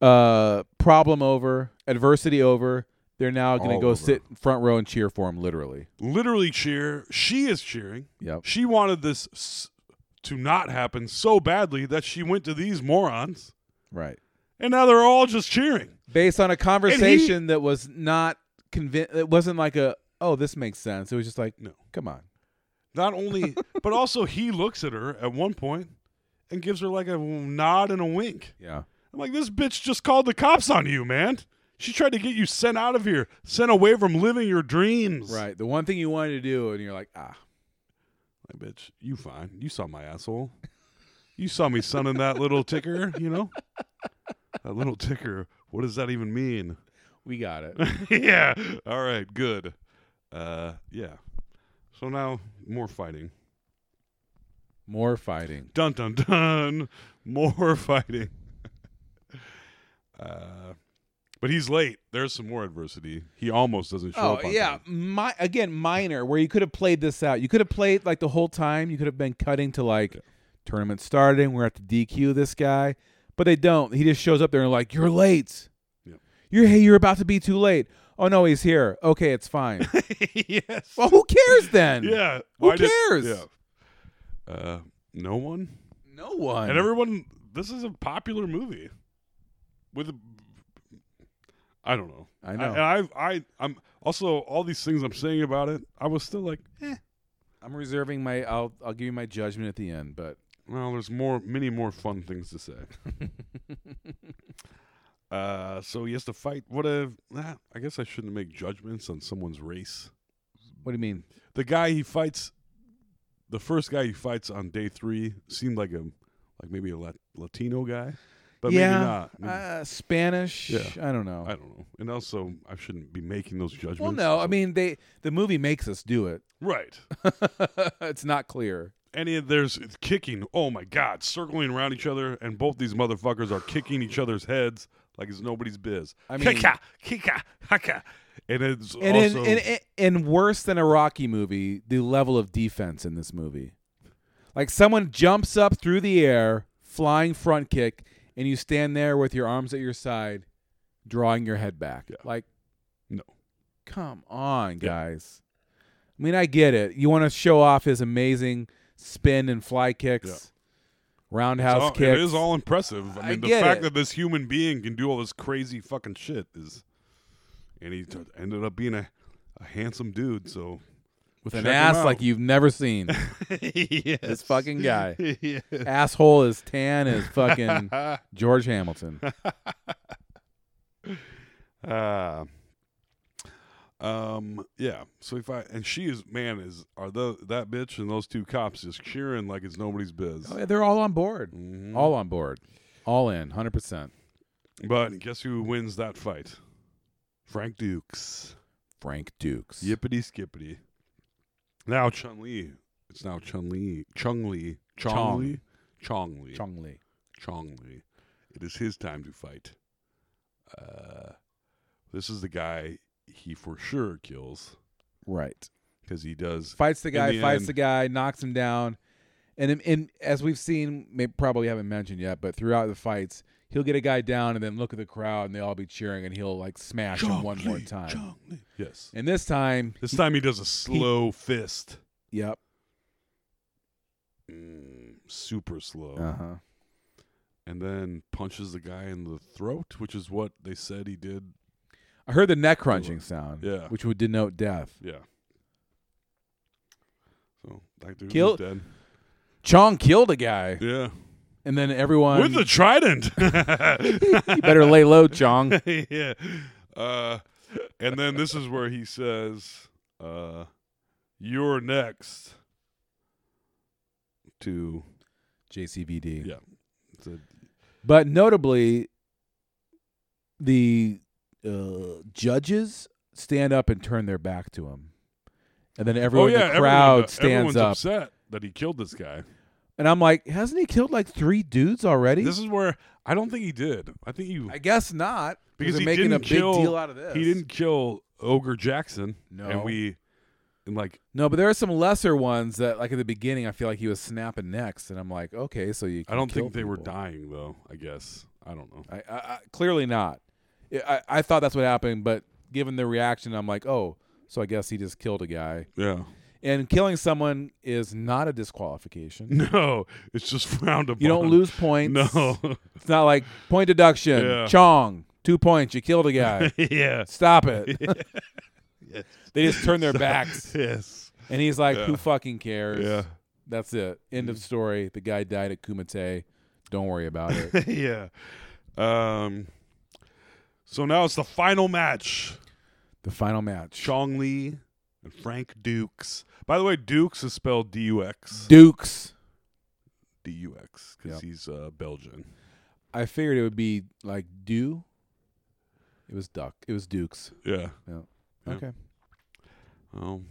G: Uh, problem over. Adversity over. They're now gonna
H: All
G: go
H: over.
G: sit front row and cheer for him, literally.
H: literally cheer. She is cheering.
G: Yep.
H: She wanted this s- to not happen so badly that she went to these morons,
G: Right.
H: and now they're all just cheering.
G: based on a conversation that was not convinced. It wasn't like a oh this makes sense. It was just like
H: No.
G: come on. *laughs*
H: Not only, but also he looks at her at one point and gives her like a nod and a wink.
G: Yeah.
H: I'm like, this bitch just called the cops on you, man. She tried to get you sent out of here, sent away from living your dreams.
G: Right. The one thing you wanted to do, and you're like ah
H: Like, bitch, you fine. You saw my asshole. You saw me sunning that little ticker, you know? That little ticker. What does that even mean? *laughs*
G: we got *laughs* it.
H: yeah. All right, good. Uh yeah. So now more fighting.
G: More fighting.
H: Dun dun dun. *laughs* More fighting. *laughs* uh but he's late. There's some more adversity. He almost doesn't show
G: Oh
H: up on
G: yeah,
H: time.
G: my again minor where you could have played this out. You could have played like the whole time. You could have been cutting to like tournament starting. We're at the DQ this guy, but they don't. He just shows up there and like you're late.
H: Yep.
G: You're hey, you're about to be too late. Oh no, he's here. Okay, it's *laughs* fine.
H: yes.
G: well, who cares then?
H: Yeah.
G: Who
H: Why did-
G: cares?
H: yeah. Uh no one?
G: No one.
H: And everyone, this is a popular movie. With, a- I don't know.
G: I know.
H: I, and I, I, I'm also all these things I'm saying about it. I was still like, eh.
G: I'm reserving my. I'll I'll give you my judgment at the end, but
H: Well, there's more, many more fun things
G: *laughs*
H: to say. uh, so he has to fight. What a. ah, I guess I shouldn't make judgments on someone's race.
G: what do you mean?
H: The guy he fights, the first guy he fights on day three seemed like a, like maybe a Lat- Latino guy, but maybe not. Maybe-
G: Uh, Spanish.
H: Yeah.
G: I don't know.
H: I don't know. And also, I shouldn't be making those judgments.
G: well, no. I
H: so-
G: mean, they the movie makes us do it. *laughs*
H: right.
G: it's not clear.
H: Any of there's it's kicking. Oh my God, circling around each other, and both these motherfuckers are kicking each other's heads like it's nobody's biz.
G: I mean-
H: kika, kika, haka, and it's
G: And in,
H: also
G: in, in, in worse than a Rocky movie, the level of defense in this movie, like someone jumps up through the air, flying front kick, and you stand there with your arms at your side, drawing your head back.
H: Yeah.
G: Like,
H: no.
G: come on, guys. I mean, I get it. You want to show off his amazing spin and fly kicks, roundhouse
H: It's all-
G: kicks.
H: It is all impressive. I
G: I
H: mean, the
G: get
H: fact
G: it.
H: that this human being can do all this crazy fucking shit is, and he t- ended up being a, a handsome dude. So
G: with an
H: Check him
G: ass
H: out.
G: like you've never
H: *laughs*
G: seen. This fucking guy. Asshole is tan as
H: *laughs*
G: fucking George Hamilton.
H: Uh, um. Yeah. So if I and she is man is are the that bitch and those two cops just cheering like it's nobody's biz.
G: Oh, yeah, they're all on board.
H: Mhm.
G: All on board. All in, 100%.
H: But guess who wins that fight? Frank Dukes.
G: Frank Dukes.
H: Yippity skippity. Now Chun Li. It's now Chun Li. Chung Li. Chong
G: Chong.
H: Li. Chong Li.
G: Chong Li.
H: Chong Li. It is his time to fight. Uh, this is the guy he for sure kills
G: Right.
H: because he does
G: Fights the
H: in
G: guy,
H: the
G: fights
H: end-
G: the guy, knocks him down. And, in- in as we've seen, may, probably haven't mentioned yet, but throughout the fights, he'll get a guy down and then look at the crowd and they'll all be cheering and he'll like smash him one more time.
H: Yes.
G: And this time,
H: This time he does a slow fist.
G: yep.
H: Super slow.
G: Uh huh.
H: And then punches the guy in the throat, which is what they said he did.
G: I heard the neck crunching sound,
H: Yeah.
G: which would denote death.
H: Yeah. So that dude
G: Kill-
H: was dead.
G: Chong killed a guy,
H: Yeah.
G: and then everyone
H: With the trident. *laughs*
G: you better lay low, Chong.
H: yeah. Uh, and then this is where he says, uh, you're next *laughs* to
G: JCVD.
H: yeah. To-
G: But notably, the uh, judges stand up and turn their back to him, and then Oh, everyone, in the crowd
H: Oh, everyone-
G: stands
H: everyone's
G: up.
H: upset that he killed this guy.
G: And I'm like, hasn't he killed like three dudes already?
H: This is where I don't think he did. I think you
G: I guess not.
H: because
G: they're
H: he
G: making
H: didn't
G: a big
H: kill,
G: deal out of this.
H: He didn't kill Ogre Jackson.
G: No.
H: and we and like
G: No, but there are some lesser ones that, like at the beginning, I feel like he was snapping necks, and I'm like, okay, so you.
H: I don't
G: can
H: think
G: kill
H: they were
G: people.
H: dying though. I guess I don't know.
G: I, I, I clearly not. I, I I thought that's what happened, but given the reaction, I'm like, oh, so I guess he just killed a guy.
H: Yeah, *laughs*
G: And killing someone is not a
H: *laughs*
G: disqualification.
H: no, it's just frowned upon.
G: You don't lose points.
H: No,
G: It's not like point deduction.
H: Yeah.
G: Chong, two points. You
H: *laughs*
G: killed a guy.
H: *laughs* yeah,
G: Stop it. *laughs* They just turn
H: *laughs*
G: their backs,
H: yes,
G: and he's like, "Who fucking cares?"
H: yeah, Mm.
G: That's it. End of story. The guy died at Kumite. Don't worry about
H: *laughs*
G: it.
H: *laughs* yeah. Um, so now it's the final match.
G: the final match.
H: Chong Lee and Frank Dukes. By the way, Dukes is spelled D U X.
G: Dukes.
H: D U X because
G: Yep.
H: he's uh, Belgian.
G: I figured it would be like do. It was duck. It was Dukes.
H: Yeah.
G: Yeah.
H: Yeah.
G: Okay.
H: Um,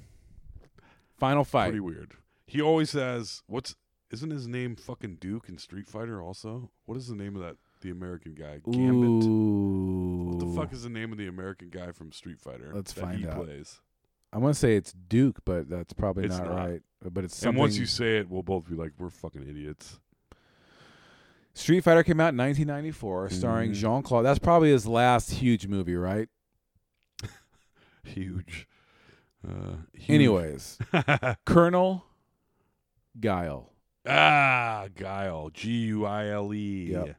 G: Final fight.
H: pretty weird. He always says, "What's isn't his name fucking Duke in Street Fighter? Also, what is the name of that the American guy? Gambit.
G: Ooh.
H: What the fuck is the name of the American guy from Street Fighter?
G: Let's
H: that
G: find
H: he
G: out.
H: Plays?
G: I'm gonna say it's Duke, but that's probably
H: It's
G: not,
H: not.
G: right. Uh, But it's something.
H: And once you say it, we'll both be like, "We're fucking idiots." *laughs*
G: Street Fighter came out in 1994, starring
H: Mhm.
G: Jean Claude. That's probably his last huge movie, right?
H: Huge. Uh, huge.
G: Anyways, Colonel Guile,
H: *laughs* ah, Guile. G U I L E.
G: Yep.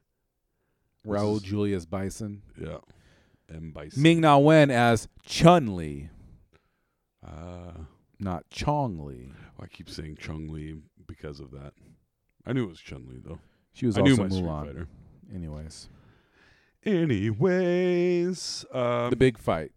G: Raul
H: is-
G: Julius Bison,
H: Yeah. M by C.
G: Ming Na Wen as Chun Li,
H: Uh,
G: not Chong Li.
H: I keep saying Chung Li because of that. I knew it was Chun Li though.
G: She was
H: I
G: also
H: knew my Street
G: Mulan.
H: Fighter.
G: Anyways,
H: Anyways, um,
G: the big fight.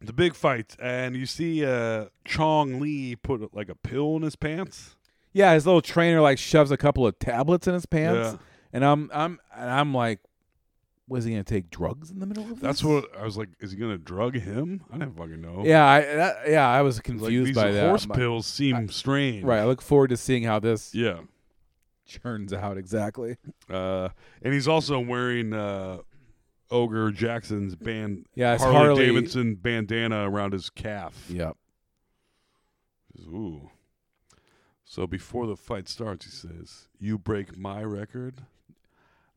H: the big fight, and you see uh, Chong Li put like a pill in his pants.
G: Yeah, his little trainer like shoves a couple of tablets in his pants,
H: Yeah.
G: and I'm I'm and I'm like, was he gonna take drugs in the middle of
H: That's
G: this?
H: what I was like. Is he gonna drug him? I don't fucking know.
G: Yeah, I that, yeah I was
H: Like,
G: confused
H: these
G: by that.
H: horse
G: I'm like-
H: pills seem strange.
G: Right, I look forward to seeing how this *laughs*
H: Yeah.
G: turns out exactly.
H: Uh, and he's also wearing uh, Ogre Jackson's band,
G: Yeah, it's
H: Harley,
G: Harley-
H: Davidson bandana around his calf.
G: Yep.
H: Ooh. So before the fight starts, he says, "You break my record,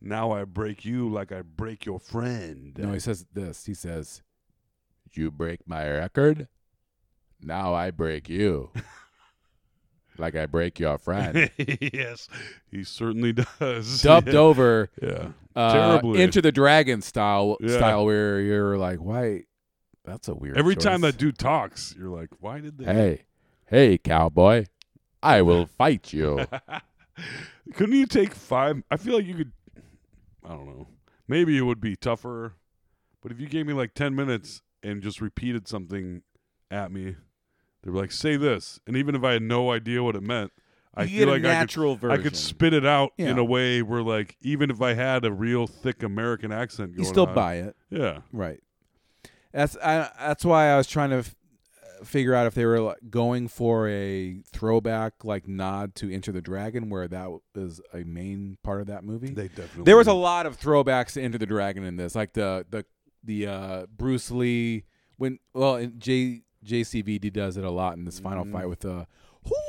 H: now I break you like I break your friend."
G: No, he says this. He says, "You break my record. Now I break
H: *laughs*
G: you, like I break your friend."
H: yes, he certainly does. *laughs*
G: Dubbed over,
H: Yeah.
G: uh,
H: Terribly.
G: Enter the Dragon style
H: Yeah.
G: style, where you're like, "Why? That's a weird."
H: Every time
G: choice."
H: that dude talks, you're like, "Why did they?"
G: hey, hey, cowboy, I
H: *laughs*
G: will fight you.
H: Couldn't you take five? I feel like you could. I don't know. Maybe it would be tougher, but if you gave me like ten minutes and just repeated something at me, they were like, "Say this," and even if I had no idea what it meant, I
G: You
H: feel
G: get a
H: like I
G: natural
H: could, I
G: version.
H: could spit it out in
G: Yeah.
H: a way where, like, even if I had a real thick American accent,
G: you
H: going
G: still
H: on,
G: buy it,
H: Yeah,
G: right? That's I, that's why I was trying to. F- uh, figure out if they were like, going for a throwback like nod to Enter the Dragon where that was a main part of that movie.
H: definitely.
G: There was a lot of throwbacks to Enter the Dragon in this, like the the the uh, Bruce Lee when well and J JCVD does it a lot in this final fight with the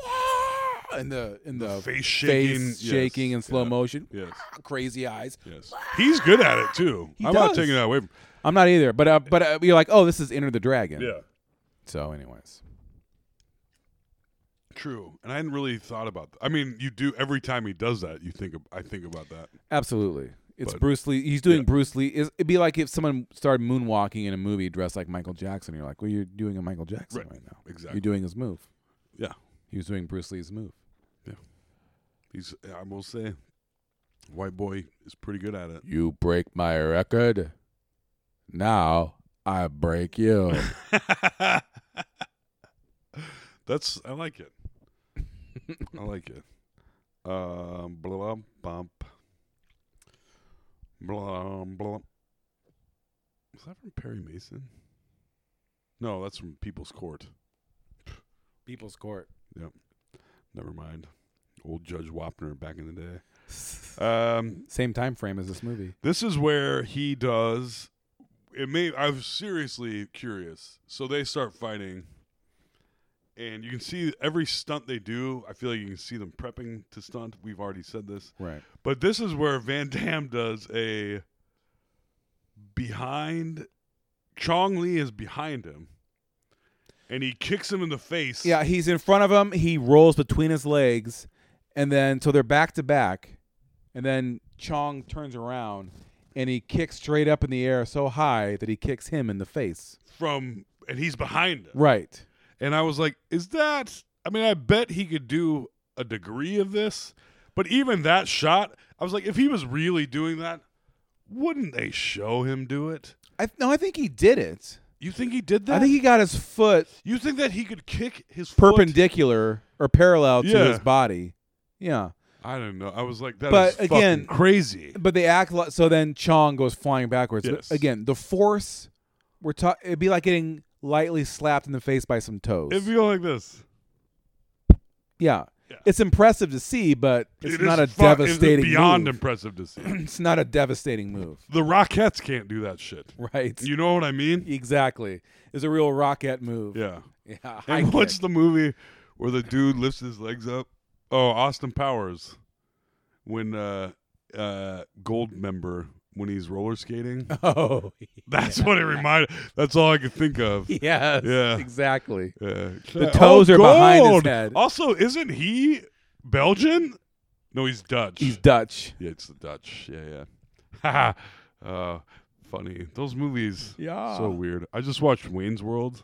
G: "Hoo-ah!" and the and the,
H: Mm-hmm. The face shaking, yes.
G: shaking in slow
H: Yeah.
G: motion,
H: Yes.
G: crazy eyes.
H: Yes, he's good at it too.
G: He
H: I'm not
G: does.
H: taking that away. From,
G: I'm not either, but uh, but uh, you're like, oh, this is Enter the Dragon.
H: yeah.
G: So, anyways,
H: True, and I hadn't really thought about. I mean, you do every time he does that. You think ab- I think about that.
G: absolutely. It's
H: But-
G: Bruce Lee. He's doing
H: yeah.
G: Bruce Lee. Is it'd be like if someone started moonwalking in a movie dressed like Michael Jackson. You're like, well, you're doing a Michael Jackson
H: Right.
G: right, now.
H: Exactly.
G: You're doing his move.
H: Yeah,
G: He was doing Bruce Lee's move.
H: he's. I will say, white boy is pretty good at it.
G: You break my record. Now I break you.
H: That's. I like it. I like it. Um, blah bump. Blah blah. Is that from Perry Mason? No, that's from People's Court.
G: *laughs* People's Court.
H: Never mind. Old Judge Wapner back in the day. Um,
G: Same time frame as this movie.
H: this is where he does. It may. I'm seriously curious. So they start fighting, and you can see every stunt they do. I feel like you can see them prepping to stunt. We've already said this,
G: Right.
H: but this is where Van Damme does a behind. Chong Li is behind him, and he kicks him in the face.
G: Yeah, he's in front of him. He rolls between his legs, and then so they're back to back, and then Chong turns around, and he kicks straight up in the air so high that he kicks him in the face.
H: from, and he's behind him.
G: Right.
H: And I was like, is that? I mean, I bet he could do a degree of this, but even that shot, I was like, if he was really doing that, wouldn't they show him do it?
G: I no, I think he did it.
H: You think he did that?
G: I think he got his foot
H: you think that he could kick his foot?
G: perpendicular or parallel to
H: Yeah.
G: his body. Yeah.
H: I don't know. I was like, that is
G: But
H: fucking
G: again-
H: crazy.
G: But they act like so. Then Chong goes flying backwards. But
H: Yes.
G: Again, the force we're talking. It'd be like getting lightly slapped in the face by some toes.
H: It'd be like this.
G: yeah.
H: Yeah.
G: it's impressive to see, but it's
H: It
G: not
H: is
G: a
H: fu- it is
G: devastating.
H: beyond
G: move.
H: impressive to see.
G: It's not a devastating move, *laughs*
H: the Rockettes can't do that shit.
G: right?
H: You know what I mean?
G: exactly. It's a real rocket move.
H: Yeah.
G: Yeah. *laughs* high
H: And what's
G: kick.
H: the movie where the dude lifts his legs up? Oh, Austin Powers. When uh uh Gold Member when he's roller skating.
G: oh?
H: *laughs* That's what it reminded that's all I could
G: *laughs*
H: think of. Yeah.
G: Yes.
H: Yeah.
G: Exactly.
H: The
G: toes are behind his head.
H: Also, isn't he Belgian? No, he's Dutch.
G: He's Dutch.
H: yeah, it's the Dutch. Yeah, yeah. uh funny. Those movies,
G: Yeah.
H: so weird. I just watched Wayne's World,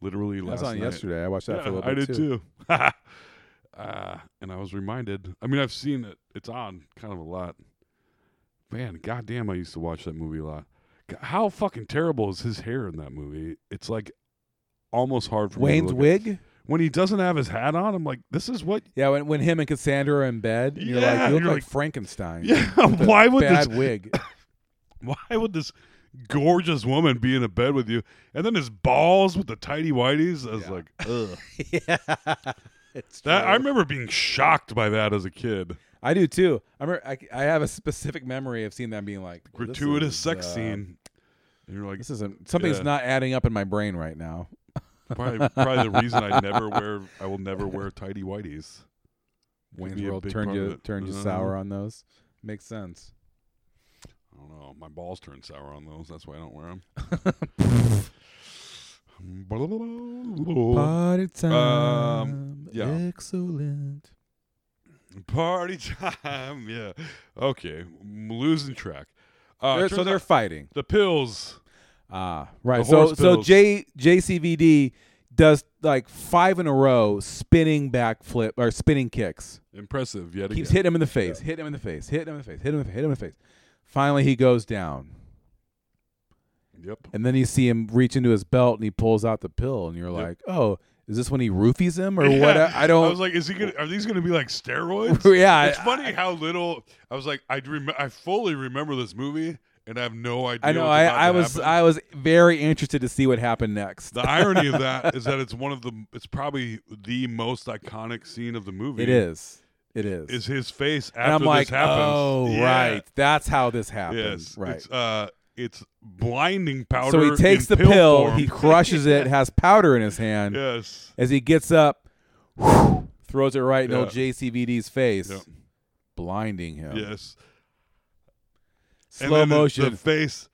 H: literally
G: That's
H: last
G: on
H: night.
G: yesterday. I watched that for a
H: Yeah,
G: little
H: I
G: bit
H: did too. *laughs* uh, and I was reminded. I mean, I've seen it. It's on kind of a lot. Man, goddamn, I used to watch that movie a lot. G- How fucking terrible is his hair in that movie? It's like almost hard for me
G: Wayne's
H: to look at.
G: wig.
H: When he doesn't have his hat on, I'm like, this is
G: *laughs*
H: what.
G: Yeah, when, when him and Cassandra are in bed, and you're
H: Yeah,
G: like, you look
H: you're
G: like,
H: like-
G: Frankenstein.
H: Yeah, *laughs*
G: with a
H: why would this?
G: bad wig?
H: *laughs* Why would this gorgeous woman be in a bed with you? And then his balls with the tidy whities. I was like, ugh.
G: It's
H: That I
G: true.
H: remember being shocked by that as a kid.
G: I do too. I remember. I, I have a specific memory of seeing that being like this
H: Gratuitous
G: is,
H: sex
G: uh,
H: scene. And
G: *laughs*
H: you're like,
G: This isn't something's
H: Yeah.
G: not adding up in my brain right now.
H: probably, probably the reason I never wear, I will never wear tidy whities. Could
G: Wayne's
H: be a
G: World
H: big
G: turned
H: part of
G: you
H: it.
G: turned you
H: Uh-huh.
G: sour on those. Makes sense.
H: I don't know. My balls turn sour on those. That's why I don't wear them.
G: *laughs* Party
H: time, um, yeah.
G: Excellent.
H: Party time. *laughs* Yeah. Okay. I'm losing track. Uh,
G: so
H: turns
G: they're
H: out
G: fighting.
H: the pills.
G: Ah, right.
H: The
G: So
H: horse
G: so
H: pills.
G: J JCVD does like five in a row spinning backflip or spinning kicks.
H: Impressive yet
G: Keeps
H: again.
G: hitting him in the face. Hit him in the face. Hit him in the face. Hit him. in the- Hit him in the face. Finally, he goes down,
H: Yep.
G: and then you see him reach into his belt and he pulls out the pill, and you're like, "Oh, is this when he roofies him or what?" uh,
H: Yeah.
G: I, I don't.
H: I was like, is he gonna? Are these gonna be like steroids?
G: *laughs* Yeah,
H: It's
G: I-
H: funny how little. I was like, I rem- I fully remember this movie, and I have no idea.
G: I know.
H: what's
G: I,
H: about
G: I
H: to
G: was.
H: happen.
G: I was very interested to see what happened next.
H: the irony of
G: *laughs*
H: that is that it's one of the. It's probably the most iconic scene of the movie.
G: It is. It is.
H: Is his face after
G: and I'm like,
H: this happens?
G: "Oh,
H: Yeah.
G: right. That's how this happened.
H: Yes.
G: Right.
H: It's, uh, it's blinding powder.
G: So he takes
H: in
G: the pill,
H: form.
G: he crushes it, has powder in his hand.
H: *laughs* yes.
G: As he gets up, throws it right in old
H: Yeah.
G: JCVD's face,
H: Yep.
G: blinding him.
H: Yes. And
G: Slow
H: then the-
G: motion,
H: The face.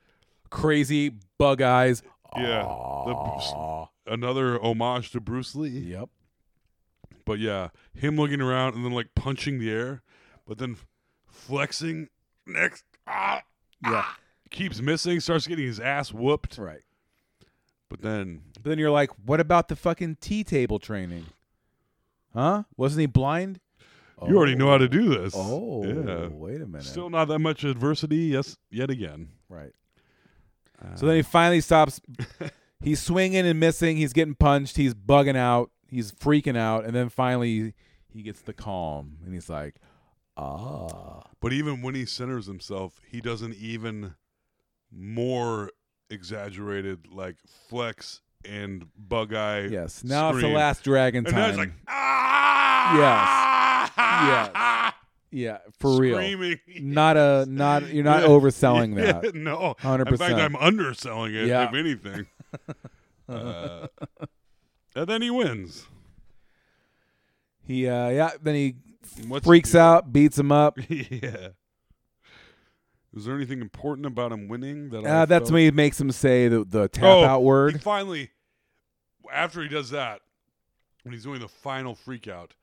G: crazy bug eyes.
H: Yeah. The Bruce- another homage to Bruce Lee.
G: Yep.
H: But yeah, him looking around and then like punching the air, but then flexing next. Ah,
G: Yeah.
H: keeps missing, starts getting his ass whooped.
G: Right.
H: But then,
G: But then you're like, what about the fucking tea table training? Huh? Wasn't he blind?
H: you already know how to do this.
G: Oh,
H: yeah.
G: wait a minute.
H: Still not that much adversity, yes, yet again.
G: Right. so then he finally
H: *laughs*
G: stops. he's swinging and missing. He's getting punched. He's bugging out. He's freaking out. And then finally, he gets the calm and he's like, ah.
H: But even when he centers himself, he doesn't even more exaggerated like flex and bug eye.
G: Yes. Now it's
H: scream.
G: the last dragon
H: And
G: time.
H: now it's like, ah! *laughs*
G: Yes. yeah, for real.
H: Screaming.
G: Not a not. You're not
H: *laughs* Yeah.
G: overselling
H: Yeah,
G: that.
H: no.
G: 100%.
H: In fact, I'm underselling it,
G: Yeah. *laughs*
H: if anything. Uh, and then he wins.
G: He uh yeah. Then he
H: What's
G: freaks out, beats him up.
H: *laughs* yeah. Is there anything important about him winning? That I
G: Uh, that's
H: felt?
G: when he makes him say the the tap
H: Oh,
G: out
H: He
G: word.
H: *laughs* finally, after he does that, when he's doing the final freak out,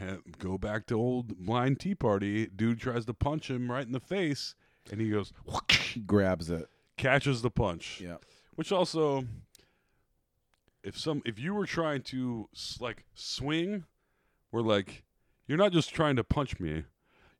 H: ha- go back to old blind tea party. Dude tries to punch him right in the face, and he goes,
G: grabs it.
H: catches the punch.
G: Yeah.
H: Which also, if some, if you were trying to s- like swing, or like, you're not just trying to punch me.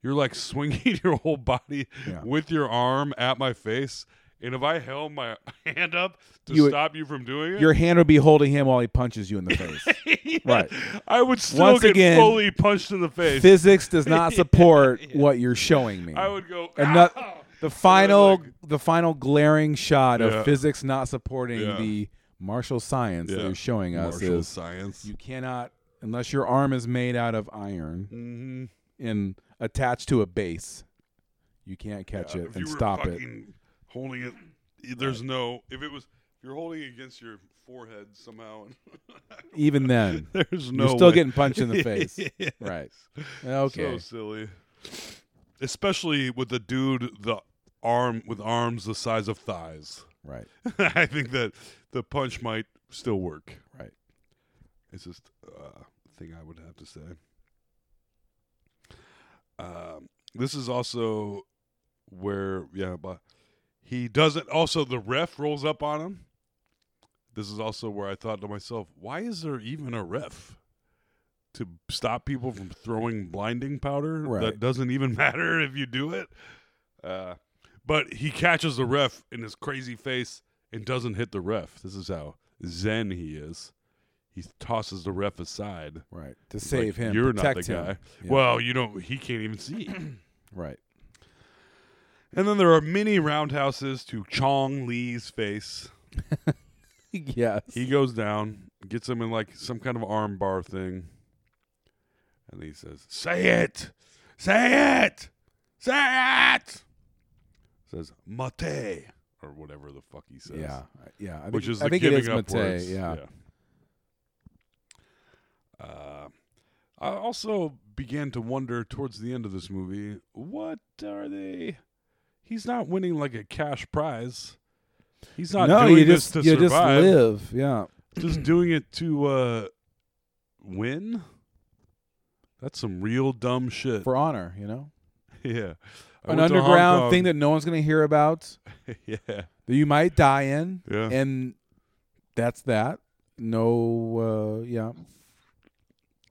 H: You're like *laughs* swinging your whole body
G: Yeah.
H: with your arm at my face, and if I held my *laughs* hand up to
G: You would-
H: stop you from doing it, *laughs*
G: Your hand would be holding him while he punches you in the face. Right.
H: I would still
G: Once
H: get
G: again,
H: fully punched in the face.
G: physics does not support what you're showing me.
H: I would go.
G: and not-
H: "Ow!"
G: the final
H: like-
G: the final glaring shot
H: Yeah.
G: of physics not supporting
H: Yeah.
G: the martial science that
H: Yeah.
G: you're showing us
H: Martial
G: is
H: science.
G: you cannot unless your arm is made out of iron
H: Mm-hmm.
G: and attached to a base, you can't catch it
H: if
G: and
H: you were
G: stop it.
H: fucking Holding it, i- there's no. If it was, if you're holding it against your forehead somehow. *laughs*
G: Even then,
H: there's
G: you're still getting
H: *laughs*
G: punched in the face. Right. Okay.
H: So silly. Especially with the dude, the arm with arms the size of thighs. *laughs*
G: right.
H: I think that the punch might still work.
G: Right.
H: It's just uh, a thing I would have to say. Um, this is also where, yeah, but He doesn't. Also, the ref rolls up on him. This is also where I thought to myself, why is there even a ref to stop people from throwing blinding powder
G: Right.
H: that doesn't even *laughs* matter if you do it? Uh, but he catches the ref in his crazy face and doesn't hit the ref. This is how zen he is. He tosses the ref aside.
G: Right. To save
H: Like,
G: him.
H: You're not
G: protect
H: the
G: him.
H: guy.
G: Yeah,
H: Well, you don't. He can't even see. *laughs*
G: right.
H: and then there are mini roundhouses to Chong Lee's face.
G: yes.
H: He goes down, gets him in like some kind of arm bar thing, and he says, "Say it, say it, say it." Says mate or whatever the fuck he says.
G: yeah. I- Yeah. I think,
H: which is
G: I
H: the
G: think it
H: giving
G: is
H: up
G: Mate.
H: words.
G: Yeah.
H: Yeah. Uh, I also began to wonder towards the end of this movie, what are they? He's not winning like a cash prize. He's not
G: no,
H: doing
G: you
H: this
G: just
H: to
G: you
H: survive.
G: just live. Yeah.
H: *clears throat* Just doing it to uh, win. That's some real dumb shit.
G: For honor, you know?
H: *laughs* yeah, I
G: An
H: went to Hong
G: underground thing
H: Kong.
G: that no one's gonna hear about
H: *laughs* yeah,
G: that you might die in.
H: Yeah.
G: And that's that. No uh yeah.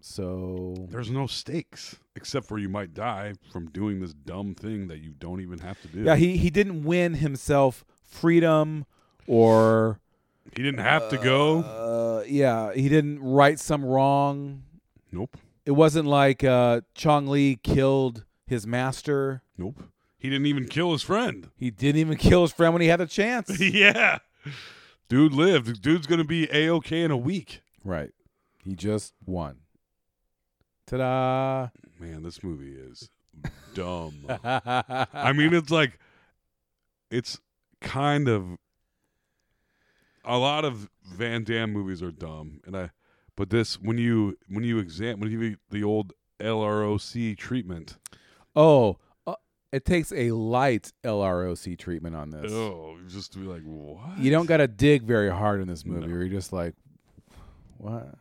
G: So
H: there's no stakes except for you might die from doing this dumb thing that you don't even have to do.
G: Yeah, he, he didn't win himself freedom or
H: He didn't have to go.
G: uh yeah, he didn't right some wrong.
H: Nope.
G: It wasn't like uh Chong Li killed his master.
H: Nope. He didn't even kill his friend. *laughs*
G: He didn't even *laughs* kill his friend when he had the chance.
H: yeah. Dude lived. Dude's going to be A OK in a week.
G: right. He just won. Ta
H: Man, this movie is dumb.
G: *laughs* da.
H: I mean, it's like, it's kind of. A lot of Van Damme movies are dumb, and I, but this when you when you exam when you give the old LROC treatment,
G: oh, uh, it takes a light LROC treatment on this.
H: oh, you just be like, what?
G: You don't got to dig very hard in this movie. Where you're just like, what?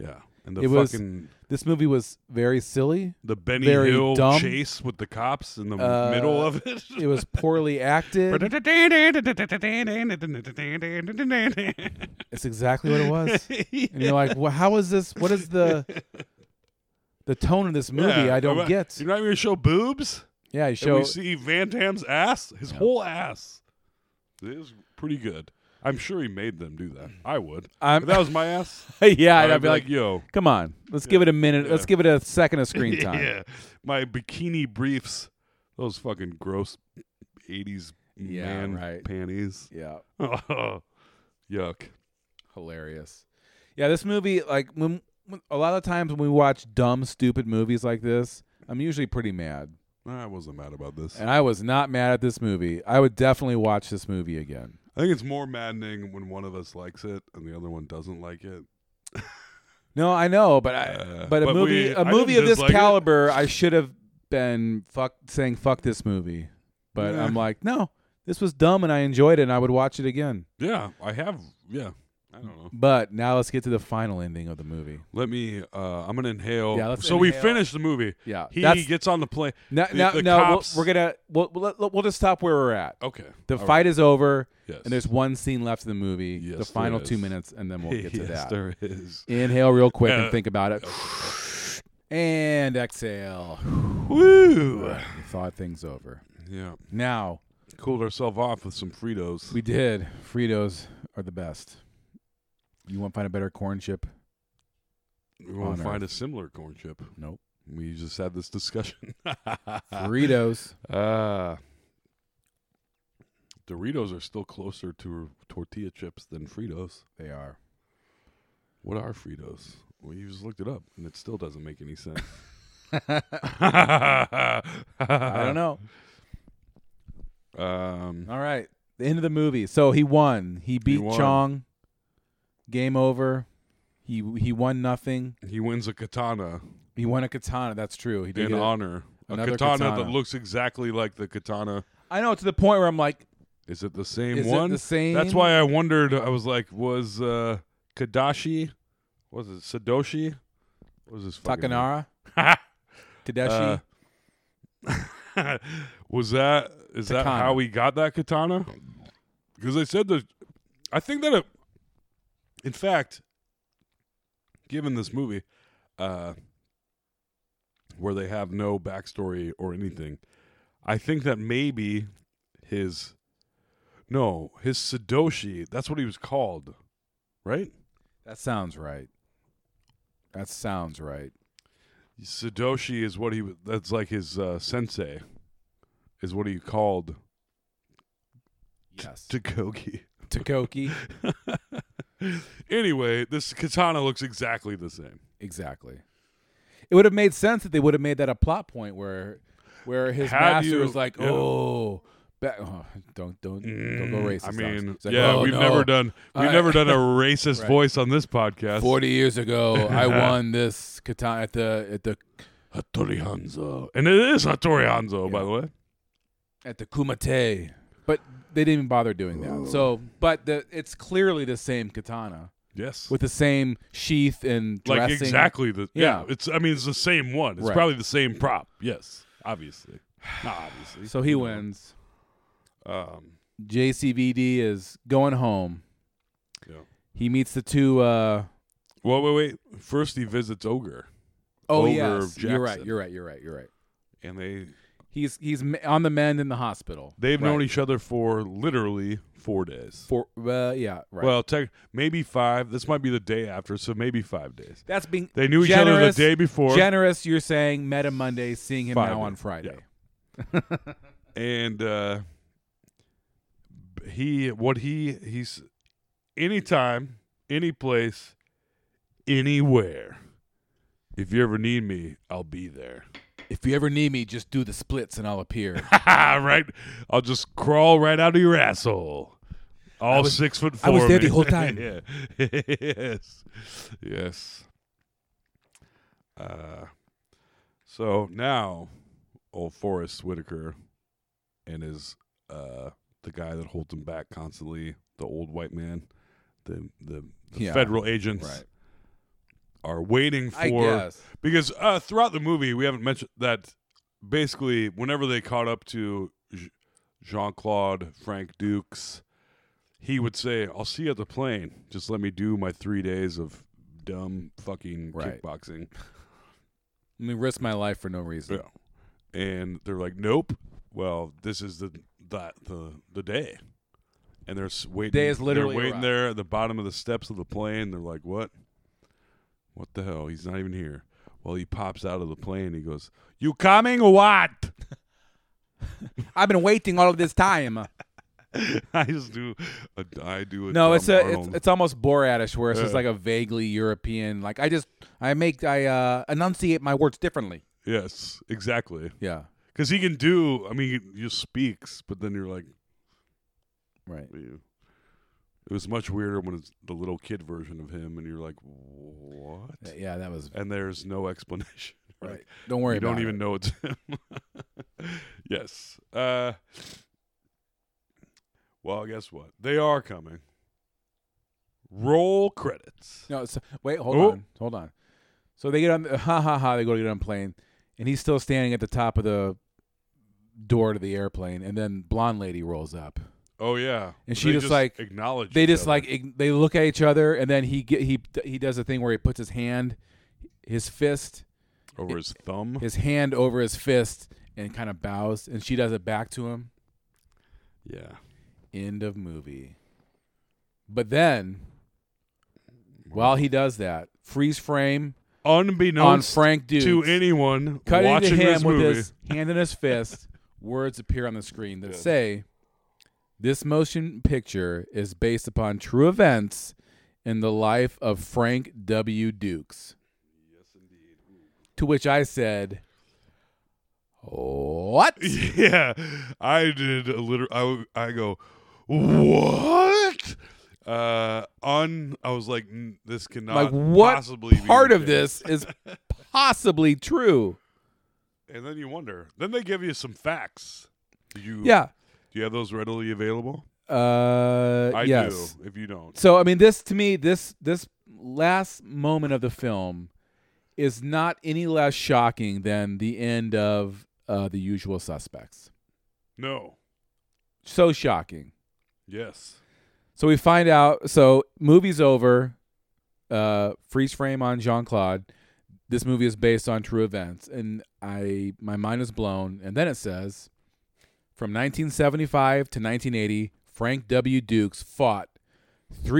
H: yeah, and the
G: It was-
H: fucking
G: This movie was very silly.
H: the Benny
G: very
H: Hill
G: dumb.
H: chase with the cops in the
G: Uh,
H: middle of it.
G: *laughs* It was poorly acted. It's exactly what it
H: *laughs*
G: was. And you're like, well, how is this? What is the the tone of this movie?
H: *laughs* Yeah,
G: I don't
H: I'm-
G: get.
H: You're not even gonna show boobs.
G: Yeah, you
H: and
G: show.
H: we see Van Damme's ass, his whole ass. It is pretty good. I'm sure he made them do that. I would.
G: I'm-
H: if that was my ass.
G: *laughs* yeah, *laughs*
H: I'd
G: I'd, be like,
H: yo,
G: come on, let's give it a minute. Let's give it a second of
H: *laughs*
G: screen time.
H: yeah, my bikini briefs, those fucking gross '80s
G: Yeah,
H: man
G: right.
H: panties. *laughs*
G: yeah.
H: Yuck.
G: hilarious. Yeah, this movie, like when, when a lot of times when we watch dumb, stupid movies like this, I'm usually pretty mad,
H: I wasn't mad about this.
G: and I was not mad at this movie. I would definitely watch this movie again.
H: I think it's more maddening when one of us likes it and the other one doesn't like it.
G: No, I know, but I,
H: Uh,
G: but a
H: but
G: movie,
H: we-
G: a
H: I
G: movie
H: didn't
G: of this
H: dislike it.
G: caliber, I should have been fuck saying fuck this movie, but
H: Yeah.
G: I'm like, no, this was dumb, and I enjoyed it, and I would watch it again.
H: Yeah, I have. Yeah, I don't know.
G: But now let's get to the final ending of the movie.
H: Let me. Uh, I'm gonna inhale.
G: Yeah, let's
H: so we
G: inhale.
H: finish the movie.
G: Yeah,
H: he
G: that's-
H: gets on the plane.
G: No,
H: The-
G: no,
H: the
G: no. We'll,
H: cops-
G: we're gonna we'll, we'll we'll just stop where we're at.
H: Okay.
G: The
H: all right.
G: fight is over,
H: Yes.
G: and there's one scene left in the movie,
H: Yes,
G: the final
H: there
G: two
H: is.
G: minutes, and then we'll get to
H: *laughs* yes,
G: that.
H: there is.
G: Inhale real quick
H: Uh,
G: and think about it. And exhale.
H: Woo!
G: We thought things over.
H: Yeah,
G: Now,
H: cooled ourselves off with some Fritos.
G: we did. Fritos are the best. You won't find a better corn chip?
H: We want to
G: on
H: find a
G: Earth.
H: similar corn chip.
G: Nope.
H: We just had this discussion. *laughs*
G: Fritos.
H: Ah. Doritos are still closer to tortilla chips than Fritos.
G: They are.
H: What are Fritos? Well, you just looked it up, and it still doesn't make any sense.
G: *laughs*
H: *laughs*
G: I
H: Ah.
G: don't know.
H: know. Um,
G: All right. The end of the movie. So he won. He beat
H: won.
G: Chong. Game over. He he won nothing.
H: he wins a katana
G: He won a katana. That's true. He did
H: in
G: get a-
H: honor. A
G: Another
H: katana, that
G: katana.
H: looks exactly like the katana.
G: I know to the point where I'm like,
H: Is it the same
G: Is it
H: one?
G: the same?
H: That's why I wondered. I was like, was uh, Kadashi? Was it Sadoshi? What was his fucking Uh, name? *laughs*
G: Takanara, Tadashi.
H: Uh, *laughs* was that Is that
G: Katana.
H: how he got that katana? Because they said that. I think that it. In fact, given this movie, uh, where they have no backstory or anything, I think that maybe his. No, his Sadoshi. That's what he was called, right?
G: That sounds right. That sounds right.
H: Sadoshi is what he. w- That's like his uh, sensei, is what he called
G: Yes.
H: Takogi.
G: Takoki.
H: Anyway, this katana looks exactly the same.
G: Exactly. It would have made sense that they would have made that a plot point where where his
H: Had
G: master
H: you-
G: was like,
H: yeah.
G: "Oh, ba- oh, don't don't don't go racist."
H: I
G: Alex."
H: mean,
G: He's like,
H: yeah,
G: Mm. "Oh,
H: we've
G: no.
H: never done we've
G: I-
H: never done a racist
G: *laughs* Right.
H: voice on this podcast.
G: Forty years ago,
H: *laughs*
G: I won this katana at the at the
H: Hattori Hanzo, and it is Hattori Hanzo, by the way.
G: at the Kumite, but they didn't even bother doing that.
H: Oh.
G: So, but the, it's clearly the same katana
H: Yes,
G: with the same sheath and
H: like
G: dressing.
H: exactly the yeah.
G: Yeah.
H: It's I mean it's the same one. It's
G: Right.
H: probably the same prop. Yes, obviously, not obviously.
G: So he wins.
H: Um,
G: JCVD is going home.
H: yeah.
G: He meets the two. Uh,
H: Well, wait, wait. First he visits Ogre,
G: oh
H: Over
G: yes, you're right.
H: Jackson.
G: You're right. You're right. You're right.
H: and they
G: He's he's m- on the mend in the hospital.
H: they've
G: Right.
H: known each other for literally four days.
G: for uh, yeah right.
H: Well, tech, maybe five. This might be the day after, so maybe five days.
G: that's being
H: they knew each other the
G: generous-
H: day before.
G: Generous, you're saying. Met him Monday, seeing him
H: Friday.
G: now on Friday.
H: and uh b- he what he he's anytime any place anywhere if you ever need me i'll be there
G: If you ever need me, just do the splits and I'll
H: *laughs*
G: appear.
H: right i'll just crawl right out of your asshole all
G: was-
H: six foot four
G: I was
H: of
G: there the
H: me.
G: whole time.
H: *laughs* Yeah. yes yes uh so now old Forrest Whitaker and his uh the guy that holds him back constantly, the old white man, the the, the
G: Yeah.
H: federal agents
G: Right.
H: are waiting for
G: I guess.
H: because uh throughout the movie we haven't mentioned that basically whenever they caught up to Je- Jean-Claude Frank Dukes he would say, "I'll see you at the plane. Just let me do my 3 days of dumb fucking
G: Right.
H: kickboxing."
G: Let me risk my life for no reason.
H: Yeah. And they're like, "Nope." Well, this is the that the the day, and they're s- waiting.
G: Day is literally
H: they're waiting
G: arrived.
H: there at the bottom of the steps of the plane. They're like, "What? What the hell? He's not even here." Well, he pops out of the plane. He goes, "You coming or what?" *laughs*
G: I've been waiting all of this time.
H: I just do. A, I do a
G: No,
H: dumb
G: it's a it's,
H: Arnold.
G: it's almost Boratish, where it's just
H: Yeah.
G: like a vaguely European. Like I just I make I uh, enunciate my words differently.
H: yes, exactly.
G: Yeah,
H: Because he can do. I mean, he just speaks, but then you're like,
G: right.
H: you. It was much weirder when it's the little kid version of him, and you're like, what?
G: Yeah, that was
H: And there's no explanation. *laughs*
G: right. Don't worry.
H: you don't
G: about
H: even
G: it.
H: know it's him. *laughs* yes. Uh, well, guess what? They are coming. Roll credits.
G: No, so, wait, hold
H: Oh.
G: on, hold on. So they get on, *laughs* ha ha ha. They go to get on the plane, and he's still standing at the top of the door to the airplane, and then blonde lady rolls up.
H: Oh yeah.
G: And she
H: They
G: just, like-
H: acknowledge.
G: They
H: each
G: just
H: other.
G: like ig- they look at each other, and then he get, he he does a thing where he puts his hand, his fist,
H: over his thumb.
G: his hand over his fist, and kind of bows, and she does it back to him.
H: yeah.
G: End of movie. But then, while he does that, freeze frame on
H: Unbeknownst
G: Frank Dukes.
H: to anyone
G: Cut
H: watching
G: into him
H: this
G: with
H: movie.
G: his hand in his fist. *laughs* Words appear on the screen that say, "This motion picture is based upon true events in the life of Frank W. Dukes." Yes, indeed. To which I said, "What?"
H: *laughs* Yeah, I did a literal. I, w- I go, what? Uh, on. I was like, "N- this cannot
G: like what
H: possibly
G: part
H: be the
G: of
H: case."
G: this
H: *laughs*
G: is possibly true?
H: And then you wonder. Then they give you some facts. Do you?
G: Yeah.
H: Do you have those readily available?
G: Uh,
H: I
G: yes.
H: do. If you don't,
G: So I mean, this to me, this this last moment of the film is not any less shocking than the end of uh, the Usual Suspects.
H: no.
G: So shocking.
H: Yes.
G: So we find out. So movie's over. Uh, freeze frame on Jean Claude. This movie is based on true events, and I my mind is blown. And then it says, from 1975 to 1980, Frank W. Dukes fought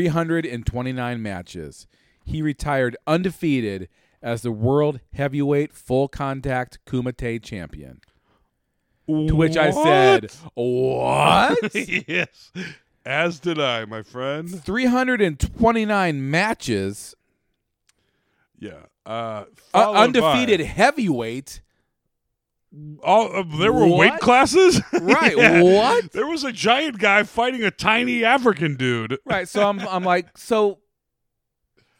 G: 329 matches. He retired undefeated as the world heavyweight full contact kumite champion. To which I said, "What?"
H: *laughs* yes. As did I, my friend.
G: 329 matches,
H: Yeah. Uh,
G: uh,
H: followed
G: undefeated
H: by-
G: heavyweight.
H: All uh, there were weight
G: What?
H: classes. *laughs*
G: Right, what?
H: There was a giant guy fighting a tiny African dude.
G: Right. So I'm I'm like, so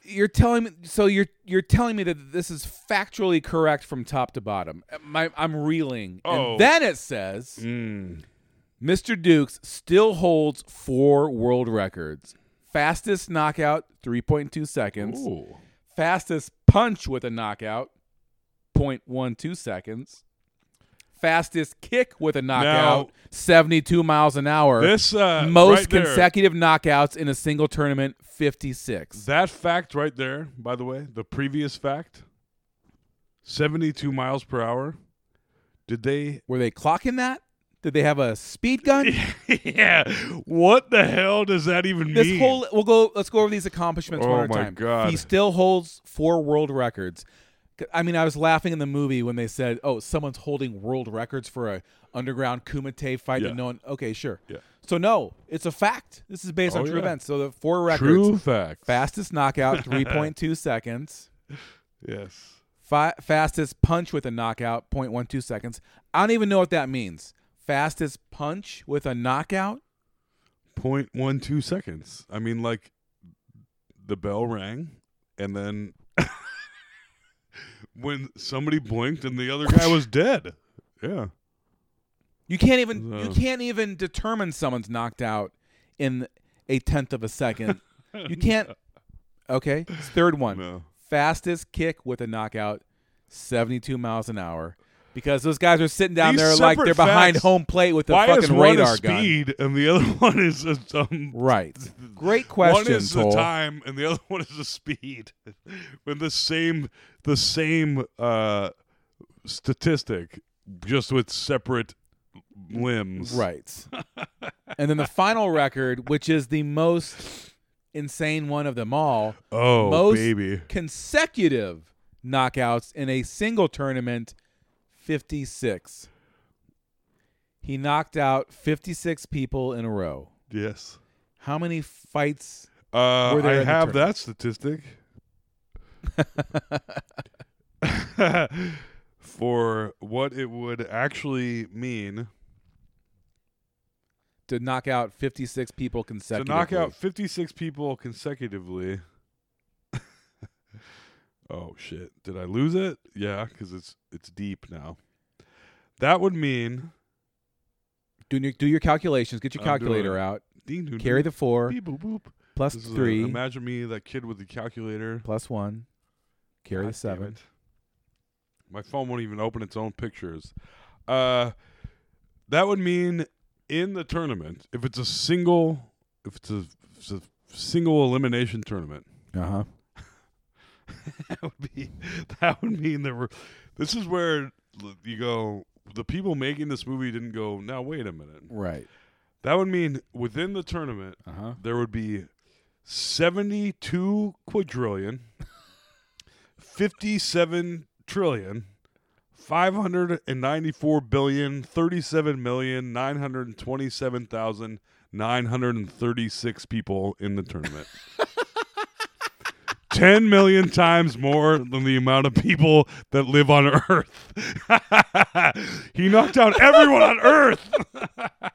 G: you're telling me so you're you're telling me that this is factually correct from top to bottom. Uh, My, I'm reeling.
H: Oh.
G: And then it says
H: Mm.
G: Mr. Dukes still holds four world records. Fastest knockout, 3.2 seconds.
H: Ooh.
G: Fastest punch with a knockout, 0.12 seconds. Fastest kick with a knockout, 72 miles an hour.
H: This uh,
G: Most
H: right there,
G: consecutive knockouts in a single tournament, 56.
H: That fact right there, by the way, the previous fact, seventy-two miles per hour. Did they?
G: Were they clocking that? Did they have a speed gun?
H: *laughs* yeah. What the hell does that even
G: This
H: mean?
G: whole we'll go. Let's go over these accomplishments one
H: Oh
G: at a
H: my
G: time.
H: God.
G: He still holds four world records. C- I mean, I was laughing in the movie when they said, "Oh, someone's holding world records for a underground kumite fight."
H: Yeah.
G: And no one. Okay, sure.
H: Yeah.
G: So no, it's a fact. This is based on
H: Oh,
G: true
H: yeah.
G: events. So the four records:
H: true fact.
G: fastest knockout, three point two seconds.
H: Yes.
G: Fi- fastest punch with a knockout, 0.12 seconds. I don't even know what that means. Fastest punch with a knockout.
H: Point one two seconds. I mean, like the bell rang, and then *laughs* when somebody blinked and the other guy was dead. Yeah.
G: You can't even you
H: Uh.
G: can't even determine someone's knocked out in a tenth of a second.
H: *laughs*
G: You can't. Okay, third one.
H: No.
G: Fastest kick with a knockout, seventy-two miles an hour. Because those guys are sitting down
H: These
G: there like they're
H: separate
G: behind
H: facts.
G: home plate with a
H: Why
G: fucking
H: is one
G: radar
H: is
G: gun.
H: speed and the other *laughs* one is a um,
G: Right. Great question.
H: One is the
G: Toll.
H: time and the other *laughs* one is the speed. *laughs* when the same the same uh statistic just with separate limbs.
G: Right. and then the final record, which is the most insane one of them all,
H: Oh,
G: most
H: baby.
G: consecutive knockouts in a single tournament 56 he knocked out 56 people in a row
H: Yes.
G: how many fights
H: Uh,
G: Were there in the
H: I have
G: tournament?
H: that
G: *laughs*
H: statistic. For what it would actually mean
G: to knock out 56 people
H: to
G: consecutively
H: knock out 56 people consecutively. *laughs* oh shit. Did I lose it? Yeah, cuz it's it's deep now. That would mean
G: do your, do your calculations get your
H: I'm doing
G: calculator
H: it.
G: out
H: Ding, ding,
G: carry
H: ding,
G: the 4
H: beep, boop, boop.
G: plus
H: This is a-
G: 3
H: imagine me that kid with the calculator.
G: plus 1 carry
H: God
G: the
H: damn
G: 7
H: it. My phone won't even open its own pictures. Uh, that would mean in the tournament, if it's a single, if it's a, if it's a single elimination tournament,
G: uh-huh
H: *laughs* that would be that would mean there were. This is where l- you go. The people making this movie didn't go. Now wait a minute.
G: right
H: That would mean within the tournament,
G: uh-huh
H: there would be 72 quadrillion, 57 trillion, 594 billion, 37 million, 927,936 people in the tournament. 10 million times more than the amount of people that live on Earth. *laughs* he knocked out everyone on Earth. *laughs*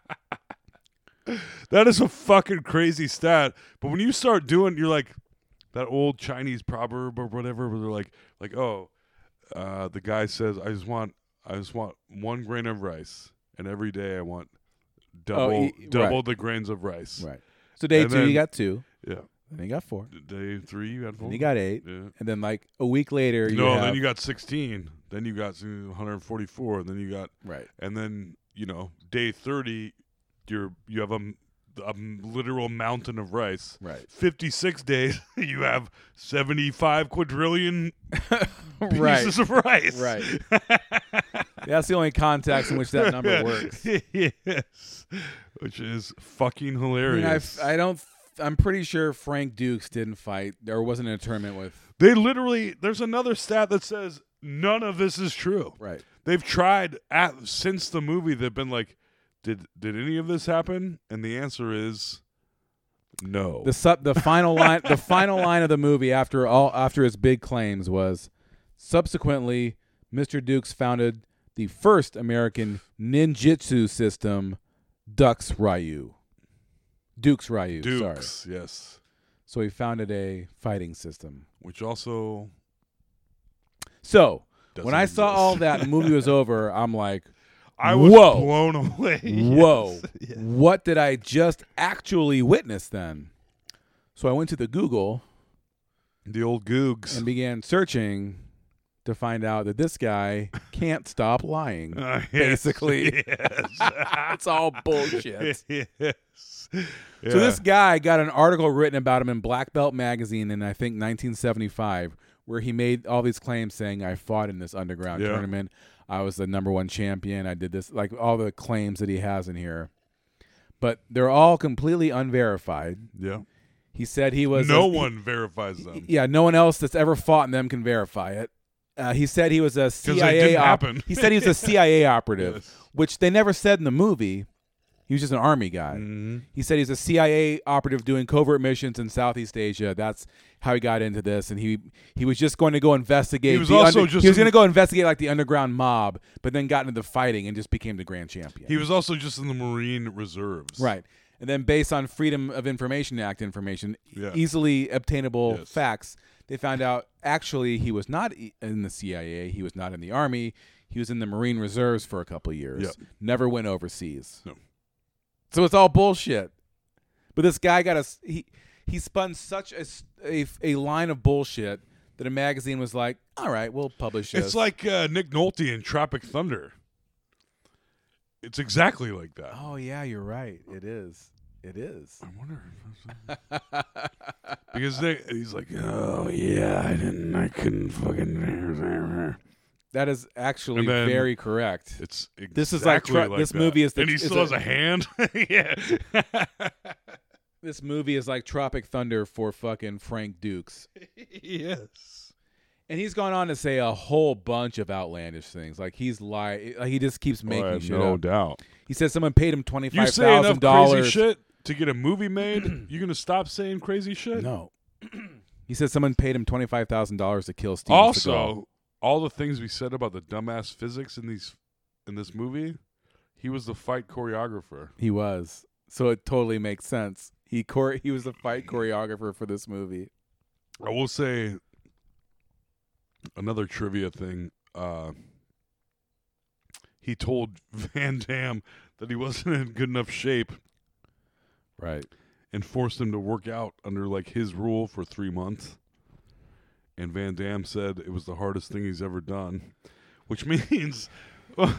H: That is a fucking crazy stat. But when you start doing, you're like that old Chinese proverb or whatever, where they're like, like, oh, uh, the guy says, I just want, I just want one grain of rice, and every day I want double,
G: e-
H: double
G: right.
H: the grains of rice.
G: right so day
H: And
G: 2
H: then-
G: you got 2
H: Yeah.
G: then you got 4
H: Day three, you had four.
G: then you got 8
H: Yeah.
G: and then like a week later you
H: no,
G: have-
H: then you got 16. Then you got 144. Then you got, *laughs*
G: right
H: and then you know, day 30, you're you have a, m- a m- literal mountain of rice.
G: Right.
H: 56 days *laughs* you have 75 quadrillion pieces
G: *laughs* right.
H: of rice. *laughs*
G: Right. That's the only context in which that
H: *laughs*
G: number works.
H: yes. Which is fucking
G: I mean, I,
H: hilarious.
G: I don't. I'm pretty sure Frank Dukes didn't fight or wasn't in a tournament with.
H: they literally there's another stat that says none of this is true.
G: Right.
H: They've tried at, since the movie they've been like did did any of this happen? And the answer is no.
G: The sub, the final line, the final line of the movie after all, after his big claims was, subsequently, Mr. Dukes founded the first American ninjutsu system, Dux Ryu. Dukes Ryu. Sorry.
H: Dukes, yes.
G: So he founded a fighting system.
H: Which also
G: So when
H: Doesn't
G: I saw
H: exist.
G: all that, the movie
H: *laughs*
G: was over. I'm like,
H: I was
G: Whoa.
H: blown away. *laughs*
G: whoa,
H: Yes.
G: what did I just actually witness then? So I went to the Google
H: The old googs.
G: and began searching to find out that this guy can't stop lying.
H: *laughs* Uh, *laughs* yes.
G: basically.
H: Yes.
G: *laughs* It's all
H: *laughs*
G: bullshit.
H: yes.
G: So this guy got an article written about him in Black Belt magazine in I think 1975, where he made all these claims saying I fought in this underground
H: Yeah.
G: tournament, I was the number one champion, I did this, like all the claims that he has in here, but they're all completely unverified.
H: Yeah.
G: He said he was
H: No
G: a-
H: one verifies them.
G: Yeah, no one else that's ever fought in them can verify it. Uh, he said he was a
H: they
G: CIA.
H: didn't
G: op-
H: happen.
G: he said
H: *laughs*
G: he was a CIA operative,
H: Yes.
G: which they never said in the movie. He was just an army guy.
H: Mm-hmm.
G: He said he's a CIA operative doing covert missions in Southeast Asia. That's how he got into this, and he he was just going to go investigate.
H: He was
G: the
H: also just
G: he was
H: in-
G: going to go investigate like the underground mob, but then got into the fighting and just became the grand champion.
H: He was also just in the Marine Reserves.
G: Right. And then based on Freedom of Information Act information, e-,
H: Yeah.
G: easily obtainable
H: Yes.
G: facts, they found out actually he was not e- in the CIA, he was not in the army, he was in the Marine Reserves for a couple years.
H: Yeah.
G: Never went overseas.
H: No.
G: So it's all bullshit. But this guy got a s- he he spun such a s- a, a line of bullshit that a magazine was like, "All right, we'll publish this."
H: It's like uh, Nick Nolte in Tropic Thunder. It's exactly like that.
G: "Oh yeah, you're right. It is. It
H: *laughs*
G: is."
H: I wonder if that's- because they, he's like, oh yeah, I didn't, I couldn't fucking. *laughs*
G: That is actually
H: And then-
G: very correct.
H: It's exactly
G: This is like try- this
H: that.
G: movie is the-
H: and he
G: is
H: still
G: a-
H: has a hand. *laughs* yeah,
G: this movie is like Tropic Thunder for fucking Frank Dukes.
H: *laughs* yes.
G: And he's gone on to say a whole bunch of outlandish things. Like he's lie like he just keeps making shit
H: no
G: up.
H: doubt.
G: He says someone paid him twenty
H: You
G: five
H: say enough
G: thousand
H: crazy
G: dollars.
H: shit to get a movie made.
G: *clears throat*
H: You're gonna stop saying crazy shit.
G: No. *clears throat* he says someone paid him twenty five thousand dollars to kill Steven Seagal.
H: Also, all the things we said about the dumbass physics in these in this movie, he was the fight choreographer.
G: He was. So it totally makes sense. He chore- he was the fight choreographer for this movie.
H: I will say another trivia thing. Uh, he told *laughs* Van Damme that he wasn't in good enough shape
G: Right.
H: and forced him to work out under like his rule for three months. And Van Damme said it was the hardest thing he's ever done, which *laughs* means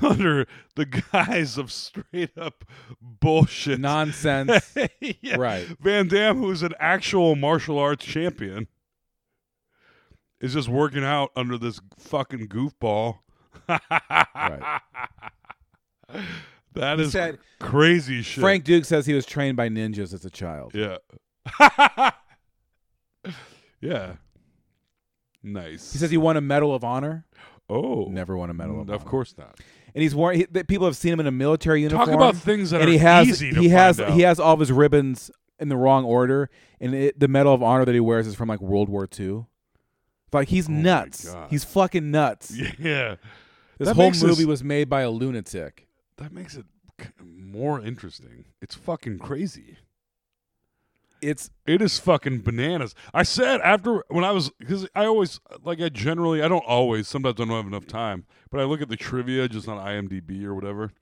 H: under the guise of straight up bullshit.
G: Nonsense.
H: *laughs* Yeah.
G: Right.
H: Van Damme, who's an actual martial arts champion, is just working out under this fucking goofball.
G: *laughs* right.
H: That is
G: said-
H: crazy shit.
G: Frank Duke says he was trained by ninjas as a child.
H: Yeah. *laughs* yeah. Nice.
G: He says he won a Medal of Honor.
H: "Oh,
G: Never won a Medal of
H: Of
G: Honor.
H: course not. *laughs*
G: and he's worn. He, that people have seen him in a military uniform.
H: Talk about things that
G: and
H: are
G: he has,
H: easy to
G: He has
H: find
G: he
H: out.
G: has all of his ribbons in the wrong order, and it, the Medal of Honor that he wears is from like World War II. Like he's nuts.
H: Oh God.
G: He's fucking nuts.
H: Yeah,
G: This
H: That
G: whole
H: makes
G: movie
H: this-
G: was made by a lunatic.
H: that makes it k- more interesting. It's fucking crazy.
G: It's
H: It is fucking bananas. I said after when I was because I always like I generally I don't always sometimes I don't have enough time, but I look at the trivia just on IMDb or whatever,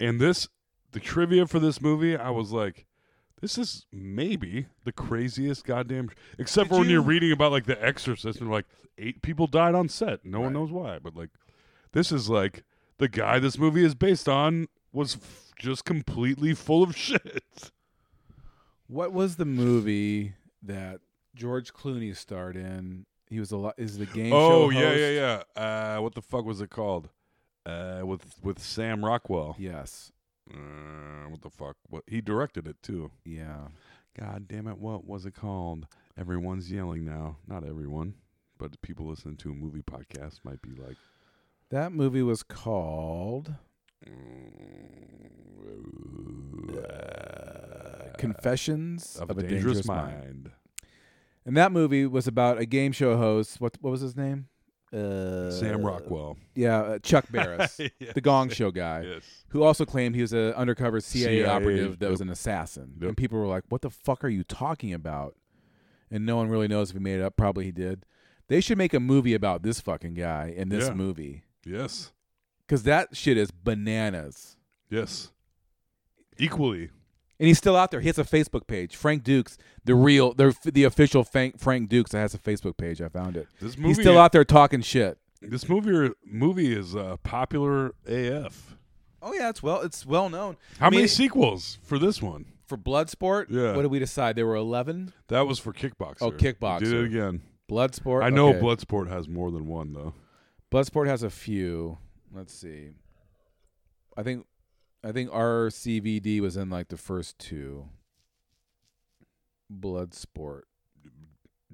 H: and this the trivia for this movie I was like, this is maybe the craziest goddamn. Except for when you're reading about like The Exorcist and like eight people died on set, no one knows why, but like this is like the guy this movie is based on was f- just completely full of *laughs* shit.
G: What was the movie that George Clooney starred in? He was a lot. Is the game
H: oh
G: show?
H: yeah,
G: host?
H: yeah, yeah. Uh, what the fuck was it called? Uh, with with Sam Rockwell.
G: Yes.
H: Uh, what the fuck? What he directed it too.
G: Yeah.
H: God damn it! What was it called? Everyone's yelling now. Not everyone, but people listening to a movie podcast might be like,
G: That movie was called uh, Confessions
H: "Of a, dangerous, mind.
G: And that movie was about a game show host. What what was his name? Uh,
H: Sam *laughs* Rockwell.
G: Yeah, uh, Chuck
H: *laughs*
G: Barris, the Gong Show guy,
H: Yes.
G: who also claimed he was an undercover CIA,
H: CIA,
G: operative that was
H: yep.
G: an assassin.
H: Yep.
G: And people were like, "What the fuck are you talking about?" And no one really knows if he made it up. Probably he did. They should make a movie about this fucking guy in this
H: Yeah.
G: movie
H: Yes.
G: because that shit is bananas.
H: Yes. Equally.
G: And he's still out there. He has a Facebook page. Frank Dukes, the real, the, the official Frank, Frank Dukes, that has a Facebook page. I found it.
H: This
G: he's
H: movie-
G: still out there talking shit.
H: This movie movie is uh, popular AF.
G: Oh yeah, it's well, it's well known.
H: How
G: I mean,
H: many sequels for this one?
G: for Bloodsport?
H: Yeah.
G: What did we decide? There were eleven.
H: That was for Kickboxer.
G: Oh, Kickboxer.
H: Did it again.
G: Bloodsport.
H: I know
G: okay.
H: Bloodsport has more than one though.
G: Bloodsport has a few. Let's see. I think, I think RCVD was in like the first two. Bloodsport.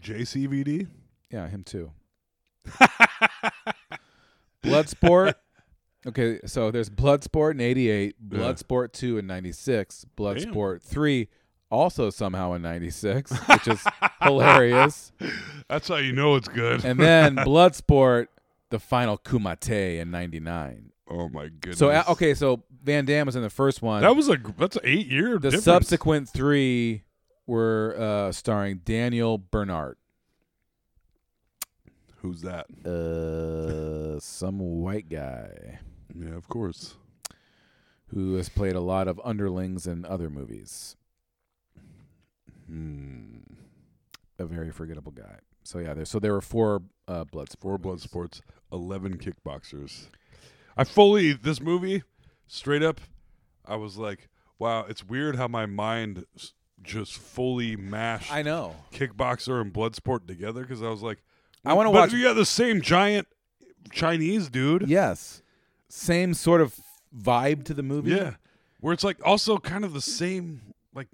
H: JCVD.
G: Yeah, him
H: *laughs*
G: too.
H: *laughs*
G: Bloodsport. Okay, so there's Bloodsport in 88,
H: Yeah.
G: Bloodsport 2 in 96,
H: Damn.
G: Bloodsport 3 also somehow in 96, which
H: *laughs*
G: is hilarious.
H: That's how you know it's good.
G: And then Bloodsport the final Kumite in 99.
H: oh my goodness.
G: So uh, okay, so Van Damme was in the first one.
H: that was a that's an eight year.
G: the
H: difference.
G: subsequent 3 were uh, starring Daniel Bernard.
H: Who's that?
G: Uh, some white guy.
H: Yeah, of course.
G: who has played a lot of underlings in other movies. Hmm. A very forgettable guy. So yeah, there. So there were four uh, blood
H: Four blood sports, eleven kickboxers. I fully this movie, straight up, I was like, wow, it's weird how my mind s- just fully mashed
G: I know.
H: kickboxer and Bloodsport together because I was like,
G: I wanna
H: but
G: watch-
H: You got the same giant Chinese dude.
G: Yes, same sort of vibe to the movie.
H: Yeah. Where it's like also kind of the same, like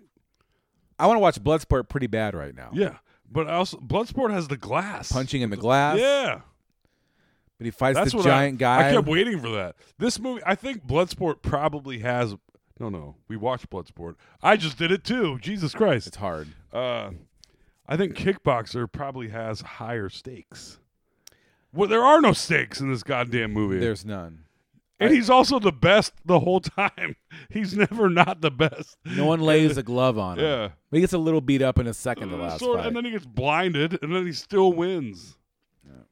G: I want to watch Bloodsport pretty bad right now.
H: yeah. But I also Bloodsport has the glass
G: punching in the glass.
H: Yeah,
G: but he fights
H: that's
G: the
H: what
G: giant
H: I,
G: guy.
H: I kept waiting for that. This movie, I think Bloodsport probably has. No, no, we watched Bloodsport. I just did it too. Jesus Christ.
G: It's hard.
H: Uh, I think Kickboxer probably has higher stakes. Well, there are no stakes in this goddamn movie.
G: There's none.
H: And he's also the best the whole time. *laughs* He's never not the best.
G: No one lays a glove on him.
H: Yeah. Mm,
G: but he gets a little beat up in a second. The last
H: Uh, Sort of-
G: fight.
H: and then he gets blinded, and then he still wins.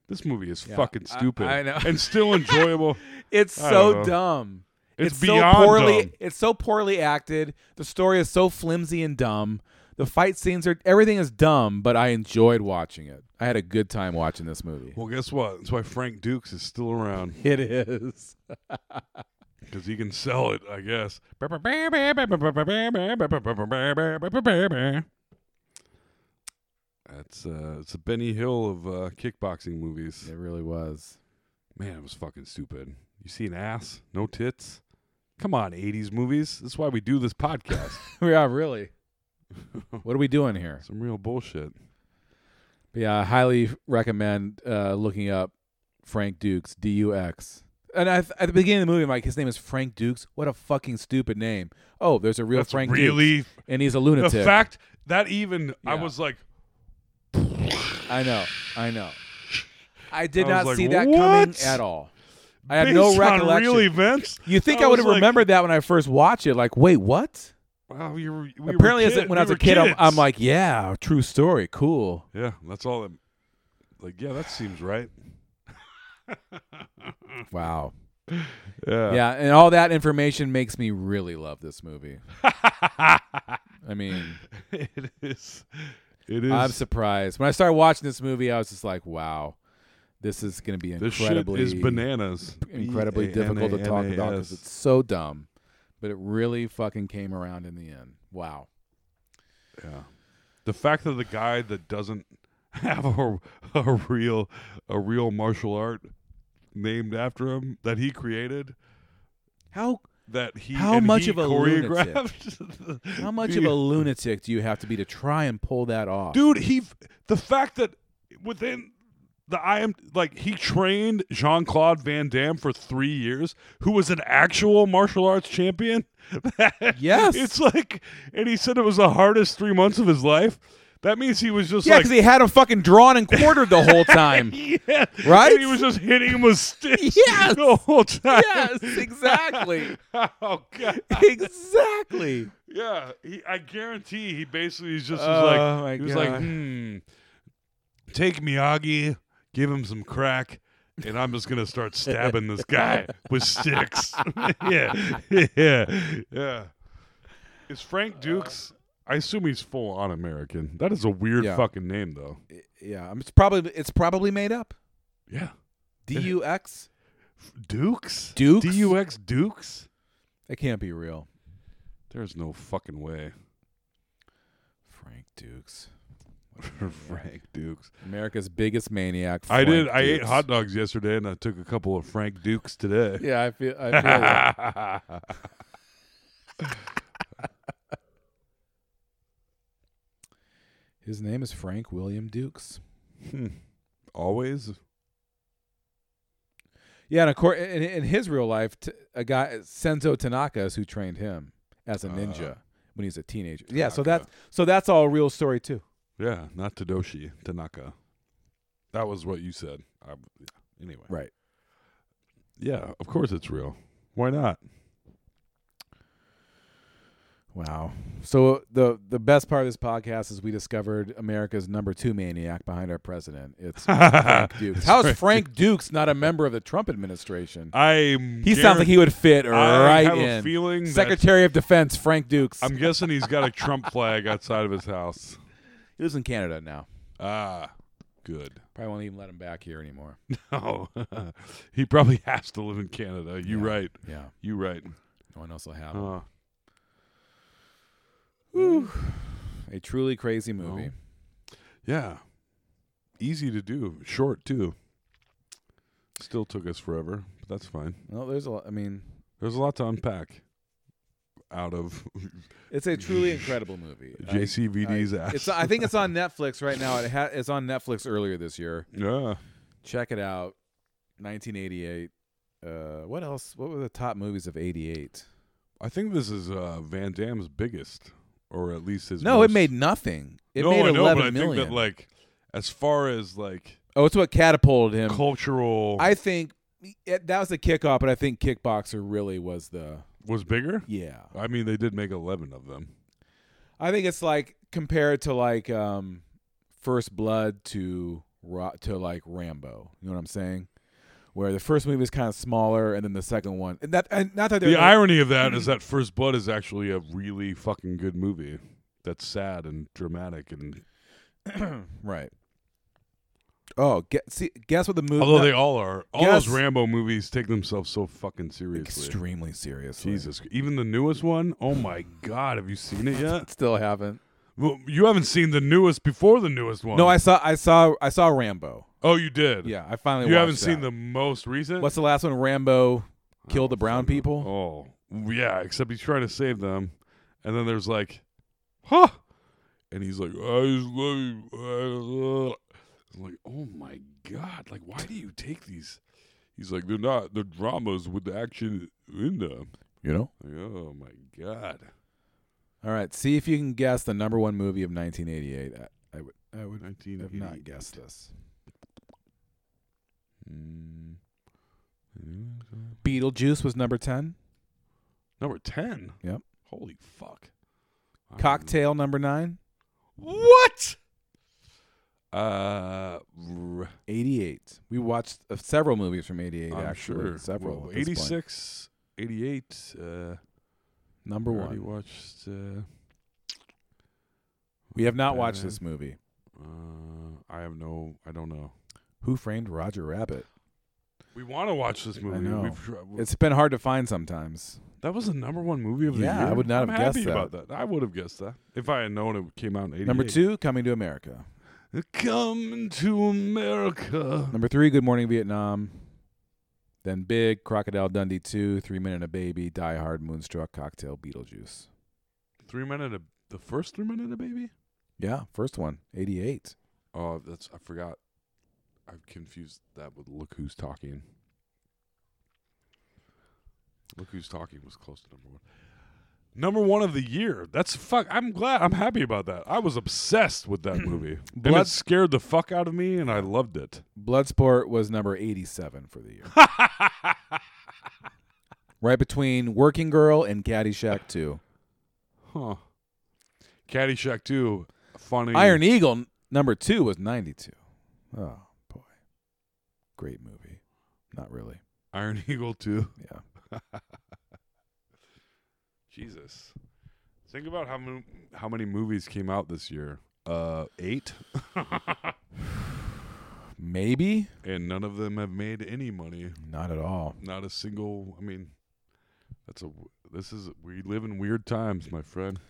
H: This movie is fucking
G: I-
H: stupid
G: I know.
H: and
G: *laughs*
H: still enjoyable.
G: It's
H: I
G: so
H: don't know.
G: dumb.
H: It's
G: so
H: beyond
G: poorly
H: dumb.
G: it's so poorly acted. The story is so flimsy and dumb. The fight scenes are everything is dumb, but I enjoyed watching it. I had a good time watching this movie.
H: Well, guess what? That's why Frank Dukes is still around
G: *laughs* It is.
H: because he can sell it, I guess. That's uh, it's a Benny Hill of uh, kickboxing movies.
G: It really was.
H: Man, it was fucking stupid. You see an ass, no tits. Come on, '80s movies. That's why we do
G: *laughs*
H: this podcast.
G: *laughs* yeah, really. What are we doing here?
H: Some real bullshit.
G: But yeah, I highly recommend uh, looking up Frank Dukes, D U X. And I, at the beginning of the movie, I'm like, his name is Frank Dukes. What a fucking stupid name. Oh, there's a real
H: That's
G: Frank
H: really-
G: Dukes, and he's a
H: The
G: lunatic.
H: fact that even I
G: Yeah.
H: was like,
G: I know, I know. I did
H: I
G: not
H: was like,
G: see that
H: "What?"
G: coming at all. I had no
H: based on
G: recollection.
H: real events.
G: you think I, would
H: was
G: have
H: like,
G: remembered that when I first watched it? Like, wait, what?
H: Wow, we were, we were
G: Apparently, as
H: kid-
G: a- when
H: we
G: I was a
H: were
G: kid, I'm,
H: kids.
G: I'm like, yeah, true story, cool.
H: yeah, that's all. That, like, yeah, that seems right.
G: Wow.
H: Yeah.
G: Yeah, and all that information makes me really love this
H: *laughs*
G: movie. I mean,
H: it is. It is.
G: I'm surprised. When I started watching this movie, I was just like, wow, this is going to be
H: this shit
G: incredibly
H: is bananas.
G: incredibly difficult to talk about because
H: B A N A S.
G: it's so dumb. but it really fucking came around in the end. Wow.
H: the fact that the guy that doesn't *laughs* have a, a real a real martial art named after him that he created
G: How
H: that he
G: How
H: and
G: much
H: he
G: of a
H: choreographed
G: how much
H: *laughs* the-
G: of a lunatic do you have to be to try and pull that off?
H: dude he the fact that within the I am like he trained Jean-Claude Van Damme for 3 years who was an actual martial arts champion *laughs*
G: Yes.
H: it's like and he said it was the hardest 3 months of his life that means he was just
G: yeah,
H: like
G: because he had him fucking drawn and quartered the whole time.
H: *laughs*
G: *laughs*
H: Yeah.
G: Right?
H: And he was just hitting him with sticks
G: Yes.
H: *laughs* the whole time.
G: *laughs* yes, exactly,
H: *laughs* oh god.
G: exactly.
H: Yeah. He, I guarantee he basically is just
G: Oh,
H: was
G: my
H: like he was like,
G: God.
H: hmm. Take Miyagi, give him some crack, and I'm just gonna start stabbing this guy with sticks. *laughs* yeah. Yeah. Yeah. Is Frank Dukes I assume he's full on American. That is a weird
G: Yeah.
H: fucking name though.
G: Yeah, it's probably it's probably made
H: *laughs*
G: up.
H: Yeah.
G: D U X.
H: Dukes?
G: Dukes?
H: D U X Dukes?
G: That can't be real.
H: There's no fucking
G: *laughs*
H: way.
G: Frank Dukes,
H: Frank Dukes.
G: America's biggest maniac.
H: I did.
G: Frank
H: I ate
G: Dukes.
H: hot dogs yesterday, and I took a couple of Frank Dukes today.
G: *laughs* Yeah, I feel. I feel that. *laughs* His name is Frank William Dukes.
H: Always.
G: Yeah, and of course, in, in his real life, t- a guy Senzo Tanaka is who trained him as a ninja when he's a teenager. Yeah, so that's so that's all real story too.
H: Yeah, not Tadoshi Tanaka. That was what you said. I, anyway.
G: Right.
H: Yeah, of course it's real. Why not?
G: Wow. So uh, the the best part of this podcast is we discovered America's number two maniac behind our president. *laughs* It's Frank Dukes. How is Frank Dukes not a member of the Trump administration?
H: I'm.
G: He sounds like he would fit
H: I
G: right
H: have a
G: in.
H: feeling that-
G: Secretary of Defense Frank Dukes.
H: I'm guessing he's got a Trump flag outside of his house.
G: he lives in Canada now.
H: Ah,
G: *laughs*
H: good.
G: Probably won't even let him back here
H: *laughs*
G: anymore.
H: Oh, he probably has to live in Canada. You right.
G: Yeah,
H: You right.
G: no one else will have him.
H: Uh,
G: A truly crazy movie.
H: yeah. Easy to do. Short too. Still took us forever, but that's fine.
G: Well, there's a lot. I mean,
H: There's a lot to unpack out of
G: it's a *laughs* truly incredible movie. *laughs* I-
H: JCVD's
G: I,
H: ass.
G: It's, I think it's on Netflix right now. It ha- it's on Netflix earlier this year.
H: yeah.
G: Check it out. 1988. Uh, what else? What were the top movies of '88?
H: I think this is uh, Van Damme's biggest, or at least his.
G: No, it
H: most-
G: made nothing. It
H: no,
G: made
H: I know,
G: 11
H: but I
G: million.
H: think that like, as far as like
G: oh, it's what catapulted him.
H: cultural,
G: I think it, that was the kickoff, but I think Kickboxer really was the
H: was bigger.
G: yeah.
H: I mean, they did make eleven of them.
G: I think it's like compared to like um First Blood to Ra- to like Rambo. You know what I'm saying? Where the first movie is kind of smaller, and then the second one. And that and not that they're
H: The irony of that
G: *clears throat*
H: is that First Blood is actually a really fucking good movie. That's sad and dramatic, and
G: right. Oh, get, see, guess what the movie?
H: although they all are, all
G: Guess-
H: those Rambo movies take themselves so fucking seriously.
G: extremely serious.
H: Jesus, even the newest one. Oh my god, have you seen it yet?
G: still haven't.
H: well, you haven't seen the newest before the newest one.
G: No, I saw, I saw, I saw Rambo.
H: Oh, you did.
G: Yeah, I finally.
H: you
G: watched
H: haven't seen
G: that.
H: the most recent.
G: What's the last one? Rambo killed the brown people.
H: Oh, yeah, except he's trying to save them. And then there's like, huh? And he's like, I just love you. I love you." I'm like, oh my God. Like, why do you take these? He's like, they're not, they're dramas with the action in them.
G: You know.
H: Like, oh my God.
G: All right, see if you can guess the number one movie of 1988. I, I would, I would have
H: 1988.
G: not guessed this. Hmm. Beetlejuice was number ten.
H: Number 10.
G: Yep.
H: Holy fuck. I don't
G: Cocktail number nine.
H: know. What? Uh, r-
G: 88. We watched uh, several movies from 88.
H: I'm
G: actually,
H: sure.
G: several.
H: Well,
G: at this point.
H: 86, 88. Uh,
G: Number
H: I already
G: one.
H: watched. Uh,
G: We have not watched
H: Batman.
G: this movie.
H: uh, I have no. I don't know.
G: Who framed Roger Rabbit?
H: We want to watch this movie.
G: know.
H: We've, tr-
G: It's been hard to find sometimes.
H: That was the number one movie of the
G: Yeah, I
H: year.
G: would not
H: I'm
G: have guessed
H: happy
G: that.
H: about that. I would have guessed that if I had known it came out in 88.
G: Number two, Coming to America.
H: Come to America.
G: Number three, Good Morning Vietnam. Then Big, Crocodile Dundee 2, Three Men and a Baby, Die Hard, Moonstruck, Cocktail, Beetlejuice.
H: Three minute, a, the first three minute, a baby.
G: Yeah, first one, 88.
H: Oh, that's I forgot. I've confused that with Look Who's Talking. Look Who's Talking was close to number one. Number one of the year. That's fuck. I'm glad. I'm happy about that. I was obsessed
G: *clears throat*
H: with that movie, and
G: Blood-
H: it scared the fuck out of me, and I loved it.
G: Bloodsport was number 87 for the year. right between Working Girl and Caddyshack 2.
H: Huh. Caddyshack too. Funny.
G: Iron Eagle, n- number two, was 92. Oh, boy. Great movie. Not really.
H: *laughs* Iron Eagle too.
G: Yeah.
H: Jesus. Think about how mo- how many movies came out this year. Uh, eight,
G: Maybe?
H: and none of them have made any money.
G: Not at all.
H: Not a single. I mean, that's a. w- This is we live in weird times, my friend.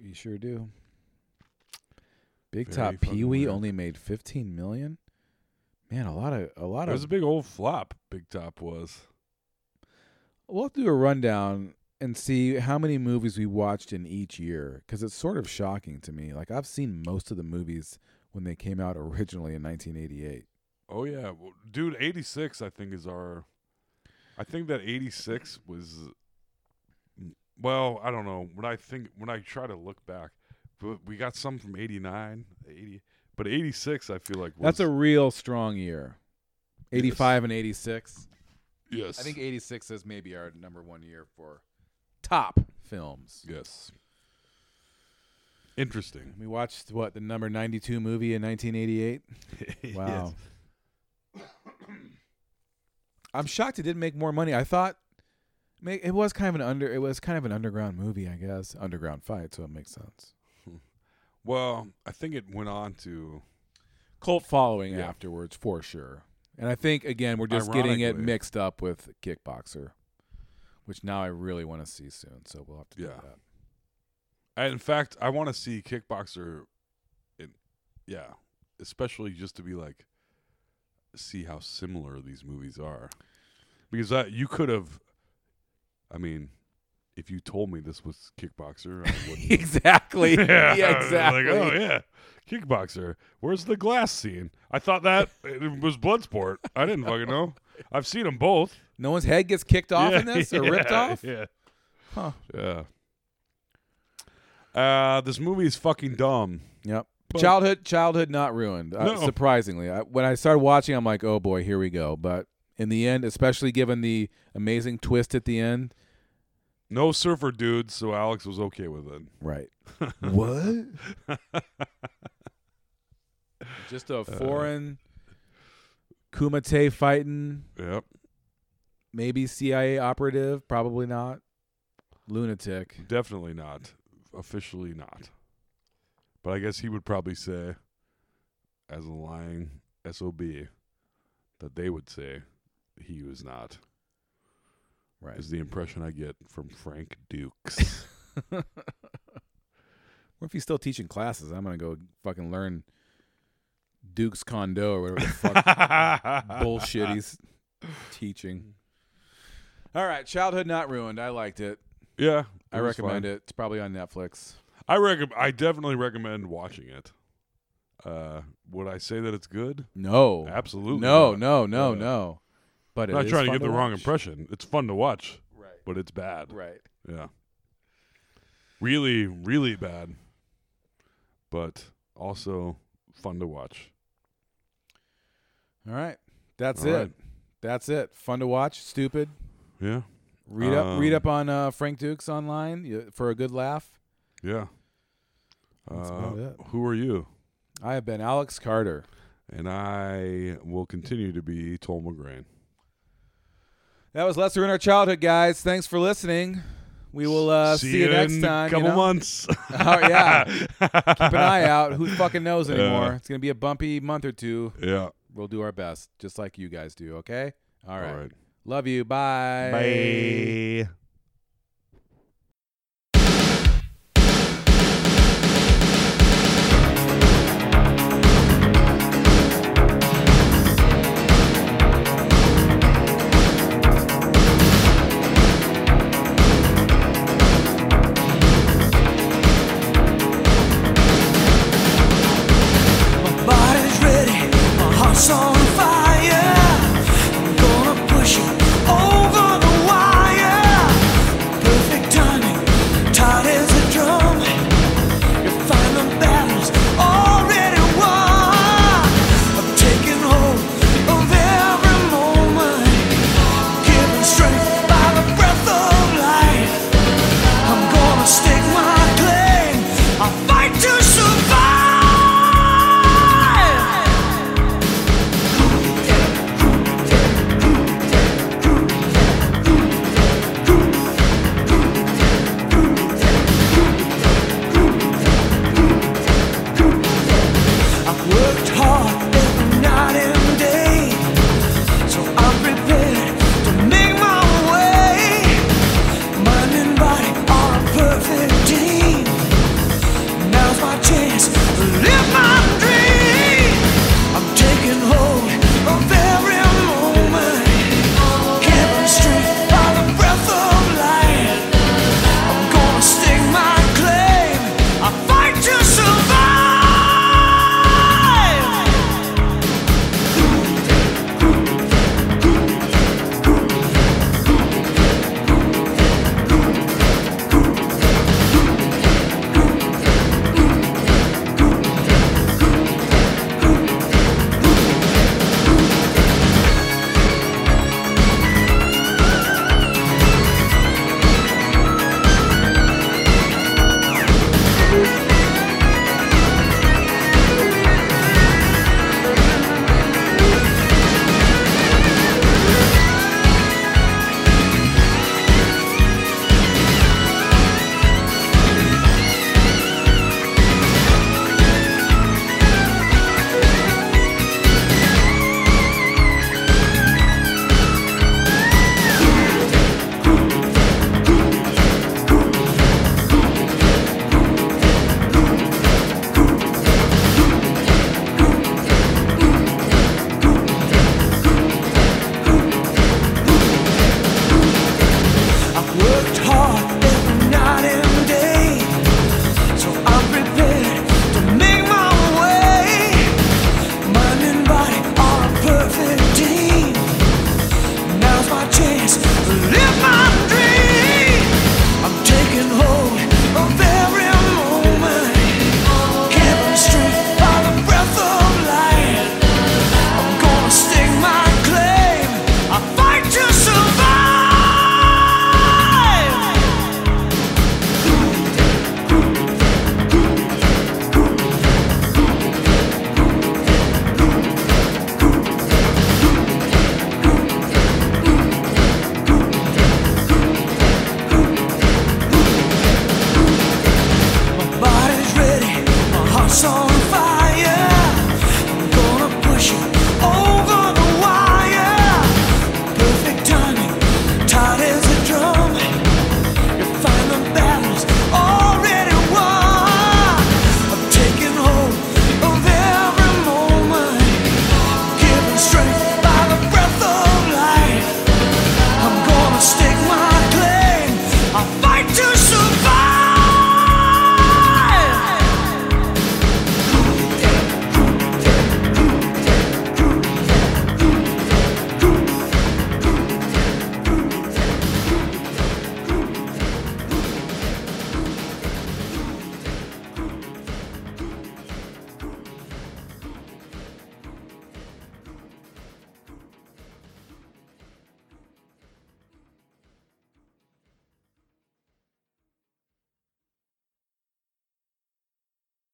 G: You sure do. Big
H: Very
G: Top
H: fucking
G: Pee Wee
H: weird.
G: only made 15 million. Man, a lot of a lot
H: It was a
G: of.
H: big old flop. Big Top was.
G: We'll do a rundown and see how many movies we watched in each year because it's sort of shocking to me. Like I've seen most of the movies when they came out originally in 1988.
H: Oh yeah, Well, dude. Eighty six, I think, is our. I think that eighty six was. mm, Well, I don't know. When I think when I try to look back, but we got some from 89, 80, but eighty six, I feel like was,
G: That's a real strong year. 85 and 86.
H: yes.
G: I think 86 is maybe our number one year for top films.
H: yes. Interesting.
G: We watched what the number 92 movie in *laughs* 1988. Wow. I'm shocked it didn't make more money. I thought ma- it was kind of an under it was kind of an underground movie, I guess. Underground fight, so it makes sense.
H: Well, I think it went on to.
G: Cult following
H: Yeah.
G: afterwards for sure. And I think again we're just getting it
H: Ironically.
G: mixed up with Kickboxer, which now I really want to see soon, so we'll have to do
H: Yeah.
G: that. *laughs*
H: I, in fact, I want to see Kickboxer. In, yeah, especially just to be like, see how similar these movies are, because I, you could have. I mean, if you told me this was Kickboxer, I would. *laughs*
G: exactly. *laughs* Yeah, exactly.
H: Like, oh yeah, Kickboxer. Where's the glass scene? I thought that it was Bloodsport. I didn't fucking know. I've seen them both.
G: No one's head gets kicked off in this or ripped
H: yeah,
G: off?
H: Yeah.
G: Huh.
H: Yeah. Uh, this movie is fucking dumb.
G: Yep.
H: But-
G: childhood, childhood not ruined. Uh,
H: No.
G: Surprisingly, I, when I started watching, I'm like, oh boy, here we go. But in the end, especially given the amazing twist at the end,
H: No surfer dudes, so Alex was okay with it. *laughs*
G: right? what? Just
H: Uh.
G: a foreign kumite fighting,
H: Yep.
G: maybe CIA operative, probably not, lunatic.
H: Definitely not. Officially not. But I guess he would probably say, as a lying SOB, that they would say he was not.
G: Right.
H: Is the impression I get from Frank Dukes.
G: *laughs* Or if he's still teaching classes, I'm gonna go fucking learn Duke's Condo or whatever the fuck *laughs* bullshit he's teaching. All right, childhood not ruined. I liked it.
H: yeah.
G: I recommend it. It's probably on Netflix.
H: I recommend. I definitely recommend watching it. Uh, would I say that it's good?
G: No,
H: Absolutely
G: Oh. No,
H: not.
G: no, no,
H: Yeah.
G: no. But
H: I'm
G: it
H: not
G: is
H: trying to
G: fun
H: get the wrong
G: watch.
H: impression. It's fun to watch,
G: Right,
H: but it's bad.
G: right.
H: Yeah. Really, really bad. But also fun to watch.
G: All right, that's
H: All
G: it.
H: right.
G: That's it. Fun to watch. Stupid.
H: Yeah.
G: Read up. Read
H: Um,
G: up on uh, Frank Dukes online you- for a good laugh.
H: Yeah.
G: That's
H: Uh,
G: about it.
H: Who are you?
G: I have been Alex Carter.
H: And I will continue to be Tom McGrain.
G: That was Lesser in Our Childhood, guys. Thanks for listening. We will uh, see, you next
H: in
G: time.
H: A
G: you
H: couple
G: know?
H: months.
G: *laughs*
H: *laughs*
G: Oh, *laughs* yeah. Keep an eye out. Who fucking knows anymore? it's going to be a bumpy month or two.
H: yeah.
G: We'll do our best, just like you guys do, okay? All right.
H: All right.
G: Love you. Bye.
H: Bye.